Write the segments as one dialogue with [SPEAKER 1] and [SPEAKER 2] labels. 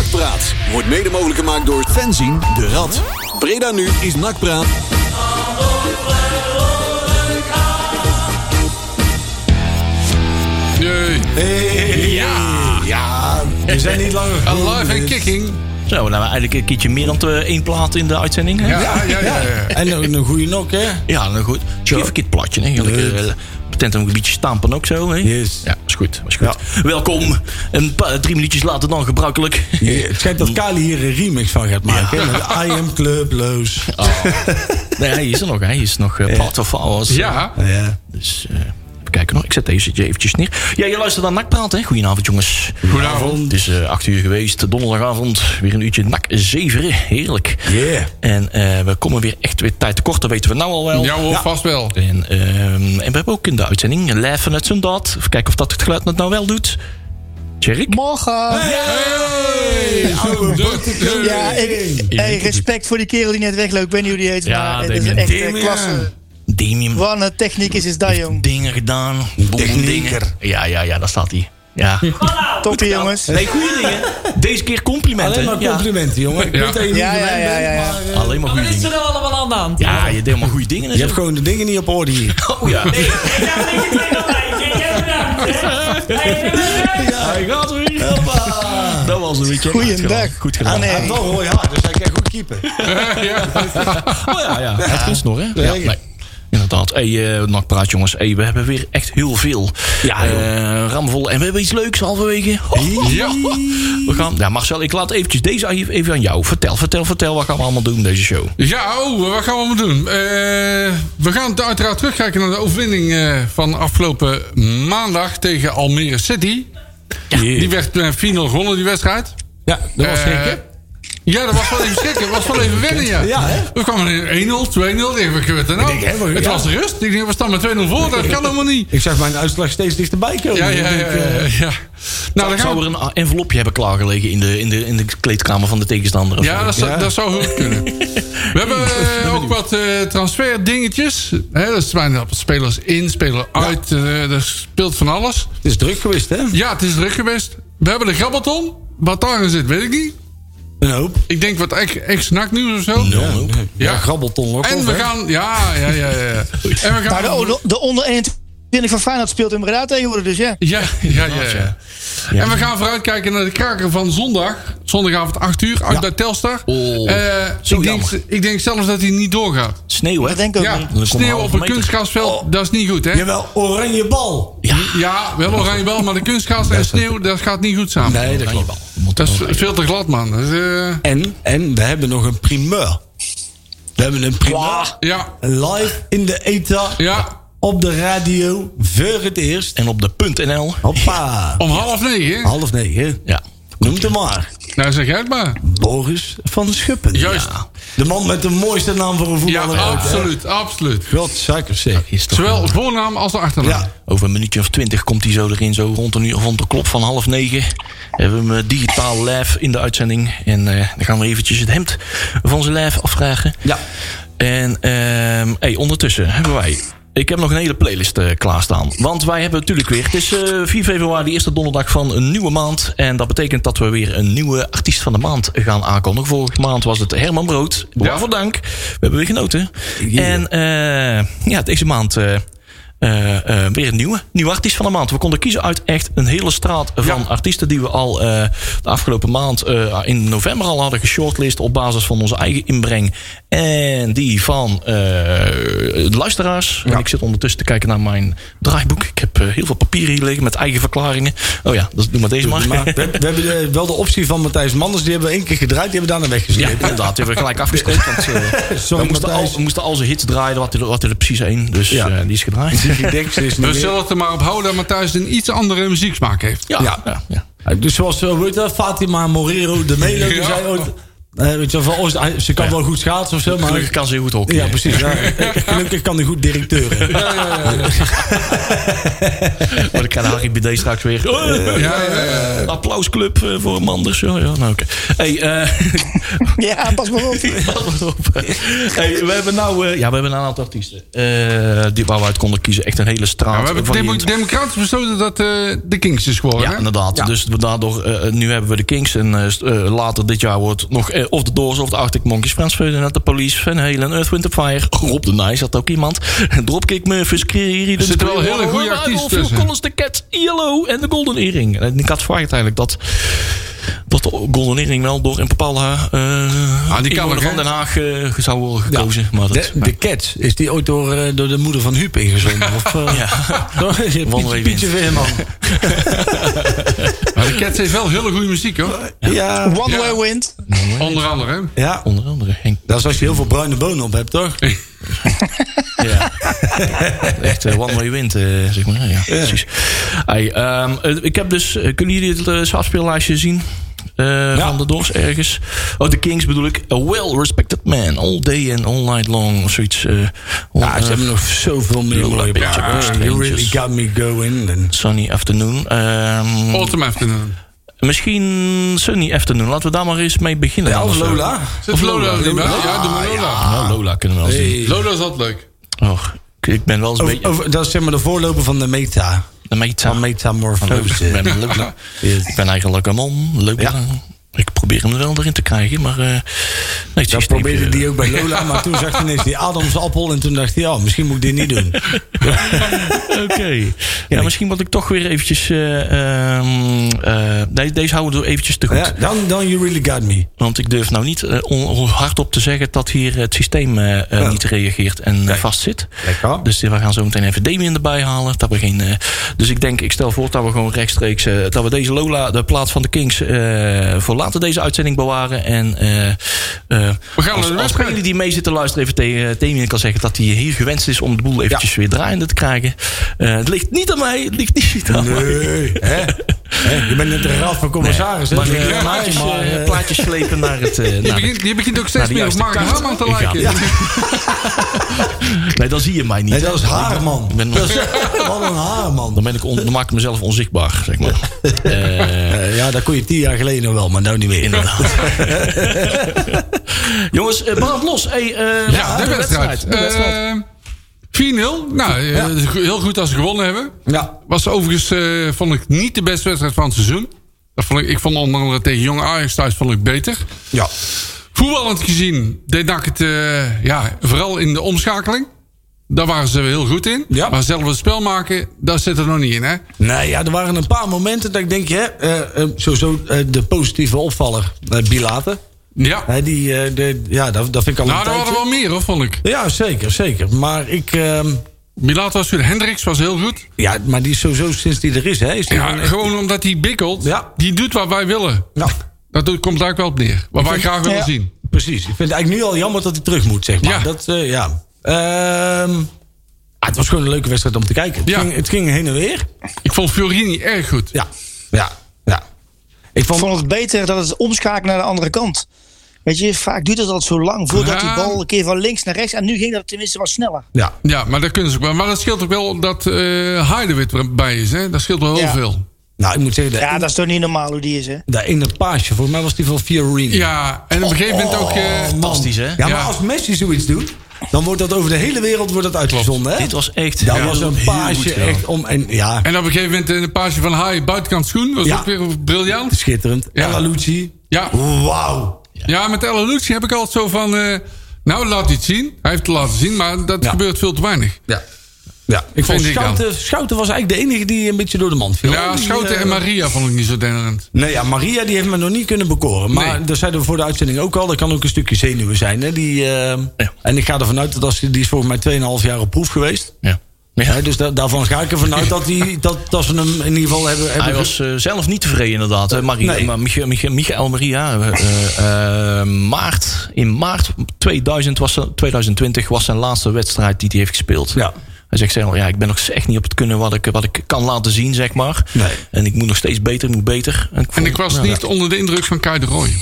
[SPEAKER 1] Nakpraat wordt mede mogelijk gemaakt door fanzine De Rad. Breda nu is Nakpraat.
[SPEAKER 2] Jee. Ja.
[SPEAKER 3] Ja, we zijn niet langer.
[SPEAKER 2] Alive and kicking.
[SPEAKER 4] Zo, nou eigenlijk een keertje meer dan eh, één plaat in de uitzending. hè?
[SPEAKER 2] Ja, ja, ja. ja,
[SPEAKER 3] En een, een goede nok, hè?
[SPEAKER 4] Ja, nou goed. Geef ik het platje. Hè. Lekker patent een beetje stampen ook zo. Hè.
[SPEAKER 3] Yes.
[SPEAKER 4] Ja, is goed. Is goed. Welkom. Een paar, drie minuutjes later dan gebruikelijk.
[SPEAKER 3] Je- Het schijnt dat Kali hier een remix van gaat maken. hè, Met I am clubloos.
[SPEAKER 4] Nee, hij is er nog. Hij is nog eh part of ours.
[SPEAKER 2] ja.
[SPEAKER 3] Ja.
[SPEAKER 4] Dus eh, even kijken nog. Ik zet deze eventjes neer. Ja, je luistert naar Nakpraat, hè? Goedenavond, jongens.
[SPEAKER 2] Goedenavond.
[SPEAKER 4] Het is eh, acht uur geweest. Donderdagavond. Weer een uurtje nak zeveren. Heerlijk.
[SPEAKER 3] Yeah.
[SPEAKER 4] En eh, we komen weer echt weer tijd tekort. Dat weten we nou al wel.
[SPEAKER 2] Ja hoor, vast wel.
[SPEAKER 4] En, ehm, en we hebben ook in de uitzending Laughing at Sundat. Even kijken of dat het geluid het nou wel doet. Tjerk?
[SPEAKER 5] Morgen.
[SPEAKER 2] Hey, zo, de- de-
[SPEAKER 5] Ja, ik, hey, respect voor die kerel die net wegloopt. Ik weet niet hoe die heet,
[SPEAKER 4] Ja,
[SPEAKER 5] maar het is
[SPEAKER 4] Damien.
[SPEAKER 5] echt eh,
[SPEAKER 2] Damien.
[SPEAKER 5] klasse.
[SPEAKER 4] Damien.
[SPEAKER 5] Wat een techniek is, is dat, jong.
[SPEAKER 4] Dingen gedaan. Boem, dingen. Ja, ja, ja, daar staat hij. Ja.
[SPEAKER 5] Toppie, jongens.
[SPEAKER 4] Nee, goede dingen. Deze keer complimenten.
[SPEAKER 3] Alleen maar
[SPEAKER 4] Ja.
[SPEAKER 3] complimenten, jongen. Ik
[SPEAKER 2] Ja.
[SPEAKER 3] weet dat je niet
[SPEAKER 5] Ja, ja,
[SPEAKER 3] gewend
[SPEAKER 5] ja,
[SPEAKER 3] bent,
[SPEAKER 5] ja, ja.
[SPEAKER 3] maar, eh,
[SPEAKER 4] Alleen maar
[SPEAKER 6] Wat
[SPEAKER 4] goede
[SPEAKER 6] is
[SPEAKER 4] dingen.
[SPEAKER 6] er allemaal aan de hand?
[SPEAKER 4] Ja, je deed helemaal goede dingen. en
[SPEAKER 3] Je
[SPEAKER 4] zo.
[SPEAKER 3] hebt gewoon de dingen niet op orde hier.
[SPEAKER 4] Oh ja. Nee.
[SPEAKER 6] Ik ga een beetje klein aan Jij bedankt, hè? Hey, bedankt.
[SPEAKER 4] Hij gaat weer. Dat was een beetje.
[SPEAKER 5] Goeiedag.
[SPEAKER 4] Goed gedaan.
[SPEAKER 5] Ah, nee.
[SPEAKER 3] Hij heeft wel rooi haar, dus hij kan goed keeper.
[SPEAKER 4] Oh ja, ja. Hij heeft geen snor, hè? Ja, nee. Inderdaad. Hey, eh nakpraat jongens. Hey, we hebben weer echt heel veel. Ja, ramvol. En we hebben iets leuks halverwege.
[SPEAKER 2] Ja.
[SPEAKER 4] We gaan, ja, Marcel, ik laat eventjes deze even aan jou. Vertel, vertel, vertel. Wat gaan we allemaal doen deze show?
[SPEAKER 2] Ja, oh, wat gaan we allemaal doen? Eh, we gaan uiteraard terugkijken naar de overwinning eh, van afgelopen maandag tegen Almere City. Die werd eh, 4-0 gewonnen, die wedstrijd.
[SPEAKER 3] Ja, dat was
[SPEAKER 2] Eh,
[SPEAKER 3] schrikken.
[SPEAKER 2] Ja, dat was wel even schrikken. Dat was wel even wennen, ja.
[SPEAKER 3] Ja, hè?
[SPEAKER 2] We kwamen in 1-0, 2-0. Ik denk, wat gebeurt er nou?
[SPEAKER 3] Ik denk, hè, wat-
[SPEAKER 2] het
[SPEAKER 3] ja.
[SPEAKER 2] was rust. Ik denk, we staan met 2-0 voor. Dat kan helemaal niet.
[SPEAKER 3] Ik zag mijn uitslag steeds dichterbij komen.
[SPEAKER 2] Ja, ja, ja.
[SPEAKER 3] Ik, eh,
[SPEAKER 2] ja, ja. Nou, dan gaan
[SPEAKER 4] Zou
[SPEAKER 2] we...
[SPEAKER 4] er een a- envelopje hebben klaargelegen in de, in de, in de kleedkamer van de tegenstander? of
[SPEAKER 2] Ja,
[SPEAKER 4] zo?
[SPEAKER 2] dat zou,
[SPEAKER 3] Ja.
[SPEAKER 2] dat zou goed kunnen. We hebben eh, ook wat eh transferdingetjes. Hè, dat zijn wat spelers in, spelers uit. eh er speelt van alles.
[SPEAKER 3] Het is druk geweest, hè?
[SPEAKER 2] Ja, het is druk geweest. We hebben de Grabbelton. Wat daarin zit, weet ik niet.
[SPEAKER 3] Een hoop.
[SPEAKER 2] Ik denk wat ex-NAC nieuws of zo.
[SPEAKER 3] Ja,
[SPEAKER 2] Ja.
[SPEAKER 3] grabbelton ook.
[SPEAKER 2] En we gaan... Ja, ja, ja, ja. En we gaan...
[SPEAKER 5] Maar de, onder- de onder 21 van Feyenoord speelt in Breda tegenwoordig, dus ja.
[SPEAKER 2] Ja, ja, ja. ja. En we gaan vooruitkijken naar de kraker van zondag. Zondagavond 8 uur, uit bij Telstar.
[SPEAKER 4] Oh,
[SPEAKER 2] Eh,
[SPEAKER 4] zo
[SPEAKER 2] ik, denk,
[SPEAKER 4] jammer.
[SPEAKER 2] ik denk zelfs dat hij niet doorgaat.
[SPEAKER 4] Sneeuw, hè?
[SPEAKER 5] Dat denk ik ook
[SPEAKER 2] Ja,
[SPEAKER 5] niet.
[SPEAKER 4] een
[SPEAKER 2] sneeuw op
[SPEAKER 4] halve
[SPEAKER 2] een
[SPEAKER 4] meter.
[SPEAKER 2] kunstgrasveld, dat is niet goed, hè?
[SPEAKER 3] Oh. Jawel, oranje bal.
[SPEAKER 2] Ja, wel oranje wel, maar de kunstgras en sneeuw, dat gaat niet goed samen.
[SPEAKER 3] Nee, dat
[SPEAKER 4] Kan je
[SPEAKER 3] klopt.
[SPEAKER 4] wel. Moet
[SPEAKER 2] Dat
[SPEAKER 4] wel.
[SPEAKER 2] is veel te glad, man. Dat is, eh,
[SPEAKER 3] En, en we hebben nog een primeur. We hebben een primeur.
[SPEAKER 2] ja,
[SPEAKER 3] Live in de ETA.
[SPEAKER 2] ja.
[SPEAKER 3] Op de radio. Voor het eerst.
[SPEAKER 4] En op de .nl.
[SPEAKER 3] Hoppa.
[SPEAKER 2] Om half negen. hè?
[SPEAKER 3] Half negen.
[SPEAKER 4] Ja.
[SPEAKER 3] Noem hem maar.
[SPEAKER 2] Nou, zeg jij het maar.
[SPEAKER 3] Boris van Schuppen.
[SPEAKER 2] Juist.
[SPEAKER 3] De man met de mooiste naam voor een
[SPEAKER 2] Ja,
[SPEAKER 3] voetballer.
[SPEAKER 2] absoluut, absoluut.
[SPEAKER 3] Godzakkers zeg.
[SPEAKER 4] Is toch
[SPEAKER 2] Zowel voornaam als de achternaam.
[SPEAKER 3] Ja.
[SPEAKER 4] Over een minuutje of twintig komt hij zo erin, zo rond een uur of rond de klop van half negen. Hebben we hem eh, digitaal live in de uitzending. En eh, dan gaan we eventjes het hemd van zijn lijf afvragen.
[SPEAKER 3] Ja.
[SPEAKER 4] En ehm, hey, ondertussen hebben wij... Ik heb nog een hele playlist eh, klaarstaan. Want wij hebben natuurlijk weer... Het is eh, 4 februari, de eerste donderdag van een nieuwe maand. En dat betekent dat we weer een nieuwe artiest van de maand gaan aankondigen. Vorige maand was het Herman Brood. Waarvoor dank. We hebben weer genoten. En eh, ja, deze maand... eh, eh, eh, weer een nieuwe, nieuwe artiest van de maand. We konden kiezen uit echt een hele straat van artiesten die we al eh, de afgelopen maand eh, in november al hadden geshortlist op basis van onze eigen inbreng en die van eh, de luisteraars. En ik zit ondertussen te kijken naar mijn draaiboek. Ik heb eh, heel veel papieren hier liggen met eigen verklaringen. Oh ja, dat doe maar deze maar.
[SPEAKER 3] Maar we, we hebben eh, wel de optie van Matthijs Manders. Die hebben we één keer gedraaid. Die hebben we daarna
[SPEAKER 4] Ja,
[SPEAKER 3] weggesleept.
[SPEAKER 4] inderdaad. Die hebben we gelijk afgestreept. Want, eh,
[SPEAKER 3] Sorry,
[SPEAKER 4] we, moesten al,
[SPEAKER 3] Matthijs.
[SPEAKER 4] we moesten al zijn hits draaien. Wat er, wat er precies één. Dus
[SPEAKER 3] Ja.
[SPEAKER 4] eh, die is gedraaid.
[SPEAKER 3] Dus ik denk, ze is niet
[SPEAKER 2] We
[SPEAKER 3] meer.
[SPEAKER 2] zullen het er maar op houden dat Matthijs een iets andere muzieksmaak heeft.
[SPEAKER 4] Ja,
[SPEAKER 3] Ja.
[SPEAKER 4] ja, ja.
[SPEAKER 3] Dus zoals eh, hoe heet dat, Fatima Morero de Melo, die
[SPEAKER 2] Ja.
[SPEAKER 3] zei ooit... Eh, weet je, wel, van, oh, ze kan wel goed schaatsen of zo, maar...
[SPEAKER 4] Gelukkig kan ze heel goed hockey.
[SPEAKER 3] Ja, precies. Ja. Eh, Gelukkig kan hij goed directeuren.
[SPEAKER 4] Maar dan kan Harry BD straks weer. eh,
[SPEAKER 2] Ja, ja, ja.
[SPEAKER 4] een applausclub eh, voor Manders. Ja, ja, nou oké. Hey, eh,
[SPEAKER 5] Ja, pas maar op.
[SPEAKER 4] pas maar op. hey, we hebben nou eh, ja, we hebben een aantal artiesten eh, die, waar we uit konden kiezen. Echt een hele straat.
[SPEAKER 2] we hebben
[SPEAKER 4] variërend.
[SPEAKER 2] demo- democratisch besloten dat eh, de Kings is geworden.
[SPEAKER 4] Ja,
[SPEAKER 2] hè?
[SPEAKER 4] inderdaad. Dus we daardoor, eh, nu hebben we de Kings. En eh, st- eh, later dit jaar wordt nog eh, of de Doors of de Arctic Monkeys, Frans Ferdinand, de Police, Van Halen, Earth, Wind Fire. Rob de Nijs had ook iemand. Dropkick Murphys, Creary. Er
[SPEAKER 2] zitten wel hele goede artiesten
[SPEAKER 4] Phil
[SPEAKER 2] tussen.
[SPEAKER 4] Collins, The Cats, ILO en de Golden Earring. En ik had verwacht eigenlijk dat... Dat de Golden Earring wel door een bepaalde eh
[SPEAKER 2] Ah, die kan
[SPEAKER 4] inwoner
[SPEAKER 2] ook,
[SPEAKER 4] van
[SPEAKER 2] hè?
[SPEAKER 4] Den Haag eh, zou worden gekozen. Maar dat,
[SPEAKER 3] De, de Cats, is die ooit door, eh, door de moeder van Huub ingezonden? Of, eh, door- Pietje,
[SPEAKER 4] Wandelen
[SPEAKER 3] Pietje Veerman.
[SPEAKER 2] Maar de Cats heeft wel hele goede muziek, hoor.
[SPEAKER 3] Ja,
[SPEAKER 5] One
[SPEAKER 2] Ja.
[SPEAKER 5] way wind.
[SPEAKER 2] Onder andere. hè?
[SPEAKER 3] ja.
[SPEAKER 4] Onder andere Henk.
[SPEAKER 3] Dat is als je heel veel bruine bonen op hebt, toch?
[SPEAKER 4] Ja. Echt eh, one way wind, eh, zeg maar. Ja, precies. Hey, ehm, eh, ik heb dus... eh, kunnen jullie het eh, afspeellijstje zien? Eh, Van de Doors ergens. Oh, de Kings bedoel ik. A well-respected man. All day and all night long. Of zoiets. eh, on-
[SPEAKER 3] Ja, ze hebben nog zoveel meer
[SPEAKER 4] Heel
[SPEAKER 3] mooie
[SPEAKER 4] leuk,
[SPEAKER 3] plaatsen.
[SPEAKER 4] ja.
[SPEAKER 3] Ah, You really got me going. En-
[SPEAKER 4] Sunny afternoon. Ehm,
[SPEAKER 2] Autumn Afternoon.
[SPEAKER 4] misschien Sunny afternoon. Laten we daar maar eens mee beginnen. dan
[SPEAKER 3] of
[SPEAKER 4] of zo.
[SPEAKER 3] Lola.
[SPEAKER 2] Zit Lola er niet bij? Ja, doe maar Lola.
[SPEAKER 4] Ah, Lola kunnen we wel zien.
[SPEAKER 2] Lola is altijd leuk.
[SPEAKER 4] Och, ik- ik ben wel eens een
[SPEAKER 3] Of-
[SPEAKER 4] beetje...
[SPEAKER 3] of- dat is zeg maar de voorloper van de meta.
[SPEAKER 4] de meta.
[SPEAKER 3] Van
[SPEAKER 4] Ik
[SPEAKER 3] metamorfose.
[SPEAKER 4] ben, een leuk- ik ben eigenlijk een man. Leuk. eh, Ik probeer hem er wel erin te krijgen, maar... eh nee, het
[SPEAKER 3] Dat
[SPEAKER 4] systeempje-
[SPEAKER 3] probeerde die ook bij Lola, maar toen zag hij ineens die Adamse appel. En toen dacht hij, ja, misschien moet ik dit niet doen.
[SPEAKER 4] Oké. Ja, misschien moet ik toch weer eventjes... eh, ehm, eh, de- deze houden we eventjes te goed.
[SPEAKER 3] Ja, dan, dan You Really Got Me.
[SPEAKER 4] Want ik durf nou niet eh, on- hardop te zeggen dat hier het systeem eh, eh, niet reageert en eh, vastzit.
[SPEAKER 3] Lekker.
[SPEAKER 4] Dus we gaan zo meteen even Damien erbij halen. Dat we geen, eh, dus ik denk, ik stel voor dat we gewoon rechtstreeks... eh, dat we deze Lola, de plaats van de Kings... eh, voor later deze uitzending bewaren. En eh, eh,
[SPEAKER 2] naar de
[SPEAKER 4] als, als
[SPEAKER 2] wedstrijd.
[SPEAKER 4] jullie die mee zitten luisteren... even tegen Damien kan zeggen dat hij hier gewenst is... om de boel eventjes weer draaiende te krijgen. Eh, het ligt niet aan mij, het ligt niet aan mij.
[SPEAKER 3] Nee, hè? Hè, Je bent net een raad van commissaris. hè?
[SPEAKER 4] Maar
[SPEAKER 3] Dus,
[SPEAKER 4] eh,
[SPEAKER 3] eh,
[SPEAKER 4] plaatjes,
[SPEAKER 3] maar,
[SPEAKER 4] eh,
[SPEAKER 3] eh,
[SPEAKER 4] plaatjes slepen naar het... eh,
[SPEAKER 2] Je
[SPEAKER 4] naar de-
[SPEAKER 2] begint, je begint ook steeds
[SPEAKER 4] de
[SPEAKER 2] meer op
[SPEAKER 4] juiste
[SPEAKER 2] Mark
[SPEAKER 4] kant.
[SPEAKER 2] Haman te
[SPEAKER 4] Ik ga-
[SPEAKER 2] lijken.
[SPEAKER 4] Nee, dan zie je mij niet.
[SPEAKER 3] nee, dat is haar, man.
[SPEAKER 4] Ik ben-
[SPEAKER 3] Dat is- Wat een haar, man.
[SPEAKER 4] dan, ben ik on- dan maak ik mezelf onzichtbaar, zeg maar. Eh,
[SPEAKER 3] Eh, ja, dat kon je tien jaar geleden nog wel, maar nou niet meer.
[SPEAKER 4] Inderdaad. Jongens, eh, brand los. Hey, eh,
[SPEAKER 2] Ja, de wedstrijd.
[SPEAKER 4] De wedstrijd.
[SPEAKER 2] Eh, 4-0. Nou, eh, het is go- heel goed als ze gewonnen hebben.
[SPEAKER 3] Ja.
[SPEAKER 2] Was overigens, eh, vond ik, niet de beste wedstrijd van het seizoen. Dat vond ik, ik vond onder andere tegen Jong Ajax thuis vond ik beter.
[SPEAKER 3] Ja.
[SPEAKER 2] Voetballend gezien deed NAC het eh, ja, vooral in de omschakeling. Daar waren ze heel goed in.
[SPEAKER 3] Ja.
[SPEAKER 2] Maar zelf het spel maken, daar zit er nog niet in. Hè?
[SPEAKER 3] Nee, ja, er waren een paar momenten dat ik denk, hè, eh, eh, sowieso eh, de positieve opvaller, eh Bilate.
[SPEAKER 2] Ja.
[SPEAKER 3] Hè, die, eh, de, ja, dat, dat vind ik al
[SPEAKER 2] Nou,
[SPEAKER 3] een
[SPEAKER 2] er waren
[SPEAKER 3] tijdje.
[SPEAKER 2] wel meer, hoor, vond ik.
[SPEAKER 3] Ja, zeker, zeker. Maar ik, ehm,
[SPEAKER 2] Milaat was goed. Hendricks was heel goed.
[SPEAKER 3] ja, maar die is sowieso sinds die er is, hè. Is die
[SPEAKER 2] Ja,
[SPEAKER 3] gewoon echt-
[SPEAKER 2] gewoon omdat hij bikkelt.
[SPEAKER 3] Ja.
[SPEAKER 2] Die doet wat wij willen.
[SPEAKER 3] Nou,
[SPEAKER 2] Dat doet- komt daar ook wel op neer. Wat wij graag willen
[SPEAKER 5] ja.
[SPEAKER 2] zien.
[SPEAKER 3] precies. Ik vind het eigenlijk nu al jammer dat hij terug moet, zeg maar.
[SPEAKER 2] Ja.
[SPEAKER 3] Dat, eh, ja. Ehm, ah, het was gewoon een leuke wedstrijd om te kijken. Het,
[SPEAKER 2] Ja.
[SPEAKER 3] ging, het ging heen en weer.
[SPEAKER 2] Ik vond Fiorini erg goed.
[SPEAKER 3] Ja, ja, ja. Ik
[SPEAKER 5] Ik
[SPEAKER 3] vond...
[SPEAKER 5] vond het beter dat het omschakelen naar de andere kant. Weet je, vaak duurt het altijd zo lang voordat die
[SPEAKER 2] Ja.
[SPEAKER 5] bal een keer van links naar rechts. En nu ging dat tenminste wat sneller.
[SPEAKER 3] Ja,
[SPEAKER 2] Ja, maar dat kunnen ze ook wel. Maar dat scheelt ook wel dat eh Heidewit erbij is. Hè? Dat scheelt wel heel
[SPEAKER 5] Ja.
[SPEAKER 2] veel.
[SPEAKER 3] nou, ik moet zeggen, dat
[SPEAKER 5] Ja, dat is toch niet normaal hoe die is, hè?
[SPEAKER 3] Daar in het paasje, volgens mij was die van Fiorini.
[SPEAKER 2] Ja, en op een gegeven moment ook...
[SPEAKER 3] Oh,
[SPEAKER 2] eh,
[SPEAKER 4] Fantastisch, hè?
[SPEAKER 3] Ja, maar
[SPEAKER 2] Ja.
[SPEAKER 3] als Messi zoiets doet, dan wordt dat over de hele wereld wordt dat uitgezonden, hè?
[SPEAKER 4] Dit was echt...
[SPEAKER 3] dat
[SPEAKER 4] ja,
[SPEAKER 3] was een
[SPEAKER 4] heel
[SPEAKER 3] paasje
[SPEAKER 4] goed gedaan.
[SPEAKER 3] echt om... En, ja,
[SPEAKER 2] en op een gegeven moment in de paasje van Haaien buitenkant schoen. was
[SPEAKER 3] Ja.
[SPEAKER 2] ook weer briljant.
[SPEAKER 3] schitterend.
[SPEAKER 2] Ja.
[SPEAKER 3] Ella Lucci.
[SPEAKER 2] Ja,
[SPEAKER 3] Wauw.
[SPEAKER 2] ja met El Lucci heb ik altijd zo van... eh, nou, laat hij het zien. Hij heeft het laten zien, maar dat
[SPEAKER 3] Ja.
[SPEAKER 2] gebeurt veel te weinig.
[SPEAKER 3] Ja. ja. Ik vond
[SPEAKER 2] Vind ik
[SPEAKER 3] Schouten, Schouten was eigenlijk de enige die een beetje door de mand viel.
[SPEAKER 2] Ja,
[SPEAKER 3] Die,
[SPEAKER 2] Schouten
[SPEAKER 3] eh,
[SPEAKER 2] en Maria vond ik niet zo denderend.
[SPEAKER 3] Nee, ja, Maria die heeft me nog niet kunnen bekoren. Maar
[SPEAKER 2] Nee.
[SPEAKER 3] dat zeiden we voor de uitzending ook al. Dat kan ook een stukje zenuwen zijn. Hè? Die, eh, En ik ga ervan uit dat als, die die is volgens mij 2,5 jaar op proef geweest.
[SPEAKER 4] Ja. Ja.
[SPEAKER 3] Hè, dus da- daarvan ga ik ervan uit dat, die, dat, dat ze hem in ieder geval hebben... hebben
[SPEAKER 4] Hij was eh, zelf niet tevreden, inderdaad. hè, Maria,
[SPEAKER 3] Nee.
[SPEAKER 4] maar Michael, Michael, Michael Maria. eh, eh, eh, maart, in maart 2000 was, zijn- 2020 was zijn laatste wedstrijd die hij heeft gespeeld.
[SPEAKER 3] Ja.
[SPEAKER 4] Hij zegt zelf, ja, ik ben nog echt niet op het kunnen wat ik, wat ik kan laten zien, zeg maar.
[SPEAKER 3] Nee.
[SPEAKER 4] En ik moet nog steeds beter, ik moet beter.
[SPEAKER 2] En
[SPEAKER 4] vond-
[SPEAKER 2] ik was
[SPEAKER 4] ja.
[SPEAKER 2] niet onder de indruk van Kai de Roy.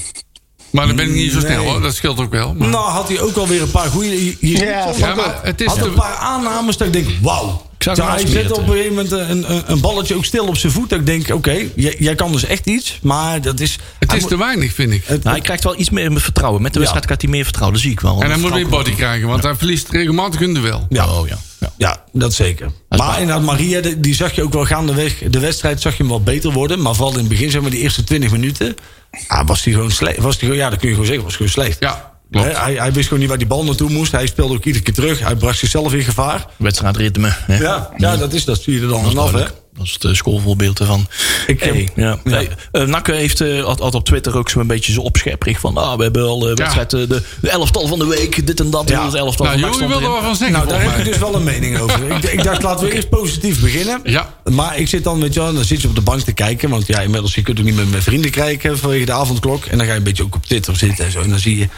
[SPEAKER 2] Maar dan ben ik niet zo snel
[SPEAKER 3] Nee.
[SPEAKER 2] hoor, dat scheelt ook wel. Maar,
[SPEAKER 3] Nou, had hij ook alweer een paar goede. Hier, hier-
[SPEAKER 5] Ja,
[SPEAKER 3] soms
[SPEAKER 5] ja,
[SPEAKER 3] had
[SPEAKER 2] maar
[SPEAKER 3] hij-
[SPEAKER 2] het is
[SPEAKER 3] had
[SPEAKER 2] de-
[SPEAKER 3] een paar aannames dat ik denk: wauw.
[SPEAKER 4] zou
[SPEAKER 3] Ja,
[SPEAKER 4] hem
[SPEAKER 3] hij
[SPEAKER 4] afsmeren,
[SPEAKER 3] zet op een gegeven moment een, een, een balletje ook stil op zijn voet. Dat ik denk: oké, jij, jij kan dus echt iets. Maar dat is.
[SPEAKER 2] het
[SPEAKER 3] hij
[SPEAKER 2] is
[SPEAKER 3] moet-
[SPEAKER 2] te weinig, vind ik.
[SPEAKER 4] Nou, hij krijgt wel iets meer vertrouwen. Met de
[SPEAKER 3] Ja.
[SPEAKER 4] wedstrijd krijgt hij meer vertrouwen, dat zie ik wel. Want
[SPEAKER 2] En hij
[SPEAKER 4] dat
[SPEAKER 2] moet weer
[SPEAKER 4] vertrouwen
[SPEAKER 2] body krijgen, want hij verliest regelmatig hun duel.
[SPEAKER 3] Ja.
[SPEAKER 4] Oh, ja. ja.
[SPEAKER 3] ja, dat zeker.
[SPEAKER 4] is
[SPEAKER 3] Maar
[SPEAKER 4] waar.
[SPEAKER 3] inderdaad, Maria, die, die zag je ook wel gaandeweg. De wedstrijd zag je hem wel beter worden. Maar vooral in het begin, zeg maar, die eerste 20 minuten. ah, was hij gewoon slecht. Was die gewoon, ja, dat kun je gewoon zeggen. Was gewoon slecht.
[SPEAKER 2] Ja, klopt.
[SPEAKER 3] Hè, hij, hij wist gewoon niet waar die bal naartoe moest. Hij speelde ook iedere keer terug. Hij bracht zichzelf in gevaar.
[SPEAKER 4] Wedstrijdritme. hè.
[SPEAKER 3] Ja, ja dat is dat. Zie je er dan
[SPEAKER 4] Dat is
[SPEAKER 3] vanaf, hè?
[SPEAKER 4] duidelijk. Dat is het eh, schoolvoorbeeld ervan.
[SPEAKER 3] Ik heb-
[SPEAKER 4] Hey, ja.
[SPEAKER 3] ja.
[SPEAKER 4] Hey, eh, Nakke heeft eh, had, had op Twitter ook zo'n beetje zo opschepperig van... Ah, we hebben al eh, wedstrijd, eh, de, de elftal van de week, dit en dat.
[SPEAKER 3] Ja.
[SPEAKER 4] en Het elftal
[SPEAKER 2] Nou,
[SPEAKER 4] van vandaag
[SPEAKER 2] Joey
[SPEAKER 4] stond
[SPEAKER 2] wilde er
[SPEAKER 4] erin.
[SPEAKER 2] wel van zeggen.
[SPEAKER 3] Nou, daar
[SPEAKER 2] volgens
[SPEAKER 3] heb ik dus wel een mening over. ik, ik dacht, laten we eerst positief beginnen.
[SPEAKER 2] Ja.
[SPEAKER 3] Maar ik zit dan, weet je wel, dan zit je op de bank te kijken. Want ja, inmiddels, je kunt ook niet meer met vrienden kijken vanwege de avondklok. En dan ga je een beetje ook op Twitter zitten en zo. En dan zie je...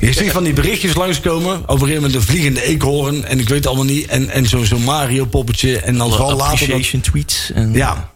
[SPEAKER 3] Je ziet van die berichtjes langskomen over een gegeven moment een vliegende eekhoorn. En ik weet het allemaal niet. En, en zo'n zo'n Mario-poppetje. En dan vooral later dat,
[SPEAKER 4] Appreciation tweets. En,
[SPEAKER 2] eh,
[SPEAKER 3] Ja.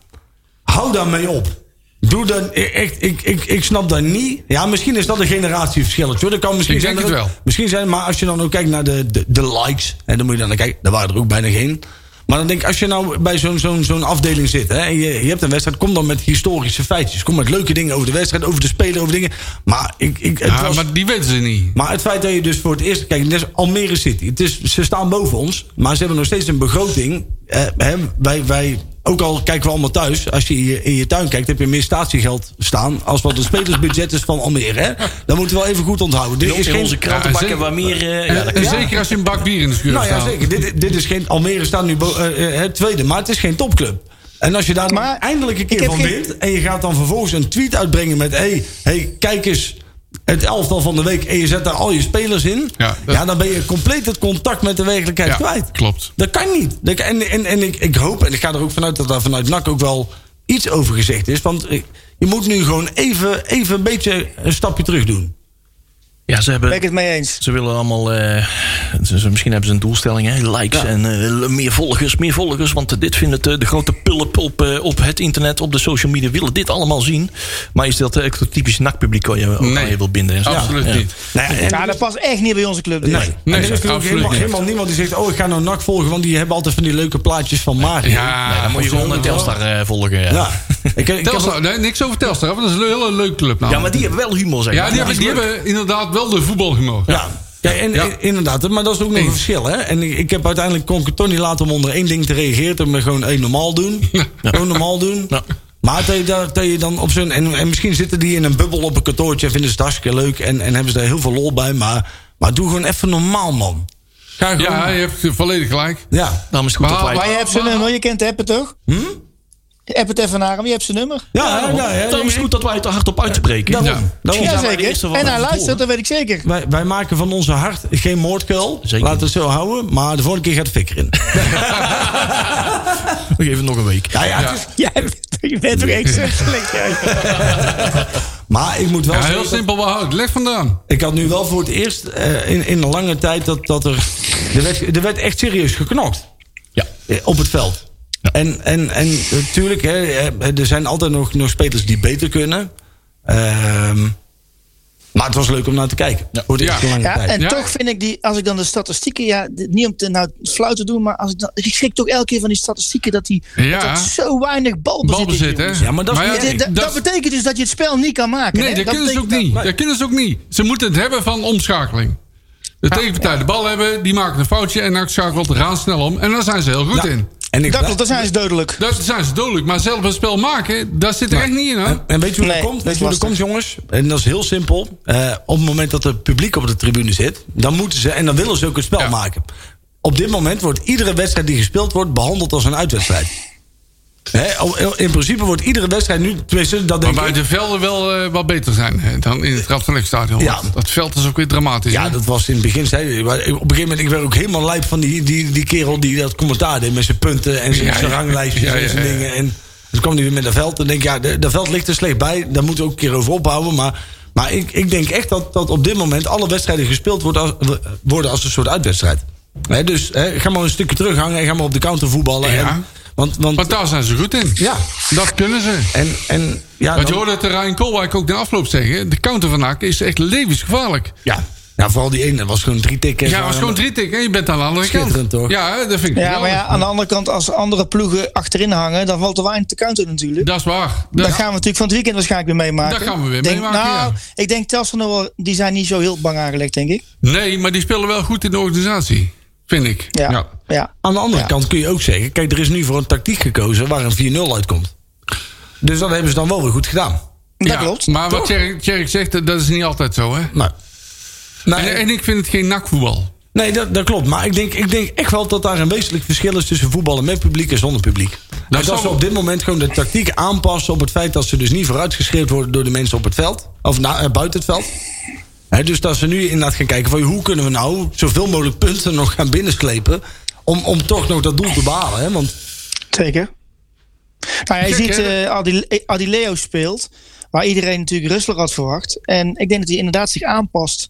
[SPEAKER 3] Hou daarmee op. Doe dan, echt, ik, ik, ik snap dat niet. Ja, misschien is dat een generatieverschilletje. hoor. Dat kan misschien
[SPEAKER 2] Ik denk
[SPEAKER 3] zijn
[SPEAKER 2] het
[SPEAKER 3] dat-
[SPEAKER 2] wel.
[SPEAKER 3] Misschien zijn, maar als je dan ook kijkt naar de, de, de likes. En dan moet je dan naar kijken. Daar waren er ook bijna geen. Maar dan denk ik, als je nou bij zo'n zo'n zo'n afdeling zit. Hè, en je, je hebt een wedstrijd. Kom dan met historische feitjes. Kom met leuke dingen over de wedstrijd. Over de speler, over dingen. Maar ik... ik het
[SPEAKER 2] Ja,
[SPEAKER 3] was-
[SPEAKER 2] maar die weten ze niet.
[SPEAKER 3] maar het feit dat je dus voor het eerst... Kijk, net als Almere City. Het is, ze staan boven ons, maar ze hebben nog steeds een begroting. Eh, hè, wij, wij, ook al kijken we allemaal thuis. Als je in je, in je tuin kijkt, heb je meer statiegeld staan... als wat het spelersbudget is van Almere. Hè? Dat moeten we wel even goed onthouden. Dit
[SPEAKER 4] In,
[SPEAKER 3] is
[SPEAKER 4] in
[SPEAKER 3] geen,
[SPEAKER 4] onze krantenbakken
[SPEAKER 2] Ja, zeker.
[SPEAKER 4] waar meer... eh, ja,
[SPEAKER 2] En,
[SPEAKER 4] dat
[SPEAKER 2] en
[SPEAKER 4] kan-
[SPEAKER 2] zeker als je een bak bier in de schuur
[SPEAKER 3] nou ja,
[SPEAKER 2] staat.
[SPEAKER 3] zeker. Dit, dit is geen... Almere staat nu bo- eh, eh, het tweede, maar het is geen topclub. En als je daar
[SPEAKER 5] Maar
[SPEAKER 3] eindelijk een keer
[SPEAKER 5] ik heb
[SPEAKER 3] van
[SPEAKER 5] geen-
[SPEAKER 3] wint... en je gaat dan vervolgens een tweet uitbrengen met... hey, hey, kijk eens, het elftal van de week... en je zet daar al je spelers in...
[SPEAKER 2] Ja,
[SPEAKER 3] ja,
[SPEAKER 2] dat-
[SPEAKER 3] dan ben je compleet het contact met de werkelijkheid
[SPEAKER 2] Ja,
[SPEAKER 3] kwijt.
[SPEAKER 2] klopt.
[SPEAKER 3] Dat kan niet. Dat kan- en en, en ik, ik hoop, en ik ga er ook vanuit... dat daar vanuit NAC ook wel iets over gezegd is. Want eh, je moet nu gewoon even, even een beetje een stapje terug doen.
[SPEAKER 4] Ja, ze
[SPEAKER 5] Ben ik
[SPEAKER 4] hebben...
[SPEAKER 5] het mee eens.
[SPEAKER 4] Ze willen allemaal, eh, ze, ze- misschien hebben ze een doelstelling, hè? likes en eh, meer volgers, meer volgers. Want eh, dit vinden de, de grote pulp op, eh, op het internet, op de social media, willen dit allemaal zien. Maar is dat echt het typisch NAC-publiek waar je,
[SPEAKER 2] Nee.
[SPEAKER 4] waar je wil binden? en zo?
[SPEAKER 2] Absoluut
[SPEAKER 4] Ja.
[SPEAKER 2] niet.
[SPEAKER 3] Nou ja, en-
[SPEAKER 5] Ja, dat past echt niet bij onze club. dus. dit.
[SPEAKER 3] Nee,
[SPEAKER 2] Nee,
[SPEAKER 3] En er is natuurlijk
[SPEAKER 2] absoluut
[SPEAKER 3] helemaal,
[SPEAKER 2] niet.
[SPEAKER 3] helemaal niemand die zegt... oh, ik ga nou NAC volgen, want die hebben altijd van die leuke plaatjes van Mario.
[SPEAKER 2] Ja,
[SPEAKER 4] Nee, dan moet je gewoon naar Telstar eh, volgen. Ja.
[SPEAKER 3] Ja. Ik, heb- ik heb
[SPEAKER 2] Telstar,
[SPEAKER 3] wel-
[SPEAKER 2] nee, niks over Telstar, want dat is een hele leuke club.
[SPEAKER 4] Ja,
[SPEAKER 2] namelijk.
[SPEAKER 4] maar die hebben wel humor, zeg
[SPEAKER 2] Ja,
[SPEAKER 4] maar.
[SPEAKER 2] die, hebben, die hebben inderdaad wel de voetbalhumor.
[SPEAKER 3] ja. Ja, en,
[SPEAKER 2] Ja.
[SPEAKER 3] en- inderdaad, maar dat is ook nog
[SPEAKER 2] Eens.
[SPEAKER 3] een verschil. Hè? En ik, ik heb uiteindelijk kon ik het toch niet laten om onder één ding te reageren. Toen me gewoon één normaal doen. Gewoon normaal doen.
[SPEAKER 4] Ja.
[SPEAKER 3] Maar dat je, daar- dat je dan op zo'n. En, en misschien zitten die in een bubbel op een kantoortje en vinden ze het hartstikke leuk. En, en hebben ze daar heel veel lol bij. Maar, maar doe gewoon even normaal, man. Ga gewoon.
[SPEAKER 2] Ja,
[SPEAKER 3] Ja,
[SPEAKER 2] je hebt volledig gelijk.
[SPEAKER 3] ja.
[SPEAKER 4] Daarom is het goed
[SPEAKER 2] Maar-
[SPEAKER 4] dat wij...
[SPEAKER 5] Maar je hebt zijn nummer, je kent App het toch? Hm? Oh, App het even naar hem, je hebt zijn nummer.
[SPEAKER 3] ja, ja, ja.
[SPEAKER 4] Daarom is het goed dat wij het er hard op uitspreken.
[SPEAKER 3] Daarom,
[SPEAKER 2] Ja.
[SPEAKER 3] daarom.
[SPEAKER 5] Ja,
[SPEAKER 4] wij de eerste
[SPEAKER 5] zeker.
[SPEAKER 4] van
[SPEAKER 5] En hij
[SPEAKER 4] de
[SPEAKER 5] luistert,
[SPEAKER 4] volgen.
[SPEAKER 5] dat weet ik zeker.
[SPEAKER 3] Wij, wij maken van onze hart geen moordkuil.
[SPEAKER 4] Zeker
[SPEAKER 3] Laten we het zo houden. Maar de volgende keer gaat de fik erin.
[SPEAKER 4] We geven nog een week.
[SPEAKER 3] Nou ja, ja, het is-
[SPEAKER 5] Jij bent, je bent toch echt zo slecht. jij.
[SPEAKER 3] Maar ik moet wel
[SPEAKER 2] Ja,
[SPEAKER 3] zeggen
[SPEAKER 2] heel
[SPEAKER 3] dat-
[SPEAKER 2] simpel, waar houdt leg vandaan?
[SPEAKER 3] Ik had nu wel voor het eerst eh, in, in een lange tijd dat, dat er, er, werd, er werd echt serieus geknokt
[SPEAKER 4] Ja.
[SPEAKER 3] eh, op het veld. En, en, en natuurlijk, hè, eh, er zijn altijd nog, nog spelers die beter kunnen. Ehm, maar het was leuk om naar te kijken. Voor de
[SPEAKER 2] Ja.
[SPEAKER 3] eerste lange
[SPEAKER 5] Ja,
[SPEAKER 3] tijd.
[SPEAKER 5] en
[SPEAKER 2] Ja.
[SPEAKER 5] toch vind ik die, als ik dan de statistieken, ja, dit- niet om te nou flauw te doen, maar als ik dan, ik schrik toch elke keer van die statistieken dat die
[SPEAKER 2] Ja.
[SPEAKER 5] dat dat zo weinig balbezit is,
[SPEAKER 2] Balbezit, hè?
[SPEAKER 5] jongens.
[SPEAKER 3] Ja, maar dat is niet
[SPEAKER 5] Dit- dat, dat betekent dus dat je het spel niet kan maken.
[SPEAKER 2] Nee,
[SPEAKER 5] hè?
[SPEAKER 2] dat kunnen ze ook
[SPEAKER 5] betekent
[SPEAKER 2] niet.
[SPEAKER 5] dat-
[SPEAKER 2] Dat kunnen ze ook niet. Ze moeten het hebben van omschakeling. De tegenpartij de bal hebben, die maken een foutje... en dan schakelt razendsnel om. En daar zijn ze heel goed
[SPEAKER 3] Ja.
[SPEAKER 2] in.
[SPEAKER 3] Nou, En ik
[SPEAKER 5] Dat klopt, dan zijn ze dodelijk.
[SPEAKER 2] Daar zijn ze dodelijk. Maar zelf een spel maken, daar zit er echt niet in, hè?
[SPEAKER 3] En, en weet je hoe
[SPEAKER 5] Nee,
[SPEAKER 3] dat komt?
[SPEAKER 5] dat
[SPEAKER 3] Weet
[SPEAKER 5] is
[SPEAKER 3] je hoe dat komt,
[SPEAKER 5] lastig.
[SPEAKER 3] jongens? En dat is heel simpel. Eh, op het moment dat het publiek op de tribune zit, dan moeten ze en dan willen ze ook het spel
[SPEAKER 2] Ja.
[SPEAKER 3] maken. Op dit moment wordt iedere wedstrijd die gespeeld wordt behandeld als een uitwedstrijd. Hè, o- in principe wordt iedere wedstrijd nu, tenminste, dat denk
[SPEAKER 2] Waarbij de
[SPEAKER 3] ik.
[SPEAKER 2] velden wel eh, wat beter zijn hè, dan in het Rad van Lekstadion.
[SPEAKER 3] Ja.
[SPEAKER 2] Dat veld is ook weer dramatisch.
[SPEAKER 3] Ja,
[SPEAKER 2] hè?
[SPEAKER 3] dat was in het begin. Zei, maar op een gegeven moment, ik werd ook helemaal lijp van die, die, die kerel die dat commentaar deed met zijn punten en zijn,
[SPEAKER 2] Ja,
[SPEAKER 3] zijn
[SPEAKER 2] ja.
[SPEAKER 3] ranglijstjes
[SPEAKER 2] Ja, ja,
[SPEAKER 3] en zijn
[SPEAKER 2] ja.
[SPEAKER 3] dingen. En toen kwam hij weer met dat veld. En denk ik, ja, de- dat veld ligt er slecht bij. Daar moeten we ook een keer over ophouden. Maar, maar ik, ik denk echt dat, dat op dit moment alle wedstrijden gespeeld worden als, worden als een soort uitwedstrijd. Hè, dus hè, ga maar een stukje terughangen en ga maar op de counter voetballen.
[SPEAKER 2] Ja.
[SPEAKER 3] En, Want, want
[SPEAKER 2] Want daar zijn ze goed in.
[SPEAKER 3] Ja.
[SPEAKER 2] Dat kunnen ze.
[SPEAKER 3] en, en, ja,
[SPEAKER 2] Want je
[SPEAKER 3] dan-
[SPEAKER 2] hoorde het Rijn Kolwijk ook de afloop zeggen. De counter van Aken is echt levensgevaarlijk.
[SPEAKER 3] ja. Nou, vooral die ene. Dat was gewoon drie tikken.
[SPEAKER 2] Ja, het was gewoon drie tikken en je bent aan de andere kant.
[SPEAKER 3] Schitterend, toch?
[SPEAKER 2] Ja, hè, dat vind ik
[SPEAKER 5] Ja, maar ja,
[SPEAKER 2] geweldig.
[SPEAKER 5] aan de andere kant, als andere ploegen achterin hangen, dan valt er weinig te counteren natuurlijk.
[SPEAKER 2] Dat is waar.
[SPEAKER 5] Dat,
[SPEAKER 2] Dat,
[SPEAKER 5] gaan we natuurlijk van het weekend waarschijnlijk weer meemaken.
[SPEAKER 2] Dat gaan we weer
[SPEAKER 5] Denk-
[SPEAKER 2] meemaken,
[SPEAKER 5] Nou,
[SPEAKER 2] ja.
[SPEAKER 5] ik denk Telstra nog wel, die zijn niet zo heel bang aangelegd, denk ik.
[SPEAKER 2] Nee, maar die spelen wel goed in de organisatie. Vind ik.
[SPEAKER 5] Ja. ja.
[SPEAKER 3] Aan de andere
[SPEAKER 5] Ja.
[SPEAKER 3] kant kun je ook zeggen... Kijk, er is nu voor een tactiek gekozen waar een 4-0 uitkomt. Dus dat hebben ze dan wel weer goed gedaan.
[SPEAKER 5] Dat
[SPEAKER 2] Ja,
[SPEAKER 5] klopt.
[SPEAKER 2] Maar wat Tjerk Tjerk zegt, dat dat is niet altijd zo, hè?
[SPEAKER 3] Nou, nou,
[SPEAKER 2] En, en ik vind het geen nakvoetbal.
[SPEAKER 3] nee, dat, dat klopt. Maar ik denk, ik denk echt wel dat daar een wezenlijk verschil is... tussen voetballen met publiek en zonder publiek. Dat, en
[SPEAKER 2] zal-
[SPEAKER 3] dat ze op dit moment gewoon de tactiek aanpassen... op het feit dat ze dus niet vooruitgeschreven worden... door de mensen op het veld. Of na, eh, buiten het veld. Hè, dus dat ze nu inderdaad gaan kijken... van hoe kunnen we nou zoveel mogelijk punten nog gaan binnenklepen... om, om toch nog dat doel te behalen. Hè? Want
[SPEAKER 5] Zeker. Nou, je
[SPEAKER 2] Gek,
[SPEAKER 5] ziet
[SPEAKER 2] hè?
[SPEAKER 5] eh, Adi- Adileo speelt, waar iedereen natuurlijk Russler had verwacht. En ik denk dat hij inderdaad zich aanpast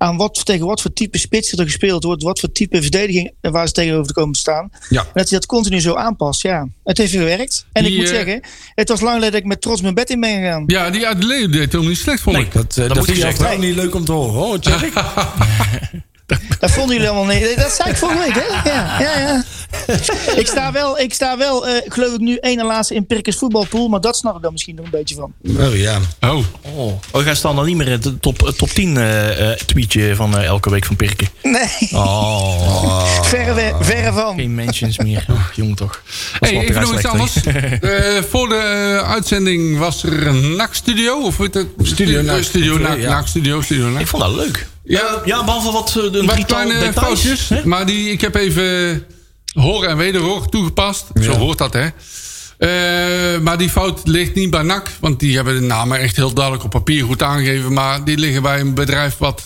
[SPEAKER 5] aan wat, tegen wat voor type spitsen er gespeeld wordt, wat voor type verdediging eh, waar ze tegenover komen te staan.
[SPEAKER 3] Ja.
[SPEAKER 5] En dat hij dat continu zo aanpast, ja. Het heeft gewerkt. En
[SPEAKER 2] Die,
[SPEAKER 5] ik moet
[SPEAKER 2] eh,
[SPEAKER 5] zeggen, het was lang geleden dat ik met trots mijn bed in ben gegaan.
[SPEAKER 2] Ja, die uit Leeuw deed hem niet slecht, vond ik.
[SPEAKER 3] dat, eh, dat,
[SPEAKER 4] moet
[SPEAKER 3] vind je
[SPEAKER 4] gezegd
[SPEAKER 3] achteraf niet leuk om te horen. Oh, Tjerk.
[SPEAKER 5] Dat vonden jullie allemaal niet. Dat zei ik vorige week, hè? Ja, ja, ja. Ik sta wel, ik sta wel eh, geloof ik, nu één en laatste in Perkins voetbalpool. Maar dat snap ik dan misschien nog een beetje van.
[SPEAKER 3] Oh ja.
[SPEAKER 2] Oh,
[SPEAKER 4] Oh, oh gaat staan dan niet meer in het top, eh, top 10 eh, eh, tweetje van eh, elke week van Pirken.
[SPEAKER 5] Nee,
[SPEAKER 4] Oh,
[SPEAKER 5] verre, we- verre van.
[SPEAKER 4] geen mentions meer. Och, jong toch.
[SPEAKER 2] hey, even nog iets anders. Eh, voor de eh, uitzending was er een NAC-studio. Of weet het?
[SPEAKER 3] Studio NAC.
[SPEAKER 2] Studio NAC,
[SPEAKER 3] Ja.
[SPEAKER 2] NAC-studio, Studio NAC.
[SPEAKER 4] Ik vond dat leuk.
[SPEAKER 2] Ja,
[SPEAKER 4] Ja, behalve wat eh, de
[SPEAKER 2] Wat
[SPEAKER 4] drietal
[SPEAKER 2] kleine
[SPEAKER 4] details,
[SPEAKER 2] foutjes.
[SPEAKER 4] hè?
[SPEAKER 2] Maar die, ik heb even hoor en wederhoor toegepast. Zo hoort dat, hè. Eh, maar die fout ligt niet bij NAC. Want die hebben de namen echt heel duidelijk op papier goed aangegeven. Maar die liggen bij een bedrijf wat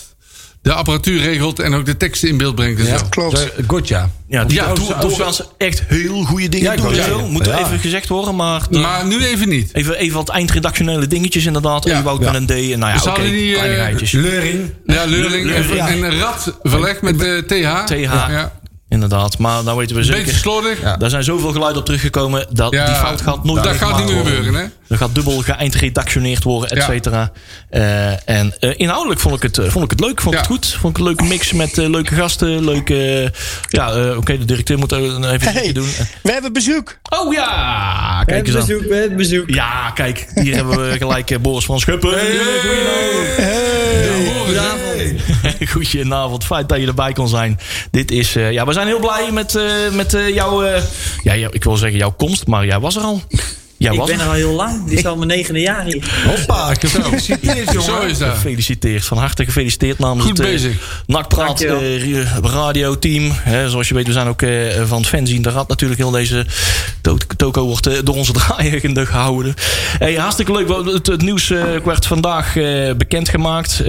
[SPEAKER 2] de apparatuur regelt... en ook de teksten in beeld brengt en zo.
[SPEAKER 5] Klopt.
[SPEAKER 3] Eh, Gotcha.
[SPEAKER 4] Ja, die
[SPEAKER 2] Ja,
[SPEAKER 4] ja,
[SPEAKER 2] of
[SPEAKER 3] ze-
[SPEAKER 4] doen
[SPEAKER 3] of
[SPEAKER 4] doorgaans echt heel goede dingen
[SPEAKER 3] Ja, ik
[SPEAKER 4] doen.
[SPEAKER 3] wou
[SPEAKER 4] en zo.
[SPEAKER 3] zeggen.
[SPEAKER 4] Moet
[SPEAKER 3] Ja.
[SPEAKER 4] even gezegd worden, maar... de-
[SPEAKER 2] Maar nu even niet.
[SPEAKER 4] Even, even wat eindredactionele dingetjes inderdaad.
[SPEAKER 2] Ja,
[SPEAKER 4] Ja, Ewout
[SPEAKER 3] ja.
[SPEAKER 4] met een D en nou ja,
[SPEAKER 2] Ze
[SPEAKER 4] oké,
[SPEAKER 2] hadden die, eh,
[SPEAKER 4] kleinigheidjes.
[SPEAKER 3] Leuring.
[SPEAKER 2] Ja, Leuring
[SPEAKER 4] Leuring,
[SPEAKER 2] en,
[SPEAKER 4] ja.
[SPEAKER 2] en Rad verlegd met de TH.
[SPEAKER 4] TH.
[SPEAKER 2] Ja.
[SPEAKER 4] Inderdaad, maar nou weten we zeker...
[SPEAKER 2] Beetje slordig.
[SPEAKER 4] Daar zijn zoveel geluiden op teruggekomen. Dat,
[SPEAKER 2] Ja,
[SPEAKER 4] die fout gaat
[SPEAKER 2] dat
[SPEAKER 4] nooit meer
[SPEAKER 2] gaat niet
[SPEAKER 4] gemaakt
[SPEAKER 2] meer
[SPEAKER 4] worden.
[SPEAKER 2] gebeuren, hè?
[SPEAKER 4] Er gaat dubbel geëindredactioneerd worden, et
[SPEAKER 2] Ja.
[SPEAKER 4] cetera. Eh, en eh, inhoudelijk vond ik, het, eh, vond ik het leuk. Vond ik
[SPEAKER 2] Ja.
[SPEAKER 4] het goed. Vond ik een leuke mix met eh, leuke gasten. Leuke. eh, ja, eh, oké, de directeur moet even een
[SPEAKER 5] Hey,
[SPEAKER 4] beetje doen. Eh,
[SPEAKER 5] we hebben bezoek.
[SPEAKER 4] Oh ja! Kijk eens aan.
[SPEAKER 7] het bezoek.
[SPEAKER 4] Ja, kijk, hier hebben we gelijk eh, Boris van Schuppen. Goedenavond, fijn dat je erbij kon zijn. Dit is, eh, ja, we zijn heel blij met, eh, met eh, jouw, eh, ja, jou- ik wil zeggen jouw komst, maar jij was er al. Jij
[SPEAKER 7] Ik
[SPEAKER 4] was
[SPEAKER 7] ben
[SPEAKER 4] er
[SPEAKER 7] er al heel lang. Dit is al mijn negende jaar hier.
[SPEAKER 3] Hoppa, gefeliciteerd jongen.
[SPEAKER 2] Zo is dat.
[SPEAKER 4] Gefeliciteerd, van harte gefeliciteerd namens
[SPEAKER 2] Goed
[SPEAKER 4] het eh,
[SPEAKER 2] bezig.
[SPEAKER 4] Nakpraat
[SPEAKER 7] Dankjewel.
[SPEAKER 4] eh, radioteam. Hè, zoals je weet, we zijn ook eh, van het fanzine. Daar had natuurlijk heel deze to- toko wordt eh, door onze draaiende gehouden. Hey, hartstikke leuk. want Het, het nieuws eh, werd vandaag eh, bekendgemaakt eh,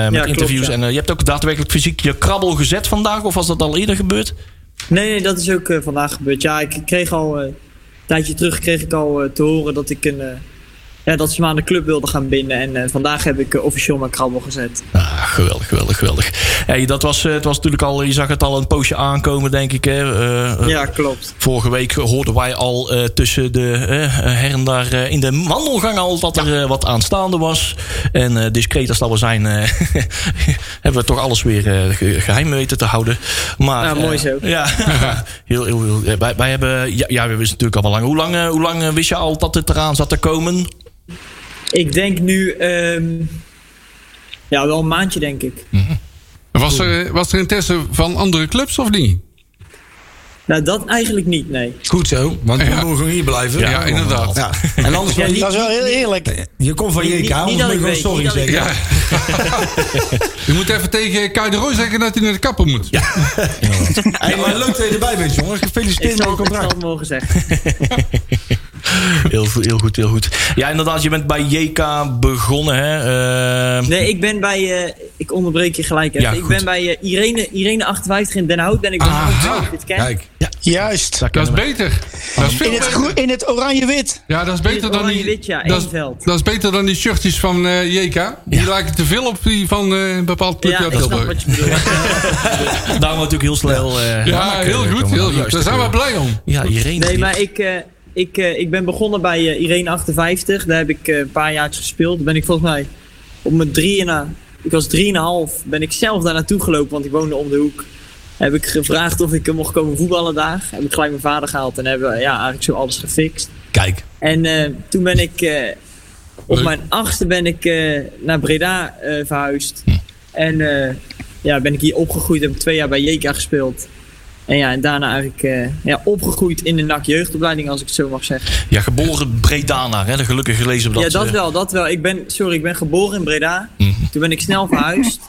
[SPEAKER 4] met
[SPEAKER 7] klopt,
[SPEAKER 4] interviews.
[SPEAKER 7] ja.
[SPEAKER 4] En eh, je hebt ook daadwerkelijk fysiek je krabbel gezet vandaag. Of was dat al eerder gebeurd?
[SPEAKER 7] Nee, nee, dat is ook eh, vandaag gebeurd. Ja, ik kreeg al... eh, een tijdje terug kreeg ik al eh, te horen dat ik een... eh, ja, dat ze me aan de club wilden gaan binden. En eh, vandaag heb ik eh, officieel mijn krabbel gezet.
[SPEAKER 4] Ah, geweldig, geweldig, geweldig. Hey, dat was, eh, het was natuurlijk al, je zag het al een poosje aankomen, denk ik. Hè?
[SPEAKER 6] Ah.
[SPEAKER 4] Eh,
[SPEAKER 7] Ja, klopt.
[SPEAKER 4] Vorige week hoorden wij al eh, tussen de eh, her en daar eh, in de wandelgang al dat er eh, wat aanstaande was. En eh, discreet als dat we zijn, eh, hebben we toch alles weer eh, ge- geheim weten te houden. Maar,
[SPEAKER 7] Ja, mooi
[SPEAKER 4] eh,
[SPEAKER 7] zo.
[SPEAKER 4] ja, heel, heel, heel, eh, wij, wij hebben, ja, ja, we wisten natuurlijk al wel lang. Hoe lang, eh, hoe lang eh, wist je al dat het eraan zat te komen?
[SPEAKER 7] Ik denk nu... ehm, ja, wel een maandje denk ik.
[SPEAKER 2] Was er, was er interesse van andere clubs of niet?
[SPEAKER 7] Nou, dat eigenlijk niet, nee.
[SPEAKER 3] Goed zo, want we
[SPEAKER 2] Ja.
[SPEAKER 3] moeten gewoon hier blijven.
[SPEAKER 2] Ja, inderdaad.
[SPEAKER 3] Ja. En anders,
[SPEAKER 7] Ja,
[SPEAKER 3] je,
[SPEAKER 5] Dat is wel heel eerlijk.
[SPEAKER 3] je komt van JK,
[SPEAKER 7] niet dat
[SPEAKER 3] anders
[SPEAKER 7] ik
[SPEAKER 3] moet je gewoon
[SPEAKER 7] weet,
[SPEAKER 3] sorry
[SPEAKER 7] niet dat ik
[SPEAKER 3] zeggen.
[SPEAKER 2] Ja. je moet even tegen Kai de Roy zeggen dat hij naar de kapper moet. Ja,
[SPEAKER 3] Hey, maar leuk dat je erbij bent, jongen.
[SPEAKER 7] Ik
[SPEAKER 3] Gefeliciteerd met
[SPEAKER 7] zal, ik zal
[SPEAKER 3] je contract.
[SPEAKER 7] het mogen zeggen.
[SPEAKER 4] Heel, goed, heel goed, heel goed. Ja, inderdaad, je bent bij JK begonnen, hè? Eh,
[SPEAKER 7] Nee, ik ben bij. eh, ik onderbreek je gelijk even.
[SPEAKER 4] Ja,
[SPEAKER 7] ik
[SPEAKER 4] goed.
[SPEAKER 7] ben bij eh, Irene, Irene 58 in Den Hout. Ben ik dus
[SPEAKER 2] Aha.
[SPEAKER 7] begonnen. Als je dit kent.
[SPEAKER 3] Kijk.
[SPEAKER 5] Juist.
[SPEAKER 4] daar
[SPEAKER 2] Dat is
[SPEAKER 4] kennen we.
[SPEAKER 2] beter. Dat is veel
[SPEAKER 5] In het,
[SPEAKER 2] beter.
[SPEAKER 5] groe- in het oranje-wit.
[SPEAKER 2] Ja, dat is beter dan
[SPEAKER 7] oranje
[SPEAKER 2] die...
[SPEAKER 7] wit, ja,
[SPEAKER 2] dat, is,
[SPEAKER 7] Eemveld.
[SPEAKER 2] dat is beter dan die shirtjes van eh, JK. Die lijken te veel op die van eh, een bepaald clubje
[SPEAKER 7] Ja,
[SPEAKER 2] uit
[SPEAKER 7] ik snap
[SPEAKER 2] Tilburg.
[SPEAKER 7] wat je bedoelt.
[SPEAKER 4] Daarom natuurlijk heel snel. eh,
[SPEAKER 2] Ja,
[SPEAKER 4] Hanak, eh,
[SPEAKER 2] heel goed,
[SPEAKER 4] komen.
[SPEAKER 2] heel
[SPEAKER 4] Nou,
[SPEAKER 2] goed.
[SPEAKER 4] juist,
[SPEAKER 2] Daar zijn
[SPEAKER 4] eh,
[SPEAKER 2] we blij om.
[SPEAKER 4] Ja, Irene.
[SPEAKER 7] Nee,
[SPEAKER 4] die-
[SPEAKER 7] maar ik, eh, ik, eh, ik ben begonnen bij eh, Irene 58. Daar heb ik eh, een paar jaar gespeeld. Ben ik volgens mij op mijn drie en een- Ik was drieënhalf. Ben ik zelf daar naartoe gelopen, want ik woonde om de hoek. Heb ik gevraagd of ik eh, mocht komen voetballen daar. Heb ik gelijk mijn vader gehaald en hebben we ja, eigenlijk zo alles gefixt.
[SPEAKER 4] Kijk.
[SPEAKER 7] En eh, toen ben ik, eh, op
[SPEAKER 2] Leuk.
[SPEAKER 7] mijn achtste ben ik eh, naar Breda eh, verhuisd.
[SPEAKER 4] Hm.
[SPEAKER 7] En eh, ja, ben ik hier opgegroeid, heb ik twee jaar bij JK gespeeld. En ja, en daarna eigenlijk eh, ja, opgegroeid in de NAC jeugdopleiding, als ik het zo mag zeggen.
[SPEAKER 4] Ja, geboren Bredana, hè? Gelukkig gelezen op dat.
[SPEAKER 7] ja, dat
[SPEAKER 4] eh, Hm.
[SPEAKER 7] wel, dat wel. Ik ben, sorry, ik ben geboren in Breda. Toen ben ik snel verhuisd.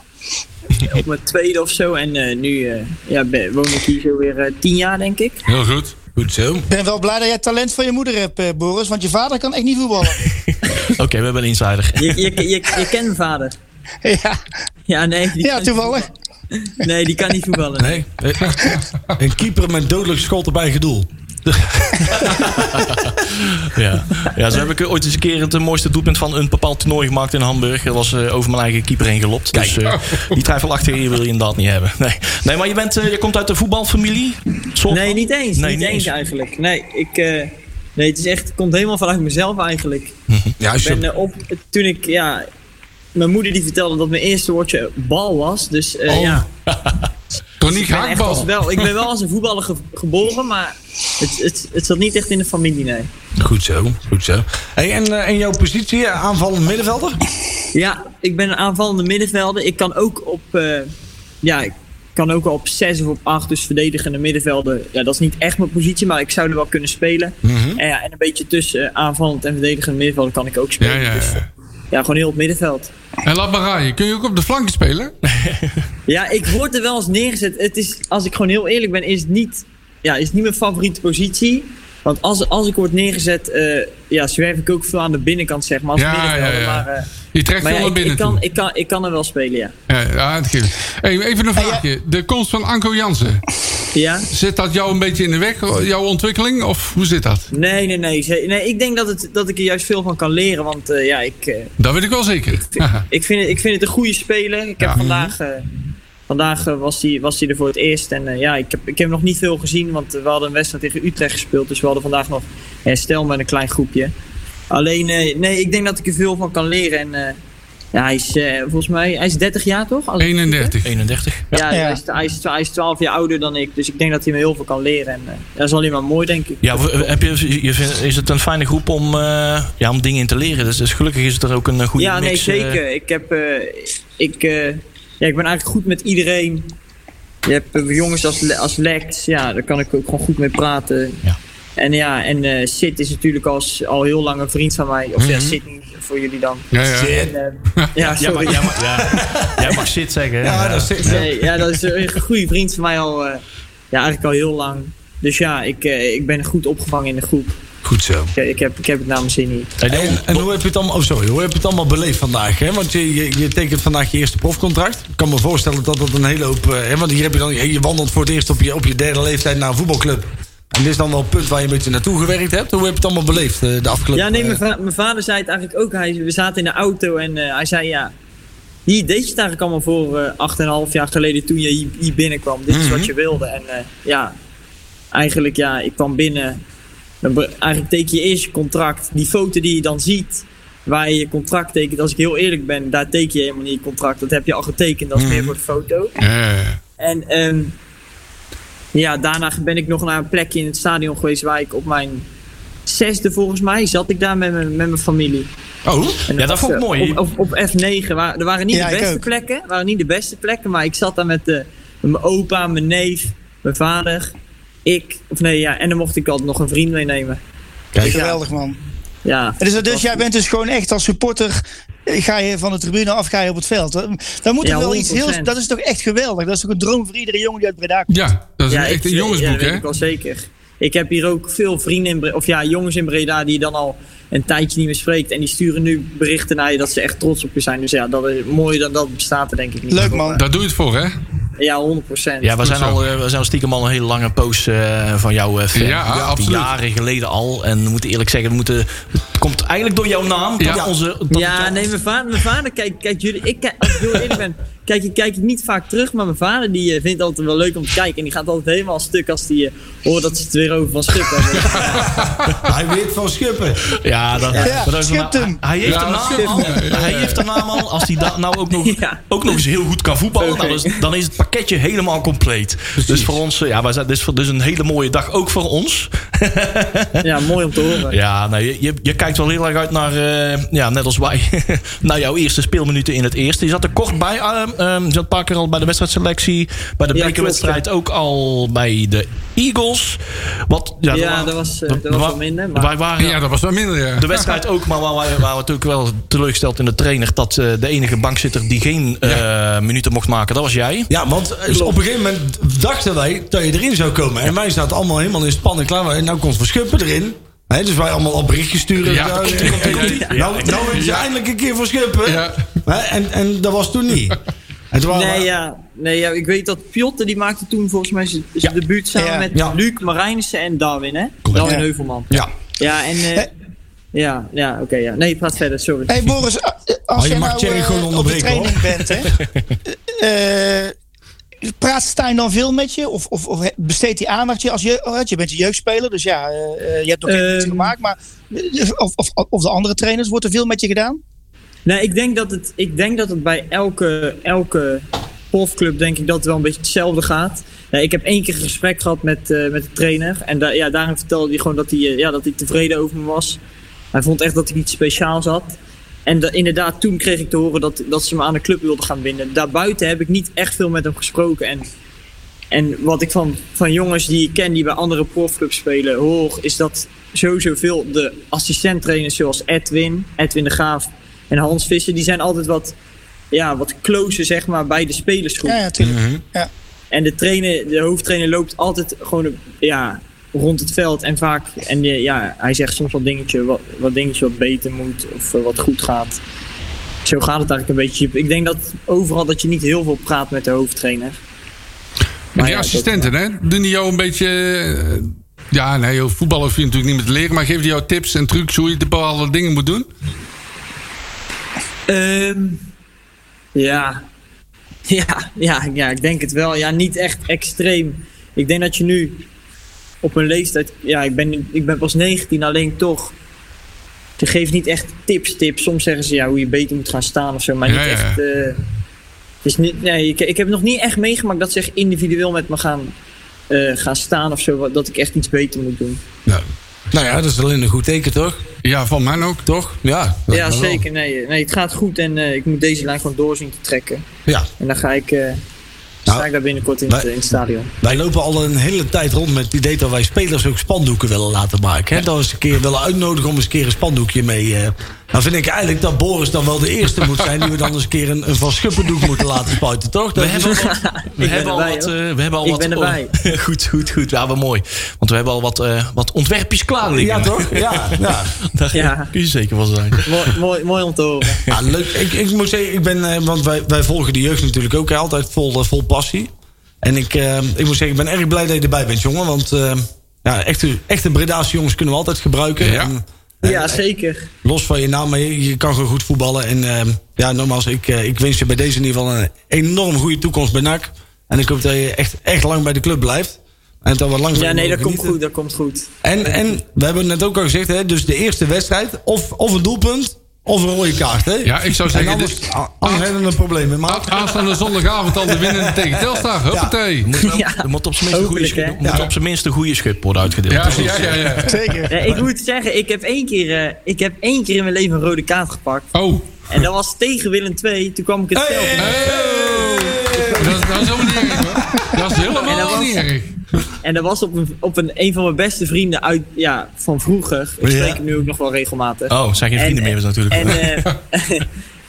[SPEAKER 7] op mijn tweede of zo. En eh, nu eh, ja, ben- woon ik hier zo weer eh, tien jaar, denk ik.
[SPEAKER 2] Heel goed.
[SPEAKER 3] Goed zo.
[SPEAKER 5] Ik ben wel blij dat jij het talent van je moeder hebt, eh, Boris. Want je vader kan echt niet voetballen.
[SPEAKER 4] Oké, we hebben een insider.
[SPEAKER 7] Je, je, je, je kent mijn vader.
[SPEAKER 5] ja,
[SPEAKER 7] Ja, nee. die
[SPEAKER 5] ja,
[SPEAKER 7] kan niet
[SPEAKER 5] toevallig.
[SPEAKER 7] voetballen. Nee, die kan niet voetballen.
[SPEAKER 3] Nee. Een keeper met dodelijk schot op eigen doel.
[SPEAKER 4] Ja. ja, zo heb ik ooit eens een keer het mooiste doelpunt van een bepaald toernooi gemaakt in Hamburg. Dat was eh, over mijn eigen keeper heen gelopt. Dus eh, die twijfelachtige hier wil je inderdaad niet hebben. Nee, nee maar je, bent, eh, je komt uit de voetbalfamilie? Soort
[SPEAKER 7] Nee,
[SPEAKER 4] van?
[SPEAKER 7] niet eens.
[SPEAKER 4] Nee,
[SPEAKER 7] niet
[SPEAKER 4] niet
[SPEAKER 7] eens,
[SPEAKER 4] eens.
[SPEAKER 7] eigenlijk. Nee, ik, eh, nee, het is echt, het komt helemaal vanuit mezelf eigenlijk.
[SPEAKER 3] Ja,
[SPEAKER 7] Ik ben eh, op, toen ik, ja, mijn moeder die vertelde dat mijn eerste woordje bal was. Dus eh,
[SPEAKER 2] Oh,
[SPEAKER 7] ja,
[SPEAKER 2] Toniek
[SPEAKER 7] ik ben, echt als
[SPEAKER 2] Haakbal.
[SPEAKER 7] wel, ik ben wel als een voetballer ge- geboren, maar het, het, het zat niet echt in de familie, nee.
[SPEAKER 3] Goed zo, goed zo. Hey, en, eh, en jouw positie, eh, aanvallend middenvelder?
[SPEAKER 7] Ja, ik ben een aanvallende middenvelder. Ik kan ook op, eh, ja, ik kan ook wel op 6 of op 8, dus verdedigende middenvelder. Ja, dat is niet echt mijn positie, maar ik zou er wel kunnen spelen.
[SPEAKER 2] Mhm.
[SPEAKER 7] En, ja, en een beetje tussen eh, aanvallend en verdedigend middenvelder kan ik ook
[SPEAKER 2] Ja,
[SPEAKER 7] spelen.
[SPEAKER 2] ja,
[SPEAKER 7] Dus,
[SPEAKER 2] ja.
[SPEAKER 7] ja, gewoon heel op middenveld.
[SPEAKER 2] En laat maar rijden. Kun je ook op de flanken spelen?
[SPEAKER 7] Ja, ik word er wel eens neergezet. Het is, als ik gewoon heel eerlijk ben, is het niet, ja, is het niet mijn favoriete positie. Want als, als ik word neergezet, eh, ja, zwerf ik ook veel aan de binnenkant, zeg maar. Als
[SPEAKER 2] Ja,
[SPEAKER 7] middenvelder.
[SPEAKER 2] ja, ja.
[SPEAKER 7] Maar, eh,
[SPEAKER 2] Je trekt
[SPEAKER 7] maar
[SPEAKER 2] veel
[SPEAKER 7] ja,
[SPEAKER 2] naar
[SPEAKER 7] ik,
[SPEAKER 2] binnen
[SPEAKER 7] ik, kan,
[SPEAKER 2] toe.
[SPEAKER 7] ik, kan, ik kan er wel spelen, ja.
[SPEAKER 2] Ja, ja, het geeft. Hey, even een vraagje. De komst van Anko Jansen.
[SPEAKER 7] Ja?
[SPEAKER 2] Zit dat jou een beetje in de weg, jouw ontwikkeling? Of hoe zit dat?
[SPEAKER 7] Nee, nee, nee. Ze- nee ik denk dat, het, dat ik er juist veel van kan leren. Want eh, ja, ik, eh,
[SPEAKER 2] Dat weet ik wel zeker. Ja,
[SPEAKER 7] ik, vind Oh, het, ik vind het een goede speler. Ik heb
[SPEAKER 2] Ja.
[SPEAKER 7] vandaag, eh, vandaag eh, was hij was hij er voor het eerst. En eh, ja, ik heb, ik heb nog niet veel gezien. Want eh, we hadden een wedstrijd tegen Utrecht gespeeld. Dus we hadden vandaag nog herstel met een klein groepje. Alleen, eh, nee, ik denk dat ik er veel van kan leren. En eh, ja, hij is eh, volgens mij hij is 30 jaar, toch? Als ik-
[SPEAKER 2] 31.
[SPEAKER 4] 31.
[SPEAKER 7] Ja,
[SPEAKER 5] Ja.
[SPEAKER 7] Hij, is, hij, is, hij is 12 jaar ouder dan ik. Dus ik denk dat hij me heel veel kan leren. En eh, dat is alleen maar mooi, denk ik.
[SPEAKER 4] Ja, w- heb je, je vindt- is het een fijne groep om, eh, ja, om dingen in te leren? Dus, dus gelukkig is het er ook een eh, goede
[SPEAKER 7] ja,
[SPEAKER 4] mix.
[SPEAKER 7] nee,
[SPEAKER 4] eh,
[SPEAKER 7] zeker. Ik, heb, eh, ik, eh, ja, ik ben eigenlijk goed met iedereen. Je hebt eh, jongens als, Le- als Lex, ja, daar kan ik ook gewoon goed mee praten.
[SPEAKER 4] Ja.
[SPEAKER 7] En ja, en eh Sid is natuurlijk als, al heel lang een vriend van mij. Of ja, Sid niet voor jullie dan.
[SPEAKER 2] Ja, ja.
[SPEAKER 7] En, eh, ja,
[SPEAKER 4] Mhm. ja, maar,
[SPEAKER 7] sorry.
[SPEAKER 4] ja, maar, ja. Jij mag shit zeggen. hè?
[SPEAKER 3] Ja, dat is-
[SPEAKER 7] Nee, ja, dat is een goede vriend van mij al, eh, ja, eigenlijk al heel lang. Dus ja, ik, eh, ik ben goed opgevangen in de groep.
[SPEAKER 3] Goed zo.
[SPEAKER 7] Ik, ik, heb, ik heb het namens zin niet.
[SPEAKER 4] Hey, nee,
[SPEAKER 3] En, en hoe, heb je het allemaal, oh sorry, hoe heb je het allemaal beleefd vandaag? Hè? Want je, je, je tekent vandaag je eerste profcontract. Ik kan me voorstellen dat dat een hele hoop... eh, Hè? Want hier heb je dan... Je wandelt voor het eerst op je, op je derde leeftijd naar een voetbalclub. En dit is dan wel het punt waar je een beetje naartoe gewerkt hebt. Hoe heb je het allemaal beleefd eh, de afgelopen...
[SPEAKER 7] Ja, nee, mijn,
[SPEAKER 3] eh,
[SPEAKER 7] va- mijn vader zei het eigenlijk ook. Hij, we zaten in de auto en eh, hij zei ja. Hier deed je het eigenlijk allemaal voor eh, acht en een half jaar geleden toen je hier, hier binnenkwam. Dit is wat je wilde. En eh, ja, eigenlijk ja, ik kwam binnen. Dan be- eigenlijk teken je eerst je contract. Die foto die je dan ziet, waar je je contract tekent. Als ik heel eerlijk ben, daar teken je helemaal niet je contract. Dat heb je al getekend, dat is meer voor de foto.
[SPEAKER 2] Ja.
[SPEAKER 7] En ehm, ja, daarna ben ik nog naar een plekje in het stadion geweest waar ik op mijn zesde volgens mij zat ik daar met mijn, met mijn familie.
[SPEAKER 3] Oh,
[SPEAKER 7] En
[SPEAKER 4] Ja, dat
[SPEAKER 7] was,
[SPEAKER 4] vond ik
[SPEAKER 7] eh,
[SPEAKER 4] mooi.
[SPEAKER 7] Op, op, op F9, waar, er waren niet
[SPEAKER 5] Ja,
[SPEAKER 7] de
[SPEAKER 5] ik
[SPEAKER 7] beste
[SPEAKER 5] ook.
[SPEAKER 7] plekken, waren niet de beste plekken, maar ik zat daar met, eh, met mijn opa, mijn neef, mijn vader, ik, of nee, ja, en dan mocht ik altijd nog een vriend meenemen.
[SPEAKER 5] Geweldig, man.
[SPEAKER 7] Ja,
[SPEAKER 5] Dus, dus jij bent dus gewoon echt als supporter... eh, Ga je van de tribune af, ga je op het veld. Eh, Dan moet er
[SPEAKER 7] Ja,
[SPEAKER 5] wel iets heel...
[SPEAKER 7] 100%.
[SPEAKER 5] Dat is toch echt geweldig? Dat is toch een droom voor iedere jongen die uit Breda komt?
[SPEAKER 2] ja, dat is
[SPEAKER 7] ja
[SPEAKER 2] een echt
[SPEAKER 7] ik-
[SPEAKER 2] een jongensboek,
[SPEAKER 7] ja, weet
[SPEAKER 2] hè?
[SPEAKER 7] ik wel zeker. Ik heb hier ook veel vrienden, in Bre- of ja, jongens in Breda die je dan al een tijdje niet meer spreekt. En die sturen nu berichten naar je dat ze echt trots op je zijn. Dus ja, dat is mooier dan dat bestaat er denk ik niet.
[SPEAKER 5] Leuk, man.
[SPEAKER 2] Daar doe je het voor, hè?
[SPEAKER 7] Ja, 100 procent.
[SPEAKER 4] Ja, we zijn,
[SPEAKER 2] zo.
[SPEAKER 4] al, eh, we zijn al stiekem al een hele lange post eh, van jou eh fan.
[SPEAKER 2] Ja, absoluut.
[SPEAKER 4] Jaren geleden al. En we moeten eerlijk zeggen, we moeten, het komt eigenlijk door jouw naam.
[SPEAKER 2] Ja.
[SPEAKER 4] Dat onze, dat
[SPEAKER 7] Ja, nee, mijn vader, mijn vader kijkt, kijkt jullie. Ik kijk, als ik heel eerlijk ben, kijk, ik- kijk ik niet vaak terug. Maar mijn vader die eh, vindt het altijd wel leuk om te kijken. En die gaat altijd helemaal stuk als die eh, hoort dat ze het weer over van schip hebben.
[SPEAKER 3] Hij weet van Schuppen.
[SPEAKER 4] Ja, dat,
[SPEAKER 5] Ja,
[SPEAKER 4] maar dat is een-
[SPEAKER 5] schipt hem.
[SPEAKER 4] Hij heeft
[SPEAKER 2] Ja,
[SPEAKER 4] een naam
[SPEAKER 2] schipt
[SPEAKER 4] al.
[SPEAKER 2] hem.
[SPEAKER 4] Hij heeft een naam al. Als hij da- nou ook nog,
[SPEAKER 7] Ja.
[SPEAKER 4] ook nog eens heel goed kan voetballen, nou, dan, is, dan is het pakketje helemaal compleet. Dus voor ons, eh, ja, wij zijn, dit is voor- dus een hele mooie dag ook voor ons.
[SPEAKER 7] ja, mooi om te horen.
[SPEAKER 4] Ja, nou, je, je, je kijkt wel heel erg uit naar, eh, ja, net als wij, naar jouw eerste speelminuten in het eerste. Je zat er kort bij, ehm, ehm, je zat een paar keer al bij de wedstrijdselectie, bij de
[SPEAKER 7] Ja,
[SPEAKER 4] bekerwedstrijd ook al bij de Eagles. Wat, ja,
[SPEAKER 7] Ja,
[SPEAKER 4] wa-
[SPEAKER 7] dat was, eh, dat was wel minder, maar-
[SPEAKER 4] Wij waren
[SPEAKER 2] Ja, dat was wel minder, ja.
[SPEAKER 4] de wedstrijd ook, maar waar wij- waar we natuurlijk wel teleurgesteld in de trainer dat eh, de enige bankzitter die geen eh, minuten mocht maken, dat was jij.
[SPEAKER 3] Ja, want eh, op een gegeven moment dachten wij dat je erin zou komen. En wij zaten allemaal helemaal in span en klaar. En nou komt Van Schuppen erin. Hè, dus wij allemaal al berichtjes sturen.
[SPEAKER 2] Ja.
[SPEAKER 3] Zo, eh, komt- komt- Nou, nou is je eindelijk een keer Van Schuppen.
[SPEAKER 2] Ja.
[SPEAKER 3] Hè, En, en dat was toen niet. En toen waren
[SPEAKER 7] Nee,
[SPEAKER 3] we-
[SPEAKER 7] ja. Nee, ja, ik weet dat Piotte die maakte toen volgens mij zijn zijn debuut samen
[SPEAKER 5] Ja.
[SPEAKER 7] met
[SPEAKER 3] Ja.
[SPEAKER 7] Luc Marijnissen en Darwin, hè? Darwin
[SPEAKER 5] Ja.
[SPEAKER 7] Heuvelman.
[SPEAKER 3] Ja.
[SPEAKER 7] Ja, en... eh,
[SPEAKER 5] Hé.
[SPEAKER 7] ja, ja, oké, ja. Nee, praat verder, sorry.
[SPEAKER 5] Hey Boris, a- als
[SPEAKER 3] je
[SPEAKER 5] jij
[SPEAKER 3] mag
[SPEAKER 5] nou
[SPEAKER 3] Thierry
[SPEAKER 5] eh,
[SPEAKER 3] gewoon
[SPEAKER 5] op de
[SPEAKER 3] onderbreken,
[SPEAKER 5] training bent, hè? eh, praat Stijn dan veel met je? Of, of, of besteedt hij aandacht je als je, oh, je bent een jeugdspeler, dus ja, eh, eh, je hebt nog geen
[SPEAKER 7] Ehm.
[SPEAKER 5] iets gemaakt, maar eh, of, of, of de andere trainers, wordt er veel met je gedaan?
[SPEAKER 7] Nee, ik denk dat het, ik denk dat het bij elke, elke profclub denk ik dat het wel een beetje hetzelfde gaat. Ja, ik heb één keer een gesprek gehad met, eh, met de trainer. En da ja, daarin vertelde hij gewoon dat hij, eh, ja, dat hij tevreden over me was. Hij vond echt dat ik iets speciaals had. En da- inderdaad, toen kreeg ik te horen dat, dat ze me aan de club wilden gaan binden. Daarbuiten heb ik niet echt veel met hem gesproken. En, en wat ik van, van jongens die ik ken die bij andere profclubs spelen hoor, is dat sowieso veel de assistenttrainers zoals Edwin, Edwin de Graaf en Hans Visser, die zijn altijd wat, ja, wat closer zeg maar, bij de spelersgroep.
[SPEAKER 5] Ja, ja, natuurlijk.
[SPEAKER 3] Mhm.
[SPEAKER 5] ja.
[SPEAKER 7] En de, trainer, de hoofdtrainer loopt altijd gewoon ja, rond het veld. En vaak, en eh, ja, hij zegt soms wat dingetje wat, wat dingetje wat beter moet of eh, wat goed gaat. Zo gaat het eigenlijk een beetje. Ik denk dat overal dat je niet heel veel praat met de hoofdtrainer.
[SPEAKER 2] Maar die
[SPEAKER 7] ja,
[SPEAKER 2] assistenten, hè? Doen die jou een beetje... eh, Ja, nee, voetballen hoef je natuurlijk niet meer te leren... maar geven die jou tips en trucs hoe je bepaalde dingen moet doen?
[SPEAKER 7] Ehm, ja. Ja, ja, ja, ik denk het wel. Ja, niet echt extreem. Ik denk dat je nu op een leeftijd... Ja, ik ben, ik ben pas 19, alleen toch... Ze geeft niet echt tips, tips. Soms zeggen ze ja, hoe je beter moet gaan staan of zo. Maar
[SPEAKER 2] Ja,
[SPEAKER 7] niet
[SPEAKER 2] ja, ja.
[SPEAKER 7] echt... eh, het is niet, nee, ik, ik heb nog niet echt meegemaakt dat ze echt individueel met me gaan, eh, gaan staan of zo. wat- Dat ik echt iets beter moet doen.
[SPEAKER 3] Nou ja, dat is alleen een goed teken, toch?
[SPEAKER 2] Ja, van mij ook.
[SPEAKER 3] Toch? Ja.
[SPEAKER 7] Ja, zeker. Nee, nee, het gaat goed en eh, ik moet deze lijn gewoon door zien te trekken.
[SPEAKER 3] Ja.
[SPEAKER 7] En dan ga ik, eh, sta ik daar binnenkort in, het-
[SPEAKER 3] wij-
[SPEAKER 7] in het stadion.
[SPEAKER 3] Wij lopen al een hele tijd rond met het idee dat wij spelers ook spandoeken willen laten maken. Hè? Dat we eens een keer willen uitnodigen om eens een keer een spandoekje mee. eh Dan vind ik eigenlijk dat Boris dan wel de eerste moet zijn die we dan eens een keer een, een van Schuppendoek moeten laten spuiten,
[SPEAKER 7] Oh,
[SPEAKER 3] toch? Dat
[SPEAKER 4] We
[SPEAKER 3] is
[SPEAKER 4] hebben, al wat, we
[SPEAKER 7] ben
[SPEAKER 4] hebben al
[SPEAKER 7] erbij,
[SPEAKER 4] wat.
[SPEAKER 7] hoor.
[SPEAKER 4] eh, we hebben al
[SPEAKER 7] Ik
[SPEAKER 4] wat
[SPEAKER 7] ben erbij.
[SPEAKER 4] oh, goed, goed, goed. Ja, wel mooi. Want we hebben al wat, eh, wat ontwerpjes klaar liggen.
[SPEAKER 3] Ja, toch? Ja, ja.
[SPEAKER 4] Daar
[SPEAKER 7] Ja.
[SPEAKER 4] kun je zeker wel zijn.
[SPEAKER 7] mooi, mooi, mooi om te horen.
[SPEAKER 3] ja leuk. Ik, ik moet zeggen, ik ben, eh, want wij, wij volgen de jeugd natuurlijk ook hè, altijd vol, eh, vol passie. En ik, eh, ik moet zeggen, ik ben erg blij dat je erbij bent, jongen. Want eh, ja, echte, echte Bredaanse jongens kunnen we altijd gebruiken.
[SPEAKER 2] Ja.
[SPEAKER 3] En,
[SPEAKER 7] Ja, zeker.
[SPEAKER 3] Los van je naam, maar je, je kan gewoon goed voetballen. En ehm, ja, nogmaals, ik, eh, ik wens je bij deze in ieder geval een enorm goede toekomst bij NAC. En ik hoop dat je echt, echt lang bij de club blijft. En dat we langzaam
[SPEAKER 7] Ja, nee, dat
[SPEAKER 3] mogen
[SPEAKER 7] komt
[SPEAKER 3] genieten.
[SPEAKER 7] goed, dat komt goed.
[SPEAKER 3] En, en we hebben het net ook al gezegd, hè, dus de eerste wedstrijd, of, of een doelpunt, of een rode kaart. Hè?
[SPEAKER 2] Ja, ik zou
[SPEAKER 3] en
[SPEAKER 2] zeggen...
[SPEAKER 3] anders,
[SPEAKER 2] dit- Ah.
[SPEAKER 3] a- anders hebben we een probleem. hè, Maar
[SPEAKER 2] Aans- Aanstaande zondagavond al de winnende tegen Telstar. Huppatee.
[SPEAKER 4] Er moet, wel-
[SPEAKER 7] Ja.
[SPEAKER 4] er moet op zijn minst een goede
[SPEAKER 7] Hopelijk,
[SPEAKER 4] schut-
[SPEAKER 7] hè?
[SPEAKER 4] er moet op zijn minst een goede schut worden uitgedeeld.
[SPEAKER 2] Ja,
[SPEAKER 4] Dat is-
[SPEAKER 2] ja, ja, ja.
[SPEAKER 5] Zeker.
[SPEAKER 7] Ja, ik moet zeggen, ik heb, één keer, eh, ik heb één keer in mijn leven een rode kaart gepakt.
[SPEAKER 2] Oh.
[SPEAKER 7] En dat was tegen Willem II. Toen kwam ik het veld in.
[SPEAKER 2] Hey. Dat, dat is helemaal niet erg, hoor. Dat is
[SPEAKER 7] En dat
[SPEAKER 2] helemaal
[SPEAKER 7] was-
[SPEAKER 2] niet erg.
[SPEAKER 7] En dat was op een, op een, een van mijn beste vrienden uit, ja, van vroeger. Ik spreek hem nu ook nog wel regelmatig.
[SPEAKER 4] Oh, zijn geen
[SPEAKER 7] En-
[SPEAKER 4] vrienden meer dus natuurlijk.
[SPEAKER 7] En, eh,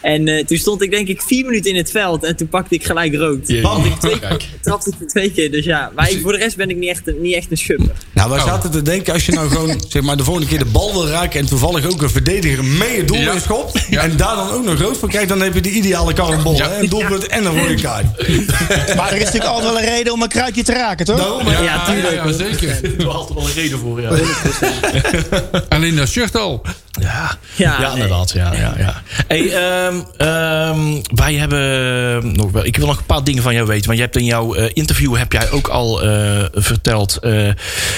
[SPEAKER 7] En eh, toen stond ik denk ik vier minuten in het veld en toen pakte ik gelijk rood.
[SPEAKER 2] Jee.
[SPEAKER 7] Want ik twee keer
[SPEAKER 2] Kijk.
[SPEAKER 7] trapte ik er twee keer. Dus ja, maar ik- voor de rest ben ik niet echt, een- niet echt een schubber.
[SPEAKER 3] Nou, wij
[SPEAKER 2] Oh.
[SPEAKER 3] zaten te denken, als je nou gewoon zeg maar, de volgende keer de bal wil raken... en toevallig ook een verdediger mee het doel
[SPEAKER 2] Ja.
[SPEAKER 3] in schopt...
[SPEAKER 2] Ja.
[SPEAKER 3] en daar dan ook nog rood voor krijgt... dan heb je de ideale karambol.
[SPEAKER 2] Ja.
[SPEAKER 3] hè? Een doelpunt en een rode kaart.
[SPEAKER 5] Maar er is natuurlijk altijd wel een reden om een kruikje te raken, toch?
[SPEAKER 3] Daarom,
[SPEAKER 2] Ja,
[SPEAKER 7] Ja,
[SPEAKER 2] ja,
[SPEAKER 7] tuurlijk,
[SPEAKER 2] ja, zeker.
[SPEAKER 4] Er was altijd wel een reden voor, ja.
[SPEAKER 2] Alleen dat shirt al.
[SPEAKER 4] Ja, ja,
[SPEAKER 7] Ja, nee.
[SPEAKER 4] inderdaad. Ja, ja, ja. Hey, ehm, ehm, wij hebben ehm, nog wel. Ik wil nog een paar dingen van jou weten. Want je hebt in jouw eh, interview heb jij ook al eh, verteld. eh,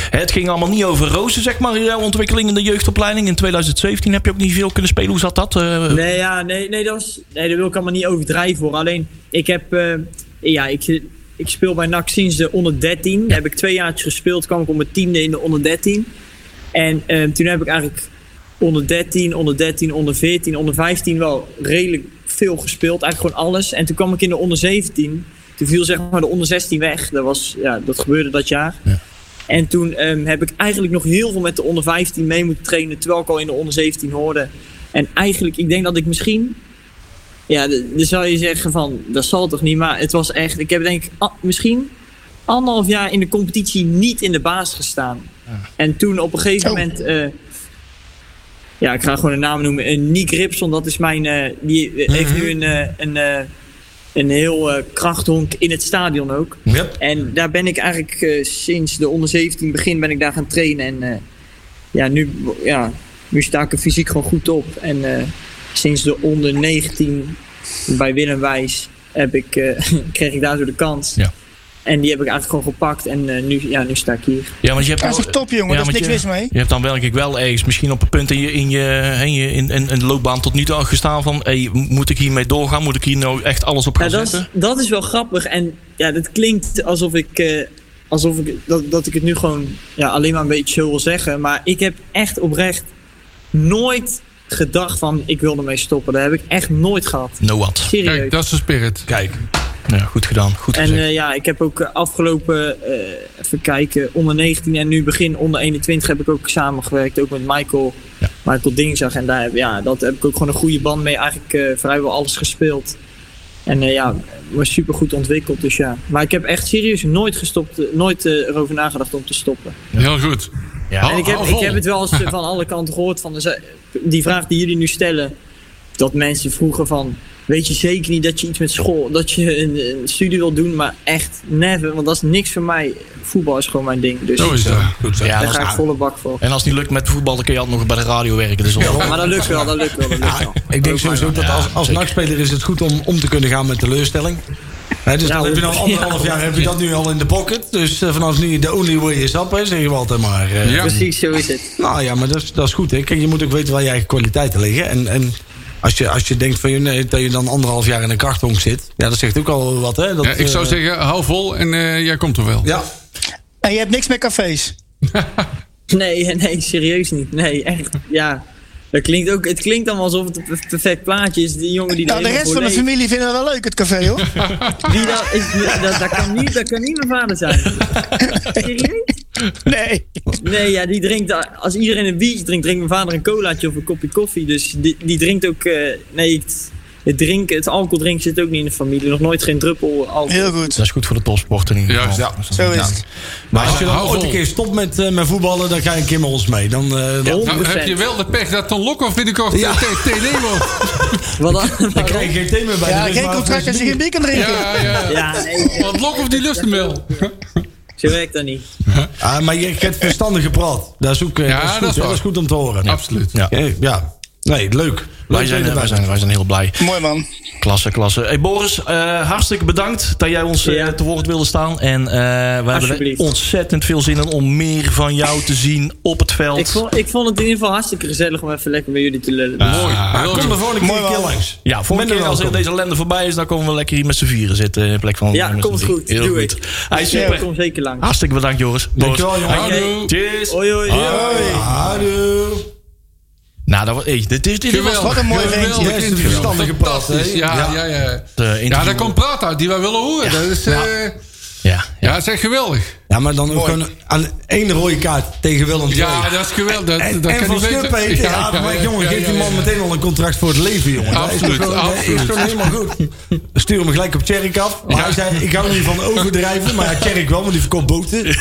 [SPEAKER 4] het ging allemaal niet over rozen, zeg maar. in Jouw ontwikkeling in de jeugdopleiding in 2017 heb je ook niet veel kunnen spelen. Hoe zat dat? Eh,
[SPEAKER 7] Nee, ja, nee, nee, dat was, nee, dat wil ik allemaal niet overdrijven hoor. Alleen, ik heb, eh, ja, ik, ik speel bij NAC sinds de onder 13. Daar heb ik twee jaartjes gespeeld, kwam ik op mijn tiende in de onder 13. En eh, toen heb ik eigenlijk onder 13, onder 13, onder 14, onder 15 wel redelijk veel gespeeld. Eigenlijk gewoon alles. En toen kwam ik in de onder 17. Toen viel zeg maar de onder 16 weg. Dat, was, ja, dat gebeurde dat jaar. En toen ehm, heb ik eigenlijk nog heel veel met de onder 15 mee moeten trainen. Terwijl ik al in de onder 17 hoorde. En eigenlijk, ik denk dat ik misschien. Ja, d- dan zou je zeggen van, dat zal toch niet. Maar het was echt, ik heb denk ik a- misschien anderhalf jaar in de competitie niet in de baas gestaan. En toen op een gegeven
[SPEAKER 5] Oh.
[SPEAKER 7] moment. eh, ja, ik ga gewoon een naam noemen. Eh, Nick Ripson, dat is mijn. eh, die heeft nu een, eh, een, eh, een heel eh, krachthonk in het stadion ook.
[SPEAKER 3] Yep.
[SPEAKER 7] En daar ben ik eigenlijk eh, sinds de onder 17 begin ben ik daar gaan trainen. En eh, ja, nu, ja, nu sta ik er fysiek gewoon goed op. En eh, sinds de onder 19 bij Willem Wijs heb ik, eh, kreeg ik daar zo de kans.
[SPEAKER 4] Ja.
[SPEAKER 7] En die heb ik eigenlijk gewoon gepakt. En eh, nu, ja, nu sta ik hier.
[SPEAKER 4] ja, want je hebt
[SPEAKER 5] Dat is
[SPEAKER 4] wel-
[SPEAKER 5] toch top, jongen? Daar is
[SPEAKER 4] want
[SPEAKER 5] niks
[SPEAKER 4] je-
[SPEAKER 5] mis mee.
[SPEAKER 4] Je hebt dan werkelijk wel ergens misschien op een punt in je, in je, in je in, in, in de loopbaan tot nu toe al gestaan van... Hey, moet ik hiermee doorgaan? Moet ik hier nou echt alles op gaan
[SPEAKER 7] Ja, dat, is,
[SPEAKER 4] zetten?
[SPEAKER 7] dat is wel grappig. En ja, dat klinkt alsof ik, eh, alsof ik, dat, dat ik het nu gewoon ja, alleen maar een beetje chill wil zeggen. Maar ik heb echt oprecht nooit gedacht van ik wil ermee stoppen. Dat heb ik echt nooit gehad.
[SPEAKER 4] No what.
[SPEAKER 7] Serieus.
[SPEAKER 2] Kijk, dat is de spirit.
[SPEAKER 4] Kijk. Ja, goed gedaan. Goed
[SPEAKER 7] en
[SPEAKER 4] gezegd.
[SPEAKER 7] eh, ja, ik heb ook eh, afgelopen, eh, even kijken, onder 19 en nu begin onder 21 heb ik ook samengewerkt. Ook met Michael,
[SPEAKER 4] Ja.
[SPEAKER 7] Michael Dingsdag. En daar heb, ja, dat heb ik ook gewoon een goede band mee. Eigenlijk eh, vrijwel alles gespeeld. En eh, ja, was super goed ontwikkeld. Dus ja. Maar ik heb echt serieus nooit gestopt, eh, nooit eh, erover nagedacht om te stoppen.
[SPEAKER 2] Heel goed.
[SPEAKER 4] Ja.
[SPEAKER 2] Hou-
[SPEAKER 7] En ik heb,
[SPEAKER 2] hou
[SPEAKER 7] ik
[SPEAKER 2] vol.
[SPEAKER 7] heb het wel eens eh, van alle kanten gehoord van de ze- die vraag die jullie nu stellen. Dat mensen vroegen van, weet je zeker niet dat je iets met school, dat je een, een studie wil doen, maar echt never, want dat is niks voor mij. Voetbal is gewoon mijn ding, dus
[SPEAKER 2] Zo is Oh, dat.
[SPEAKER 3] Goed zo.
[SPEAKER 4] Ja,
[SPEAKER 7] daar
[SPEAKER 4] dat
[SPEAKER 7] ga
[SPEAKER 4] is-
[SPEAKER 7] ik volle bak voor.
[SPEAKER 4] En als het niet lukt met voetbal, dan kun je altijd nog bij de radio werken. Dus ja,
[SPEAKER 7] Maar dat lukt wel, dat lukt wel, dat lukt wel.
[SPEAKER 3] Ik denk sowieso dat als, als
[SPEAKER 4] zeker.
[SPEAKER 3] nachtspeler is het goed om om te kunnen gaan met teleurstelling. Hè, dus
[SPEAKER 7] Ja,
[SPEAKER 3] dan heb je
[SPEAKER 7] dat-
[SPEAKER 3] nou anderhalf
[SPEAKER 7] ja.
[SPEAKER 3] jaar heb je dat nu al in de pocket. Dus eh, vanaf nu de only way is up, hè, zeggen we altijd maar. eh.
[SPEAKER 2] Ja.
[SPEAKER 7] Precies, zo is het.
[SPEAKER 3] Nou ja, maar dat is, dat is goed. Hè. Kijk, je moet ook weten waar je eigen kwaliteiten liggen. En, en als, je, als je denkt van, joh, nee, dat je dan anderhalf jaar in een krachthonk zit. Ja, dat zegt ook al wat. Hè, dat,
[SPEAKER 2] Ja, ik zou
[SPEAKER 3] eh,
[SPEAKER 2] zeggen, hou vol en eh, jij komt er wel.
[SPEAKER 3] Ja,
[SPEAKER 5] En je hebt niks met cafés.
[SPEAKER 7] Nee, nee, serieus niet. Nee, echt, ja. Dat klinkt ook, het klinkt allemaal alsof het een perf- perfect plaatje is. Die jongen die daar
[SPEAKER 5] Nou, de
[SPEAKER 7] helemaal
[SPEAKER 5] rest van
[SPEAKER 7] voor
[SPEAKER 5] de
[SPEAKER 7] leeft.
[SPEAKER 5] familie vinden het wel leuk, het café, hoor.
[SPEAKER 7] Wie dat, is, dat, dat, kan niet, dat kan niet mijn vader zijn. Serieus?
[SPEAKER 5] Nee.
[SPEAKER 4] Dus
[SPEAKER 7] Nee, ja, die drinkt, eh, als iedereen een biertje drinkt, drinkt mijn vader een colaatje of een kopje koffie. Dus die, die drinkt ook, eh, nee, het, het drinken, het alcohol drinken zit ook niet in de familie. Nog nooit geen druppel alcohol.
[SPEAKER 5] Heel goed.
[SPEAKER 4] dat is goed voor de topsport in ieder geval.
[SPEAKER 2] Juist,
[SPEAKER 3] ja.
[SPEAKER 5] Zo is het.
[SPEAKER 3] Maar als je dan
[SPEAKER 2] Hou
[SPEAKER 3] ooit een
[SPEAKER 2] vol.
[SPEAKER 3] keer stopt met, eh, met voetballen, dan ga je een keer met ons mee. Dan, eh, dan,
[SPEAKER 7] Ja.
[SPEAKER 2] Nou, heb je wel de pech dat Ton Lokhoff binnenkort eh,
[SPEAKER 3] Ja.
[SPEAKER 2] ja. TD wordt.
[SPEAKER 7] Wat dan?
[SPEAKER 3] dan krijg je geen thema bij
[SPEAKER 5] Ja,
[SPEAKER 3] de rust,
[SPEAKER 5] geen
[SPEAKER 3] dus maar-
[SPEAKER 5] contract als je geen bier kan drinken.
[SPEAKER 2] Ja, ja.
[SPEAKER 7] Ja, nee,
[SPEAKER 2] Want Lokhoff die lust hem wel.
[SPEAKER 7] zo werkt dat niet.
[SPEAKER 3] Ah, maar je hebt verstandig gepraat. Dat is, ook, eh,
[SPEAKER 2] Ja,
[SPEAKER 3] dat, is goed,
[SPEAKER 2] dat is
[SPEAKER 3] hè,
[SPEAKER 2] waar.
[SPEAKER 3] dat is goed om te horen.
[SPEAKER 2] Absoluut.
[SPEAKER 4] Ja.
[SPEAKER 3] Oké, ja. Nee, leuk.
[SPEAKER 4] Wij
[SPEAKER 3] Leuk dat je
[SPEAKER 4] zijn, eh,
[SPEAKER 3] erbij
[SPEAKER 4] wij, zijn, wij zijn heel blij.
[SPEAKER 5] Mooi, man.
[SPEAKER 4] Klasse, klasse. Hey Boris, eh, hartstikke bedankt dat jij ons eh,
[SPEAKER 7] Ja.
[SPEAKER 4] te woord wilde staan. En eh we hebben er
[SPEAKER 7] Alsjeblieft.
[SPEAKER 4] ontzettend veel zin in om meer van jou te zien op het veld.
[SPEAKER 7] Ik vond, ik vond het in ieder geval hartstikke gezellig om even lekker met jullie te lullen. Dus
[SPEAKER 2] Mooi.
[SPEAKER 3] Maar
[SPEAKER 2] Heel
[SPEAKER 3] kom de
[SPEAKER 2] goed.
[SPEAKER 3] volgende keer
[SPEAKER 5] Mooi,
[SPEAKER 3] een keer
[SPEAKER 5] man.
[SPEAKER 3] langs.
[SPEAKER 4] ja, volgende
[SPEAKER 3] Minder
[SPEAKER 4] keer als
[SPEAKER 3] welkom.
[SPEAKER 4] deze ellende voorbij is, dan komen we lekker hier met z'n vieren zitten. In plek van
[SPEAKER 7] Ja,
[SPEAKER 4] eh, met
[SPEAKER 7] komt
[SPEAKER 4] z'n drieën.
[SPEAKER 7] goed.
[SPEAKER 4] Heel
[SPEAKER 7] Doe
[SPEAKER 4] goed.
[SPEAKER 7] ik.
[SPEAKER 4] Hey,
[SPEAKER 7] ja,
[SPEAKER 4] super.
[SPEAKER 7] kom zeker lang.
[SPEAKER 4] Hartstikke bedankt, Joris.
[SPEAKER 3] Dankjewel,
[SPEAKER 4] Boris.
[SPEAKER 3] jongen.
[SPEAKER 4] Hey,
[SPEAKER 7] Houdoe.
[SPEAKER 4] Cheers.
[SPEAKER 7] Hoi, hoi.
[SPEAKER 3] Hoi. Houdoe.
[SPEAKER 4] Nou, dat was, hey, dit, is dit was
[SPEAKER 2] Geweldig.
[SPEAKER 5] Wat een mooi
[SPEAKER 2] Geweldig
[SPEAKER 5] ventje.
[SPEAKER 3] Best
[SPEAKER 2] interview.
[SPEAKER 3] verstandige praat, hè?
[SPEAKER 2] Fantastisch. Ja, ja, ja.
[SPEAKER 4] eh,
[SPEAKER 2] Ja,
[SPEAKER 4] interview.
[SPEAKER 2] daar komt praat uit die wij willen horen. Dat is, eh,
[SPEAKER 4] Ja,
[SPEAKER 2] Ja, het is echt geweldig.
[SPEAKER 3] Ja, maar dan ook gewoon aan één rode kaart tegen Willem II.
[SPEAKER 2] Ja, dat is geweldig. Dat,
[SPEAKER 3] en
[SPEAKER 2] dat
[SPEAKER 3] en
[SPEAKER 2] kan
[SPEAKER 3] van
[SPEAKER 2] niet beter.
[SPEAKER 3] Schippeet, ja, maar jongen,
[SPEAKER 2] ja,
[SPEAKER 3] geef die
[SPEAKER 2] ja,
[SPEAKER 3] man
[SPEAKER 2] ja.
[SPEAKER 3] meteen al een contract voor het leven, jongen. Dat is
[SPEAKER 2] Absoluut,
[SPEAKER 3] toch gewoon- dat Is
[SPEAKER 2] absoluut.
[SPEAKER 3] toch helemaal goed. Stuur hem gelijk op Tjerk af. Maar Hij zei, ik hou niet van overdrijven, maar ja, Tjerk wel, want die verkoopt boten. Dus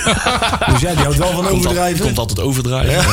[SPEAKER 3] ja, die houdt wel van
[SPEAKER 4] Komt, al,
[SPEAKER 3] overdrijven.
[SPEAKER 4] komt altijd overdrijven.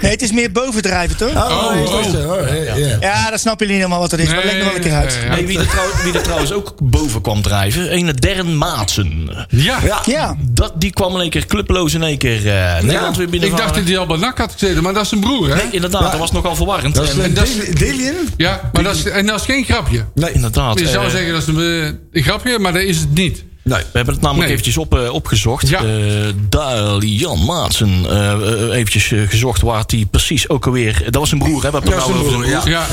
[SPEAKER 5] Nee, het is meer bovendrijven, toch?
[SPEAKER 2] Oh,
[SPEAKER 3] is dat
[SPEAKER 2] oh.
[SPEAKER 3] zo? ja, ja.
[SPEAKER 5] Ja, dat snap je niet helemaal wat dat is. maar leg me wel een keer uit.
[SPEAKER 2] Nee,
[SPEAKER 4] Hey, wie, er trouw- wie er trouwens ook boven kwam drijven, een Dern Maatsen.
[SPEAKER 2] Ja. ja.
[SPEAKER 5] Ja,
[SPEAKER 4] Dat, die kwam in één keer clubloos in één keer eh, Nederland weer binnen.
[SPEAKER 2] Ik dacht dat hij al bij NAC had gezeten, maar dat is zijn broer, hè?
[SPEAKER 4] Nee, inderdaad, dat was nogal verwarrend.
[SPEAKER 3] Dat is
[SPEAKER 4] En-
[SPEAKER 3] een
[SPEAKER 2] dat is-
[SPEAKER 3] Deli- Delian?
[SPEAKER 2] Ja, maar dat is, en dat is geen grapje.
[SPEAKER 3] Nee.
[SPEAKER 4] inderdaad.
[SPEAKER 2] Je zou
[SPEAKER 4] eh,
[SPEAKER 2] zeggen dat is een, eh, een grapje, maar dat is het niet.
[SPEAKER 3] nee.
[SPEAKER 4] We hebben het namelijk
[SPEAKER 2] Nee.
[SPEAKER 4] eventjes op, eh, opgezocht.
[SPEAKER 2] Ja.
[SPEAKER 4] Ja. Dalian Maatsen. eh, eh, eventjes eh, gezocht waar hij precies ook alweer... Dat was zijn broer, hè? nou Waar
[SPEAKER 3] Ja, zijn broer, ja.
[SPEAKER 2] Ja,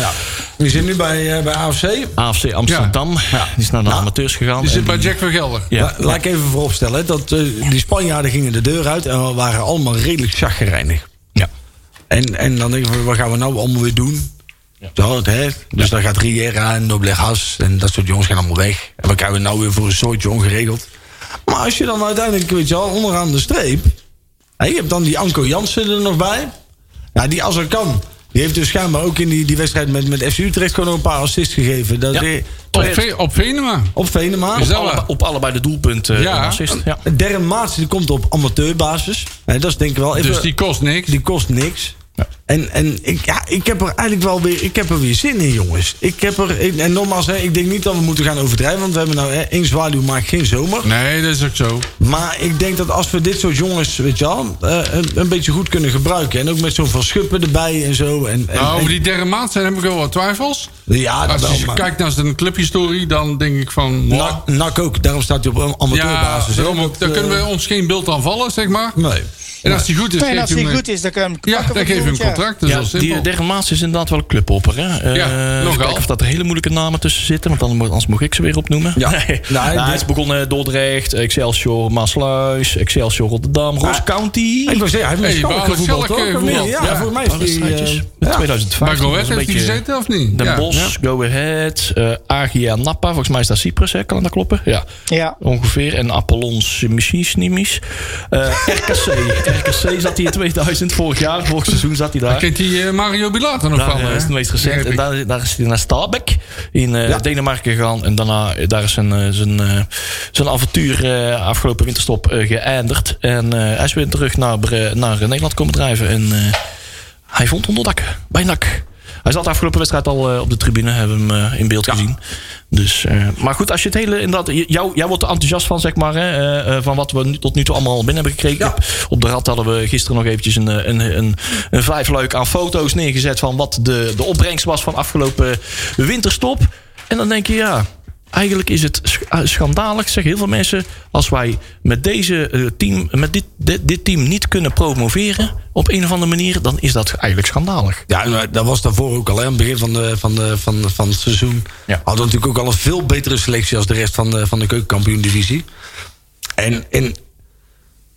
[SPEAKER 3] We zitten nu bij, eh, bij AFC.
[SPEAKER 4] AFC Amsterdam. Die is naar de amateurs gegaan.
[SPEAKER 2] Nou, die
[SPEAKER 3] Oh,
[SPEAKER 2] zit
[SPEAKER 4] en
[SPEAKER 2] bij
[SPEAKER 4] die-
[SPEAKER 2] Jack van Gelder.
[SPEAKER 4] Ja.
[SPEAKER 3] La- laat ik even vooropstellen dat eh, die Spanjaarden gingen de deur uit en we waren allemaal redelijk chagrijnig.
[SPEAKER 4] Ja.
[SPEAKER 3] En, en dan denk ik, van, wat gaan we nou allemaal weer doen? Zo, het, hè? Dus dan gaat Riera en Noblegas en dat soort jongens gaan allemaal weg. En wat krijgen we nou weer voor een soortje ongeregeld? Maar als je dan uiteindelijk, weet je wel, onderaan de streep... hè, je hebt dan die Anko Jansen er nog bij. Ja, die als er kan. Die heeft dus schijnbaar ook in die, die wedstrijd met, met FC Utrecht gewoon nog een paar assists gegeven. Dat
[SPEAKER 4] Ja.
[SPEAKER 3] weer-
[SPEAKER 2] Op, Ve- op Venema.
[SPEAKER 3] op Venema.
[SPEAKER 2] Is dat
[SPEAKER 4] Allebei- op allebei de doelpunten.
[SPEAKER 2] Ja.
[SPEAKER 4] Ja. assist. ja.
[SPEAKER 3] Derren Maats die komt op amateurbasis. Nee, dat is denk ik wel. Even,
[SPEAKER 2] Dus die kost niks.
[SPEAKER 3] die kost niks. En, en ik, ja, ik heb er eigenlijk wel weer, ik heb er weer zin in, jongens. Ik heb er, ik- en nogmaals, hè, ik denk niet dat we moeten gaan overdrijven. Want we hebben nou hè, één zwaluw maakt geen zomer.
[SPEAKER 2] Nee, dat is ook zo.
[SPEAKER 3] Maar ik denk dat als we dit soort jongens, weet je wel, eh, een, een beetje goed kunnen gebruiken. En ook met zo'n Van Schuppen erbij en zo. En, en,
[SPEAKER 2] Nou, over
[SPEAKER 3] en-
[SPEAKER 2] die derde maand zijn heb ik wel wat twijfels.
[SPEAKER 3] ja, dat
[SPEAKER 2] Als
[SPEAKER 3] wel,
[SPEAKER 2] je
[SPEAKER 3] maar- Nou,
[SPEAKER 2] kijkt naar zijn clubhistorie, dan denk ik van... wow.
[SPEAKER 3] Na- NAC ook, daarom staat hij op am-
[SPEAKER 2] ja,
[SPEAKER 3] amateurbasis. hè.
[SPEAKER 2] daarom ook,
[SPEAKER 3] Dat,
[SPEAKER 2] daar
[SPEAKER 3] eh,
[SPEAKER 2] kunnen we ons geen beeld aan vallen, zeg maar.
[SPEAKER 3] Nee.
[SPEAKER 2] En als die goed is,
[SPEAKER 5] Nee, en
[SPEAKER 2] geeft
[SPEAKER 5] als
[SPEAKER 2] hij
[SPEAKER 5] hij
[SPEAKER 2] hem een-
[SPEAKER 5] goed is, dan kan je hem
[SPEAKER 2] eh, Ja,
[SPEAKER 5] pakken
[SPEAKER 2] dan
[SPEAKER 5] voor
[SPEAKER 2] geef je hem
[SPEAKER 5] volgend jaar.
[SPEAKER 2] contract. dus Dat is
[SPEAKER 4] Ja,
[SPEAKER 2] al
[SPEAKER 4] die
[SPEAKER 2] simpel.
[SPEAKER 4] Dermaats is inderdaad wel een clubhopper. Hè? Eh,
[SPEAKER 2] Ja,
[SPEAKER 4] even
[SPEAKER 2] nogal.
[SPEAKER 4] kijken of dat er hele moeilijke namen tussen zitten. Want dan mo- anders moet ik ze weer opnoemen.
[SPEAKER 3] Ja.
[SPEAKER 4] Nee.
[SPEAKER 3] Nee,
[SPEAKER 4] Nou,
[SPEAKER 3] dit-
[SPEAKER 4] hij is begonnen Dordrecht, Excelsior Maasluis, Excelsior Rotterdam,
[SPEAKER 2] Ah.
[SPEAKER 4] Ros County.
[SPEAKER 3] Ik wil zeggen, hij heeft
[SPEAKER 2] Hey,
[SPEAKER 3] met Schalke
[SPEAKER 2] waar
[SPEAKER 3] voetbal,
[SPEAKER 2] Schalke
[SPEAKER 3] toch?
[SPEAKER 2] voetbal?
[SPEAKER 3] Ja,
[SPEAKER 2] Ja,
[SPEAKER 3] voor mij
[SPEAKER 4] Een paar
[SPEAKER 3] is die...
[SPEAKER 4] wedstrijdjes.
[SPEAKER 3] eh,
[SPEAKER 4] Met
[SPEAKER 3] ja.
[SPEAKER 4] 2005.
[SPEAKER 2] Bij Go Ahead
[SPEAKER 4] een
[SPEAKER 2] heeft hij
[SPEAKER 4] beetje-
[SPEAKER 2] gezeten, of niet?
[SPEAKER 4] Den
[SPEAKER 2] Ja.
[SPEAKER 4] Bosch, Go Ahead, eh, Agia Napa. Volgens mij is dat Cyprus, hè? kan dat kloppen? Ja,
[SPEAKER 5] Ja.
[SPEAKER 4] ongeveer. En Apollon Simisis, Nimis. Eh, RKC. RKC zat hij in 2000, vorig jaar. Vorig seizoen zat hij daar.
[SPEAKER 2] Kent die eh, Mario Bilater nog
[SPEAKER 4] Daar
[SPEAKER 2] van?
[SPEAKER 4] eh,
[SPEAKER 2] hè?
[SPEAKER 4] is het meest recent. En daar, daar is hij naar Stabek in eh, Denemarken gegaan. En daarna eh, daar is zijn, eh, zijn, eh, zijn avontuur eh, afgelopen winterstop eh, geëindigd. En eh, hij is weer terug naar, Bre- naar eh, Nederland komen drijven. En eh, hij vond onderdak bij NAC. Hij zat de afgelopen wedstrijd al eh, op de tribune, hebben we hem eh, in beeld gezien. Dus, eh, maar goed, als je het hele. Inderdaad, j- jou, jij wordt er enthousiast van, zeg maar. Hè, eh, eh, van wat we nu, tot nu toe allemaal al binnen hebben gekregen. Op de rad hadden we gisteren nog eventjes een, eh, een, een, een vijf leuk aan foto's neergezet. van wat de, de opbrengst was van afgelopen winterstop. En dan denk je, ja. Eigenlijk is het sch- eh, schandalig, zeggen heel veel mensen. Als wij met, deze, eh, team, met dit, dit, dit team niet kunnen promoveren. op een of andere manier, dan is dat eigenlijk schandalig.
[SPEAKER 3] Ja, nou, dat was daarvoor ook al. Hè. Aan het begin van, de, van, de, van, van het seizoen
[SPEAKER 4] Ja.
[SPEAKER 3] hadden we natuurlijk ook al een veel betere selectie... als de rest van de, van de keukenkampioen-divisie. En, en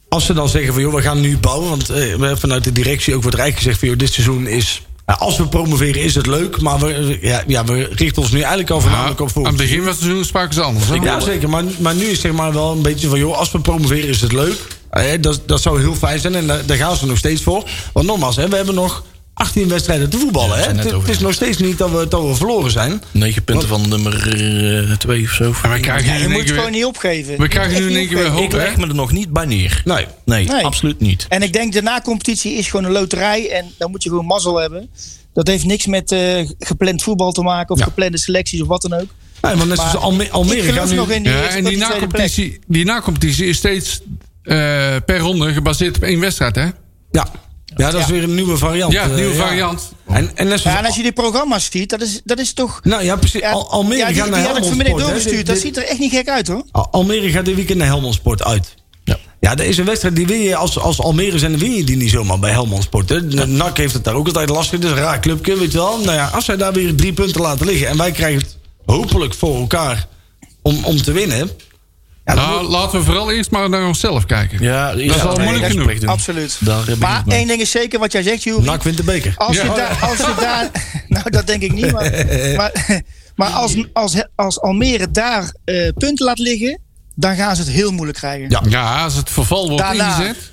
[SPEAKER 3] als ze dan zeggen van, joh, we gaan nu bouwen... want eh, we hebben vanuit de directie ook wordt rijk gezegd van... joh, dit seizoen is... ja, als we promoveren is het leuk, maar we, ja, ja, we richten ons nu eigenlijk al
[SPEAKER 2] Ja,
[SPEAKER 3] voornamelijk op
[SPEAKER 2] nou, aan
[SPEAKER 3] voor.
[SPEAKER 2] het begin was het seizoen spraken ze anders. hè?
[SPEAKER 3] Ja, zeker. Maar, maar nu is zeg maar wel een beetje van... joh, als we promoveren is het leuk. Eh, dat, dat zou heel fijn zijn en eh, daar, daar gaan ze nog steeds voor. Want nogmaals, hè, we hebben nog 18 wedstrijden te voetballen.
[SPEAKER 4] Ja,
[SPEAKER 3] hè.
[SPEAKER 4] we zijn net
[SPEAKER 3] Het,
[SPEAKER 4] over.
[SPEAKER 3] het is nog steeds niet dat we, dat we verloren zijn.
[SPEAKER 4] 9 punten van nummer 2 of zo.
[SPEAKER 2] En we krijgen
[SPEAKER 5] Ja,
[SPEAKER 2] nu in
[SPEAKER 5] je moet
[SPEAKER 2] één
[SPEAKER 5] het
[SPEAKER 2] keer
[SPEAKER 5] gewoon
[SPEAKER 2] weer-
[SPEAKER 5] niet opgeven.
[SPEAKER 2] we krijgen nu in één keer weer hoop,
[SPEAKER 4] Ik
[SPEAKER 2] hè?
[SPEAKER 4] leg me er nog niet bij neer.
[SPEAKER 3] Nee.
[SPEAKER 4] Nee,
[SPEAKER 5] Nee.
[SPEAKER 4] absoluut niet.
[SPEAKER 5] En ik denk de na-competitie is gewoon een loterij. En dan moet je gewoon mazzel hebben. Dat heeft niks met eh, gepland voetbal te maken. Of geplande selecties of wat dan ook.
[SPEAKER 2] Dus
[SPEAKER 3] Nee, want net zoals
[SPEAKER 5] Maar
[SPEAKER 3] Alme- Almere
[SPEAKER 5] ik geloof
[SPEAKER 3] gaan nu...
[SPEAKER 5] nog in die
[SPEAKER 2] Ja,
[SPEAKER 5] eerste
[SPEAKER 2] en
[SPEAKER 5] tot
[SPEAKER 2] die
[SPEAKER 5] die tweede plek.
[SPEAKER 2] na-competitie die na-competitie is steeds eh, per ronde gebaseerd op één wedstrijd, hè?
[SPEAKER 3] Ja. ja, dat is weer een nieuwe variant.
[SPEAKER 2] Ja,
[SPEAKER 3] eh,
[SPEAKER 2] nieuwe variant.
[SPEAKER 3] En, en net
[SPEAKER 5] Ja,
[SPEAKER 3] zoals...
[SPEAKER 5] en als je die programma's ziet, dat is, dat is toch...
[SPEAKER 3] Nou ja, precies.
[SPEAKER 5] Ja,
[SPEAKER 3] Al- Almere
[SPEAKER 5] ja, die,
[SPEAKER 3] gaat naar
[SPEAKER 5] die had ik
[SPEAKER 3] Helmond
[SPEAKER 5] vanmiddag
[SPEAKER 3] Sport, hè.
[SPEAKER 5] doorgestuurd.
[SPEAKER 3] Dit-
[SPEAKER 5] Dat
[SPEAKER 3] dit-
[SPEAKER 5] ziet er echt niet gek uit, hoor.
[SPEAKER 3] Al- Almere gaat dit weekend naar Helmond Sport uit.
[SPEAKER 4] Ja.
[SPEAKER 3] Ja, dat is een wedstrijd die win je als, als Almere zijn, dan win je die niet zomaar bij Helmond Sport. Hè. De NAC heeft het daar ook altijd lastig. Dus een raar clubje, weet je wel. Nou ja, als zij daar weer drie punten laten liggen en wij krijgen het hopelijk voor elkaar om, om te winnen. Ja, dan
[SPEAKER 2] Nou,
[SPEAKER 3] moet-
[SPEAKER 2] laten we vooral eerst maar naar onszelf kijken.
[SPEAKER 4] Ja, dat
[SPEAKER 2] al moeilijk genoeg.
[SPEAKER 5] Absoluut.
[SPEAKER 4] Daar heb ik
[SPEAKER 5] maar
[SPEAKER 4] het mee.
[SPEAKER 5] één ding is zeker wat jij zegt, Joeri.
[SPEAKER 3] NAC wint de beker.
[SPEAKER 5] Als je,
[SPEAKER 2] Ja.
[SPEAKER 5] daar, als je daar. Nou, dat denk ik niet. Maar, maar, maar als, als, als Almere daar eh, punten laat liggen. dan gaan ze het heel moeilijk krijgen.
[SPEAKER 3] Ja.
[SPEAKER 2] Ja, als het verval wordt
[SPEAKER 5] Daarna.
[SPEAKER 2] ingezet.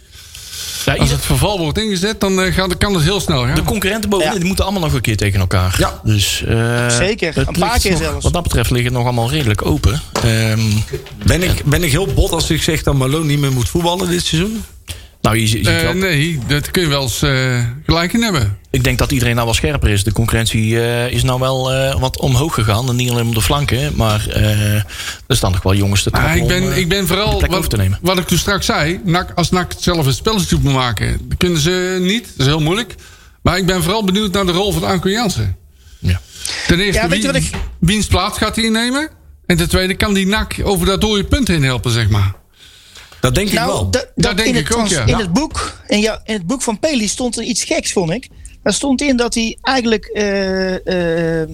[SPEAKER 4] Ja,
[SPEAKER 2] Als
[SPEAKER 4] ieder-
[SPEAKER 2] het verval wordt ingezet, dan eh, gaat- kan het heel snel gaan.
[SPEAKER 4] de concurrenten bovenin
[SPEAKER 5] Ja.
[SPEAKER 4] die moeten allemaal nog een keer tegen elkaar.
[SPEAKER 3] Ja.
[SPEAKER 4] Dus, eh,
[SPEAKER 5] Zeker,
[SPEAKER 4] het
[SPEAKER 5] een paar
[SPEAKER 4] ligt
[SPEAKER 5] keer
[SPEAKER 4] nog-
[SPEAKER 5] zelfs.
[SPEAKER 4] Wat dat betreft liggen het nog allemaal redelijk open. Ehm,
[SPEAKER 3] Ben ik, ben ik heel bot als ik zeg dat Malone niet meer moet voetballen dit seizoen?
[SPEAKER 4] nou, je, zie- je ziet
[SPEAKER 2] Eh,
[SPEAKER 4] wel-
[SPEAKER 2] nee, dat kun je wel eens eh, gelijk in hebben.
[SPEAKER 4] Ik denk dat iedereen nou wel scherper is. De concurrentie eh, is nou wel eh, wat omhoog gegaan. En niet alleen om de flanken, maar eh, er staan nog wel jongens te trappen
[SPEAKER 2] Maar Ah, ik,
[SPEAKER 4] om,
[SPEAKER 2] ben,
[SPEAKER 4] eh,
[SPEAKER 2] ik ben
[SPEAKER 4] de
[SPEAKER 2] vooral,
[SPEAKER 4] plek over
[SPEAKER 2] wat,
[SPEAKER 4] te nemen.
[SPEAKER 2] wat ik toen straks zei, NAC, als NAC zelf een spelletje moet maken, dat kunnen ze niet. Dat is heel moeilijk. Maar ik ben vooral benieuwd naar de rol van Anko Jansen.
[SPEAKER 4] Ja.
[SPEAKER 2] Ten eerste,
[SPEAKER 5] Ja, weet je
[SPEAKER 2] wie,
[SPEAKER 5] wat ik-
[SPEAKER 2] wiens plaats gaat hij innemen? En ten tweede, kan die NAC over dat dode punt heen helpen, zeg maar.
[SPEAKER 3] Dat denk ik wel.
[SPEAKER 5] Nou, da- dat
[SPEAKER 2] denk
[SPEAKER 5] in, het
[SPEAKER 2] ik ook,
[SPEAKER 5] trans-
[SPEAKER 2] ja.
[SPEAKER 5] in
[SPEAKER 2] Ja.
[SPEAKER 5] het boek, in, jou- in het boek van Peli stond er iets geks, vond ik. Daar stond in dat hij eigenlijk, eh, eh,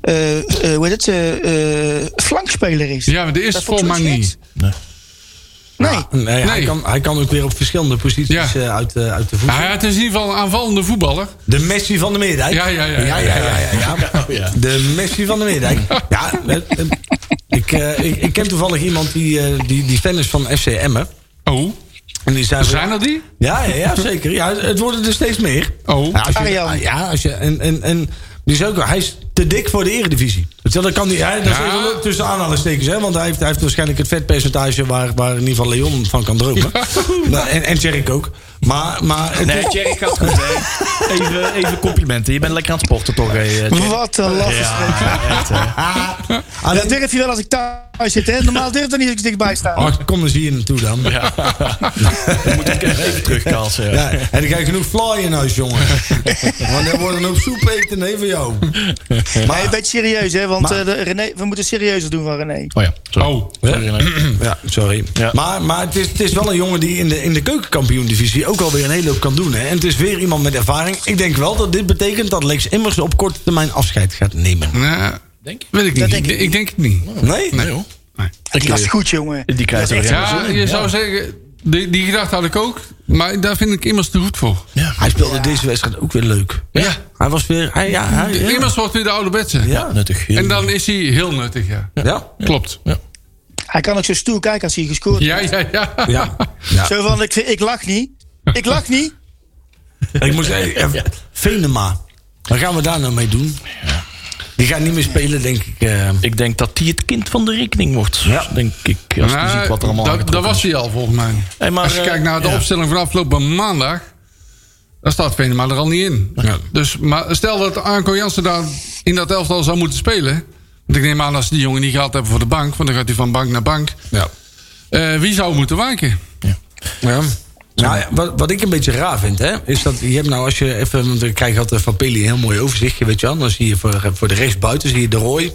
[SPEAKER 5] eh, eh, hoe heet het, eh, eh, flankspeler is.
[SPEAKER 2] Ja, maar de eerste
[SPEAKER 5] Dat vond ik
[SPEAKER 2] volgens mij
[SPEAKER 5] zoiets
[SPEAKER 2] niet.
[SPEAKER 5] geks.
[SPEAKER 4] Nee.
[SPEAKER 5] Nee,
[SPEAKER 3] Ah, Nee, Hij,
[SPEAKER 2] Nee.
[SPEAKER 3] kan, hij kan ook weer op verschillende posities
[SPEAKER 2] Ja.
[SPEAKER 3] eh, uit, eh, uit de voet.
[SPEAKER 2] Nou ja, het is in ieder geval een aanvallende voetballer.
[SPEAKER 3] De Messi van de Meerdijk.
[SPEAKER 2] Ja, ja, ja,
[SPEAKER 3] ja,
[SPEAKER 2] ja,
[SPEAKER 3] ja, ja, ja. De Messi van de Meerdijk. Ja, eh, eh, ik, eh, ik, ik ken toevallig iemand die, eh, die, die fan is van FC Emmen.
[SPEAKER 2] Oh,
[SPEAKER 3] En die zei,
[SPEAKER 2] zijn er die?
[SPEAKER 3] Ja, ja, ja, zeker. Ja, het worden er steeds meer.
[SPEAKER 2] Oh.
[SPEAKER 3] Ja, als je, ah,
[SPEAKER 5] Arjan.
[SPEAKER 3] Ja, als je, en, en, en die is ook, wel- hij is te dik voor de eredivisie. Dus dat kan die, hij, dat is
[SPEAKER 2] Ja.
[SPEAKER 3] even tussen aanhalingstekens, hè, want hij heeft, hij heeft waarschijnlijk het vetpercentage waar, waar in ieder geval Leon van kan dromen. Nou, en, en Tjerk ook. Maar, maar het
[SPEAKER 4] Nee,
[SPEAKER 3] is-
[SPEAKER 4] Jerry gaat goed. hè. Even, even complimenten. Je bent lekker aan het sporten toch? Hè, eh, Jerry?
[SPEAKER 5] wat een laffe streek.
[SPEAKER 4] ja, echt, hè.
[SPEAKER 3] Alleen-
[SPEAKER 5] Dat durf je wel als ik thuis zit, hè? Normaal durf dat niet als ik dichtbij sta.
[SPEAKER 3] Ach, Oh, kom eens hier naartoe dan. Ja.
[SPEAKER 4] Dan moet ik even terugkaatsen. ja.
[SPEAKER 3] en dan ga je genoeg fly in huis, jongen. Want dan worden een hoop soep eten, nee, voor jou.
[SPEAKER 5] Maar een beetje serieus, hè? Want
[SPEAKER 3] Maar-
[SPEAKER 5] eh, de René, we moeten serieuzer doen van René.
[SPEAKER 4] Oh ja. Sorry.
[SPEAKER 2] Oh.
[SPEAKER 4] Sorry, nee.
[SPEAKER 3] Ja, sorry.
[SPEAKER 4] Ja.
[SPEAKER 3] Maar, maar het, is, het is wel een jongen die in de, in de keukenkampioen-divisie ook alweer een hele hoop kan doen. Hè. En het is weer iemand met ervaring. Ik denk wel dat dit betekent dat Lex Immers op korte termijn afscheid gaat nemen.
[SPEAKER 2] Nou,
[SPEAKER 4] Denk je?
[SPEAKER 2] weet ik niet.
[SPEAKER 5] denk
[SPEAKER 2] Ik,
[SPEAKER 5] ik
[SPEAKER 2] ik denk het niet.
[SPEAKER 3] Nee?
[SPEAKER 4] Nee, hoor.
[SPEAKER 2] Nee.
[SPEAKER 5] Die was goed, jongen.
[SPEAKER 4] Die krijgt er
[SPEAKER 5] Dat is
[SPEAKER 4] weer
[SPEAKER 5] echt-
[SPEAKER 4] helemaal
[SPEAKER 2] Ja,
[SPEAKER 4] zo in.
[SPEAKER 2] je zou zeggen, die, die gedachte had ik ook. Maar daar vind ik immers te goed voor.
[SPEAKER 4] Ja.
[SPEAKER 3] Hij speelde deze wedstrijd ook weer leuk.
[SPEAKER 2] Ja.
[SPEAKER 3] Hij was weer... Hij, ja, hij, ja.
[SPEAKER 2] Immers wordt weer de ouderwetse.
[SPEAKER 4] Ja, nuttig.
[SPEAKER 2] En dan is hij heel nuttig, ja.
[SPEAKER 3] Ja.
[SPEAKER 2] Klopt.
[SPEAKER 5] Hij kan ook zo stoer kijken als hij gescoord
[SPEAKER 2] Ja, ja, ja. Nou,
[SPEAKER 3] Ja. ja.
[SPEAKER 5] Zo van, ik, ik lach niet. Ik lach niet.
[SPEAKER 3] Ik moest even... even- Venema. Wat gaan we daar nou mee doen? Die gaat niet meer spelen, denk ik. eh.
[SPEAKER 4] Ik denk dat die het kind van de rekening wordt. Denk ik. Als Dus die
[SPEAKER 2] Nou,
[SPEAKER 4] ziet wat er allemaal
[SPEAKER 2] dat,
[SPEAKER 4] aangetrokken
[SPEAKER 2] dat was hij al, volgens mij.
[SPEAKER 4] Hey, maar,
[SPEAKER 2] Als je
[SPEAKER 4] eh,
[SPEAKER 2] kijkt naar de
[SPEAKER 4] ja.
[SPEAKER 2] opstelling van afgelopen maandag... dan staat Venema er al niet in. Dus, maar stel dat Anko Jansen daar in dat elftal zou moeten spelen... want ik neem aan dat ze die jongen niet gehad hebben voor de bank... want dan gaat hij van bank naar bank.
[SPEAKER 3] ja.
[SPEAKER 2] Eh, wie zou moeten wijken?
[SPEAKER 3] Ja. Nou, ja, wat, wat ik een beetje raar vind, hè, is dat je hebt nou als je even, want ik krijg altijd van Peli een heel mooi overzichtje, weet je wel. Dan zie je voor, voor de rechtsbuiten zie je de Roy,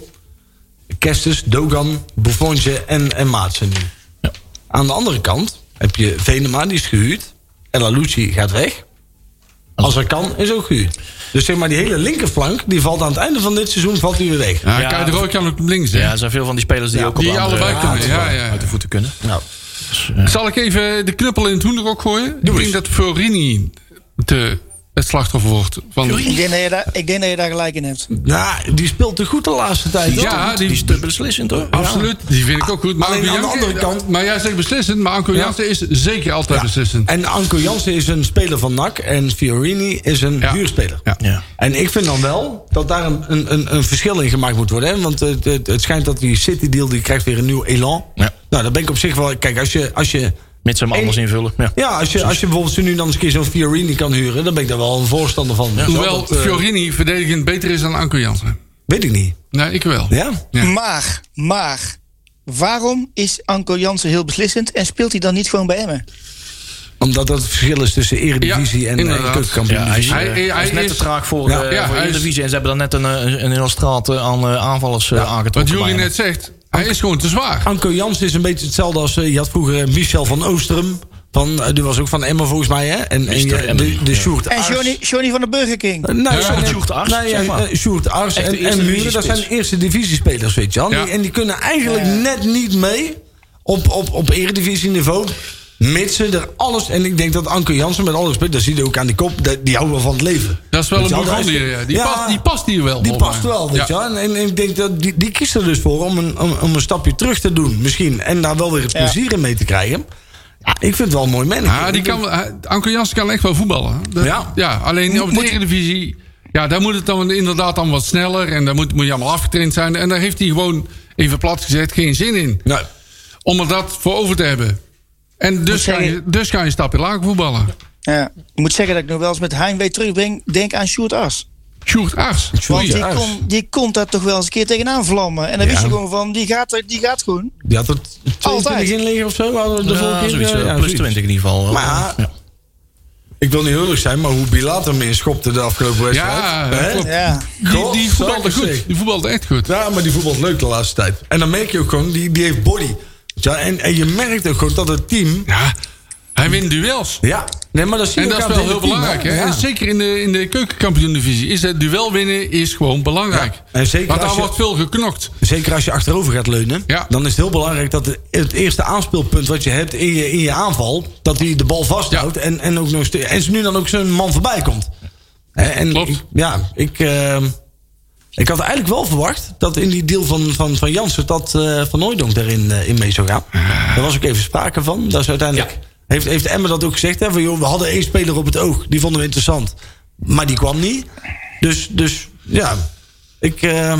[SPEAKER 3] Kestes, Dogan, Buffonje en, en Maatsen nu. Aan de andere kant heb je Venema, die is gehuurd. El Alucci gaat weg. Als er kan, is ook gehuurd. Dus zeg maar, die hele linkerflank, die valt aan het einde van dit seizoen, valt die weer weg.
[SPEAKER 2] Ja,
[SPEAKER 4] Ja.
[SPEAKER 2] Kai de Roy kan ook op links, hè?
[SPEAKER 4] Ja, er zijn veel van die spelers die ook op
[SPEAKER 2] die
[SPEAKER 4] de andere-
[SPEAKER 2] allebei kunnen, ja,
[SPEAKER 4] uit de-
[SPEAKER 2] ja.
[SPEAKER 4] uit de voeten kunnen.
[SPEAKER 3] Nou,
[SPEAKER 2] Zal ik even de knuppel in het hoenderok gooien? ik denk dat Fiorini de, het slachtoffer wordt. Van,
[SPEAKER 5] Ik denk, dat je daar, ik denk dat je daar gelijk in hebt.
[SPEAKER 3] nou, die speelt te goed de laatste tijd. hoor.
[SPEAKER 2] ja,
[SPEAKER 4] Die is
[SPEAKER 2] die,
[SPEAKER 4] te beslissend hoor.
[SPEAKER 2] absoluut. Die vind ik ook goed. Maar
[SPEAKER 3] Alleen
[SPEAKER 2] Anko
[SPEAKER 3] aan de
[SPEAKER 2] Jansen-
[SPEAKER 3] andere kant-
[SPEAKER 2] Maar jij zegt beslissend, maar Anko
[SPEAKER 3] Ja.
[SPEAKER 2] Jansen is zeker altijd beslissend.
[SPEAKER 3] En Anko Jansen is een speler van NAC en Fiorini is een
[SPEAKER 2] Ja.
[SPEAKER 3] huurspeler.
[SPEAKER 2] Ja.
[SPEAKER 4] Ja.
[SPEAKER 3] En ik vind dan wel dat daar een, een, een, een verschil in gemaakt moet worden. Hè? Want het, het, het schijnt dat die City deal die krijgt weer een nieuw elan.
[SPEAKER 4] Ja.
[SPEAKER 3] Nou, daar ben ik op zich wel. Kijk, als je. Als je
[SPEAKER 4] Mits ze hem anders invullen. Ja.
[SPEAKER 3] ja, als je, als je bijvoorbeeld nu dan eens een keer zo'n Fiorini kan huren, dan ben ik daar wel een voorstander van. Zo,
[SPEAKER 2] Hoewel
[SPEAKER 3] dat, eh,
[SPEAKER 2] Fiorini verdedigend beter is dan Anko Jansen.
[SPEAKER 3] Weet ik niet.
[SPEAKER 2] Nee, ik wel.
[SPEAKER 3] Ja?
[SPEAKER 2] Ja.
[SPEAKER 5] Maar, maar, waarom is Anko Jansen heel beslissend en speelt hij dan niet gewoon bij Emmen?
[SPEAKER 3] Omdat dat het verschil is tussen Eredivisie
[SPEAKER 2] Ja,
[SPEAKER 3] en, en
[SPEAKER 2] inderdaad.
[SPEAKER 3] keukenkampioen.
[SPEAKER 4] Ja, hij, is, eh,
[SPEAKER 2] Hij- hij-
[SPEAKER 4] hij is
[SPEAKER 2] hij
[SPEAKER 4] net
[SPEAKER 2] is-
[SPEAKER 4] te traag voor,
[SPEAKER 3] Ja.
[SPEAKER 4] eh
[SPEAKER 2] Ja,
[SPEAKER 4] voor
[SPEAKER 2] hij is-
[SPEAKER 4] Eredivisie. En ze hebben dan net een, eh, een hele straat eh, aan eh, aanvallers eh, aangetrokken.
[SPEAKER 2] Wat jullie
[SPEAKER 4] bijna.
[SPEAKER 2] net zegt, hij is gewoon te zwaar.
[SPEAKER 3] Anko Jans is een beetje hetzelfde als... eh, je had vroeger eh, Michel van Oostrum. Van, eh, die was ook van Emmen volgens mij. Hè? En, en
[SPEAKER 4] Mister
[SPEAKER 3] je-
[SPEAKER 4] Emmen,
[SPEAKER 3] de, de
[SPEAKER 4] ja.
[SPEAKER 3] Sjoerd
[SPEAKER 5] En
[SPEAKER 3] Ars.
[SPEAKER 5] Johnny, Johnny van de Burger King.
[SPEAKER 3] Eh, Nou,
[SPEAKER 2] Ja,
[SPEAKER 3] zo-
[SPEAKER 2] met
[SPEAKER 4] Sjoerd Ars,
[SPEAKER 3] Nou, ja,
[SPEAKER 4] zeg maar.
[SPEAKER 3] eh, Sjoerd Ars
[SPEAKER 4] Echt de
[SPEAKER 3] en,
[SPEAKER 4] eerste
[SPEAKER 3] en Muren, dat
[SPEAKER 4] divisiespits.
[SPEAKER 3] zijn eerste divisiespelers, weet je wel. Die-
[SPEAKER 2] Ja.
[SPEAKER 3] En die kunnen eigenlijk net niet mee op, op, op eredivisieniveau Mits ze er alles... En ik denk dat Anke Jansen, met alle respect, dat zie je ook aan die kop... dat- Die houdt wel van het leven.
[SPEAKER 2] Dat is wel
[SPEAKER 3] Weet je
[SPEAKER 2] een
[SPEAKER 3] wel,
[SPEAKER 2] Burgondier, ja. Die,
[SPEAKER 3] Ja,
[SPEAKER 2] past, die past hier wel.
[SPEAKER 3] Die
[SPEAKER 2] volgens
[SPEAKER 3] past
[SPEAKER 2] mij.
[SPEAKER 3] wel, weet je
[SPEAKER 2] Ja.
[SPEAKER 3] wel. En, en ik denk dat die, die kiest er dus voor om een, om, om een stapje terug te doen, misschien. En daar wel weer het
[SPEAKER 5] Ja.
[SPEAKER 3] plezier in mee te krijgen. Ja, ik vind het wel een mooi manager.
[SPEAKER 2] Ja, Ah, die
[SPEAKER 3] Ik
[SPEAKER 2] kan,
[SPEAKER 3] denk-
[SPEAKER 2] wel- hij- Anko Jansen kan echt wel voetballen. hè. Dat-
[SPEAKER 3] Ja.
[SPEAKER 2] ja. Alleen op de Eredivisie... Ja, daar moet het dan inderdaad dan wat sneller. En daar moet, moet je allemaal afgetraind zijn. En daar heeft hij gewoon, even plat gezegd, geen zin in.
[SPEAKER 3] Nou,
[SPEAKER 2] Om er dat voor over te hebben. En dus
[SPEAKER 5] Moet
[SPEAKER 2] ga, je,
[SPEAKER 5] zeggen-
[SPEAKER 2] dus ga je een stapje laag voetballen.
[SPEAKER 5] Ja. Ik moet zeggen dat ik nog wel eens met heimwee terugbreng. Denk aan Sjoerd As.
[SPEAKER 2] Sjoerd Aars.
[SPEAKER 5] Want
[SPEAKER 3] Sjoerd
[SPEAKER 5] die,
[SPEAKER 3] As.
[SPEAKER 5] kon, die kon daar toch wel eens een keer tegenaan vlammen. En dan wist je gewoon van, die gaat, er- die gaat gewoon.
[SPEAKER 3] die had er 22
[SPEAKER 5] Altijd.
[SPEAKER 3] in liggen of zo. Hadden we de vorige
[SPEAKER 4] Ja,
[SPEAKER 3] keer,
[SPEAKER 4] zoiets,
[SPEAKER 3] eh,
[SPEAKER 4] eh,
[SPEAKER 3] ja,
[SPEAKER 4] plus
[SPEAKER 3] zoiets.
[SPEAKER 4] 20 in ieder geval. eh,
[SPEAKER 3] Maar
[SPEAKER 4] Ja.
[SPEAKER 3] ja, ik wil niet huldig zijn, maar hoe Bilat hem inschopte de afgelopen wedstrijd.
[SPEAKER 2] Ja,
[SPEAKER 3] Hè?
[SPEAKER 2] klopt.
[SPEAKER 5] Ja.
[SPEAKER 2] Die, die
[SPEAKER 3] God,
[SPEAKER 2] voetbalde
[SPEAKER 3] zakken zeg.
[SPEAKER 2] goed. Die voetbalde echt goed.
[SPEAKER 3] Ja, maar die voetbalt leuk de laatste tijd. En dan merk je ook gewoon, die, die heeft body. Ja, en, en je merkt ook gewoon dat het team...
[SPEAKER 2] Ja, hij wint duels.
[SPEAKER 3] Ja, nee, maar dat zie je
[SPEAKER 2] En
[SPEAKER 3] ook
[SPEAKER 2] dat is
[SPEAKER 3] aan
[SPEAKER 2] wel
[SPEAKER 3] het
[SPEAKER 2] heel
[SPEAKER 3] hele team,
[SPEAKER 2] belangrijk. Hè?
[SPEAKER 3] Ja.
[SPEAKER 2] En zeker in de, in de keukenkampioen-divisie is het duel winnen is gewoon belangrijk.
[SPEAKER 3] Ja, en zeker
[SPEAKER 2] Want daar
[SPEAKER 3] als je-
[SPEAKER 2] wordt veel geknokt.
[SPEAKER 3] Zeker als je achterover gaat leunen.
[SPEAKER 2] Ja.
[SPEAKER 3] Dan is het heel belangrijk dat de- het eerste aanspeelpunt wat je hebt in je, in je aanval. dat hij de bal vasthoudt. En, en, ook nog, eens te- en ze nu dan ook zo'n man voorbij komt. En, en
[SPEAKER 2] Klopt.
[SPEAKER 3] ik- ja, ik, ehm, ik had eigenlijk wel verwacht. dat in die deal van, van, van Jansen. dat eh, Van Nooidonk daarin eh, in mee zou gaan.
[SPEAKER 2] Ah.
[SPEAKER 3] Daar was ook even sprake van. Dat is uiteindelijk. Heeft, heeft Emma dat ook gezegd? Hè? Van, joh, we hadden één speler op het oog. Die vonden we interessant. Maar die kwam niet. Dus, dus ja. Ik. ehm,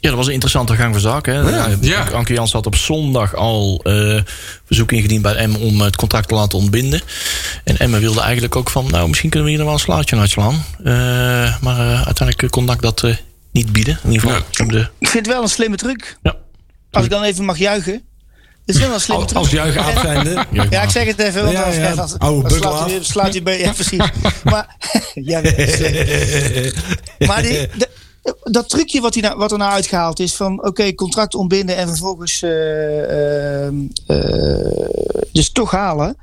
[SPEAKER 4] Ja, dat was een interessante gang van zaken. Hè. Eh,
[SPEAKER 3] Ja.
[SPEAKER 2] Ja.
[SPEAKER 4] Anke- Anke Jans had op zondag al eh, verzoek ingediend bij Emmen om het contract te laten ontbinden. En Emmen wilde eigenlijk ook van, nou, misschien kunnen we hier nog wel een slaatje aan uitslaan. Eh, maar eh, uiteindelijk kon NAC dat eh, niet bieden. In ieder geval. op de,
[SPEAKER 5] Ik vind het wel een slimme truc.
[SPEAKER 4] ja.
[SPEAKER 5] Als ik dan even mag juichen. Het is wel een slimme
[SPEAKER 3] als,
[SPEAKER 5] truc.
[SPEAKER 3] als juichen
[SPEAKER 5] En-
[SPEAKER 3] afzijnde.
[SPEAKER 5] Ja, ik zeg het even, want
[SPEAKER 3] Ja,
[SPEAKER 5] dan-
[SPEAKER 3] ja.
[SPEAKER 5] dan-
[SPEAKER 3] Oude
[SPEAKER 5] dan
[SPEAKER 3] bukkel
[SPEAKER 5] slaat hij
[SPEAKER 3] af.
[SPEAKER 5] weer- slaat hij bij, ja precies. Maar, ja, dat is slim. maar die, de- dat trucje wat, hij nou, wat er nou uitgehaald is van oké, contract ontbinden en vervolgens eh, ehm, eh, dus toch halen.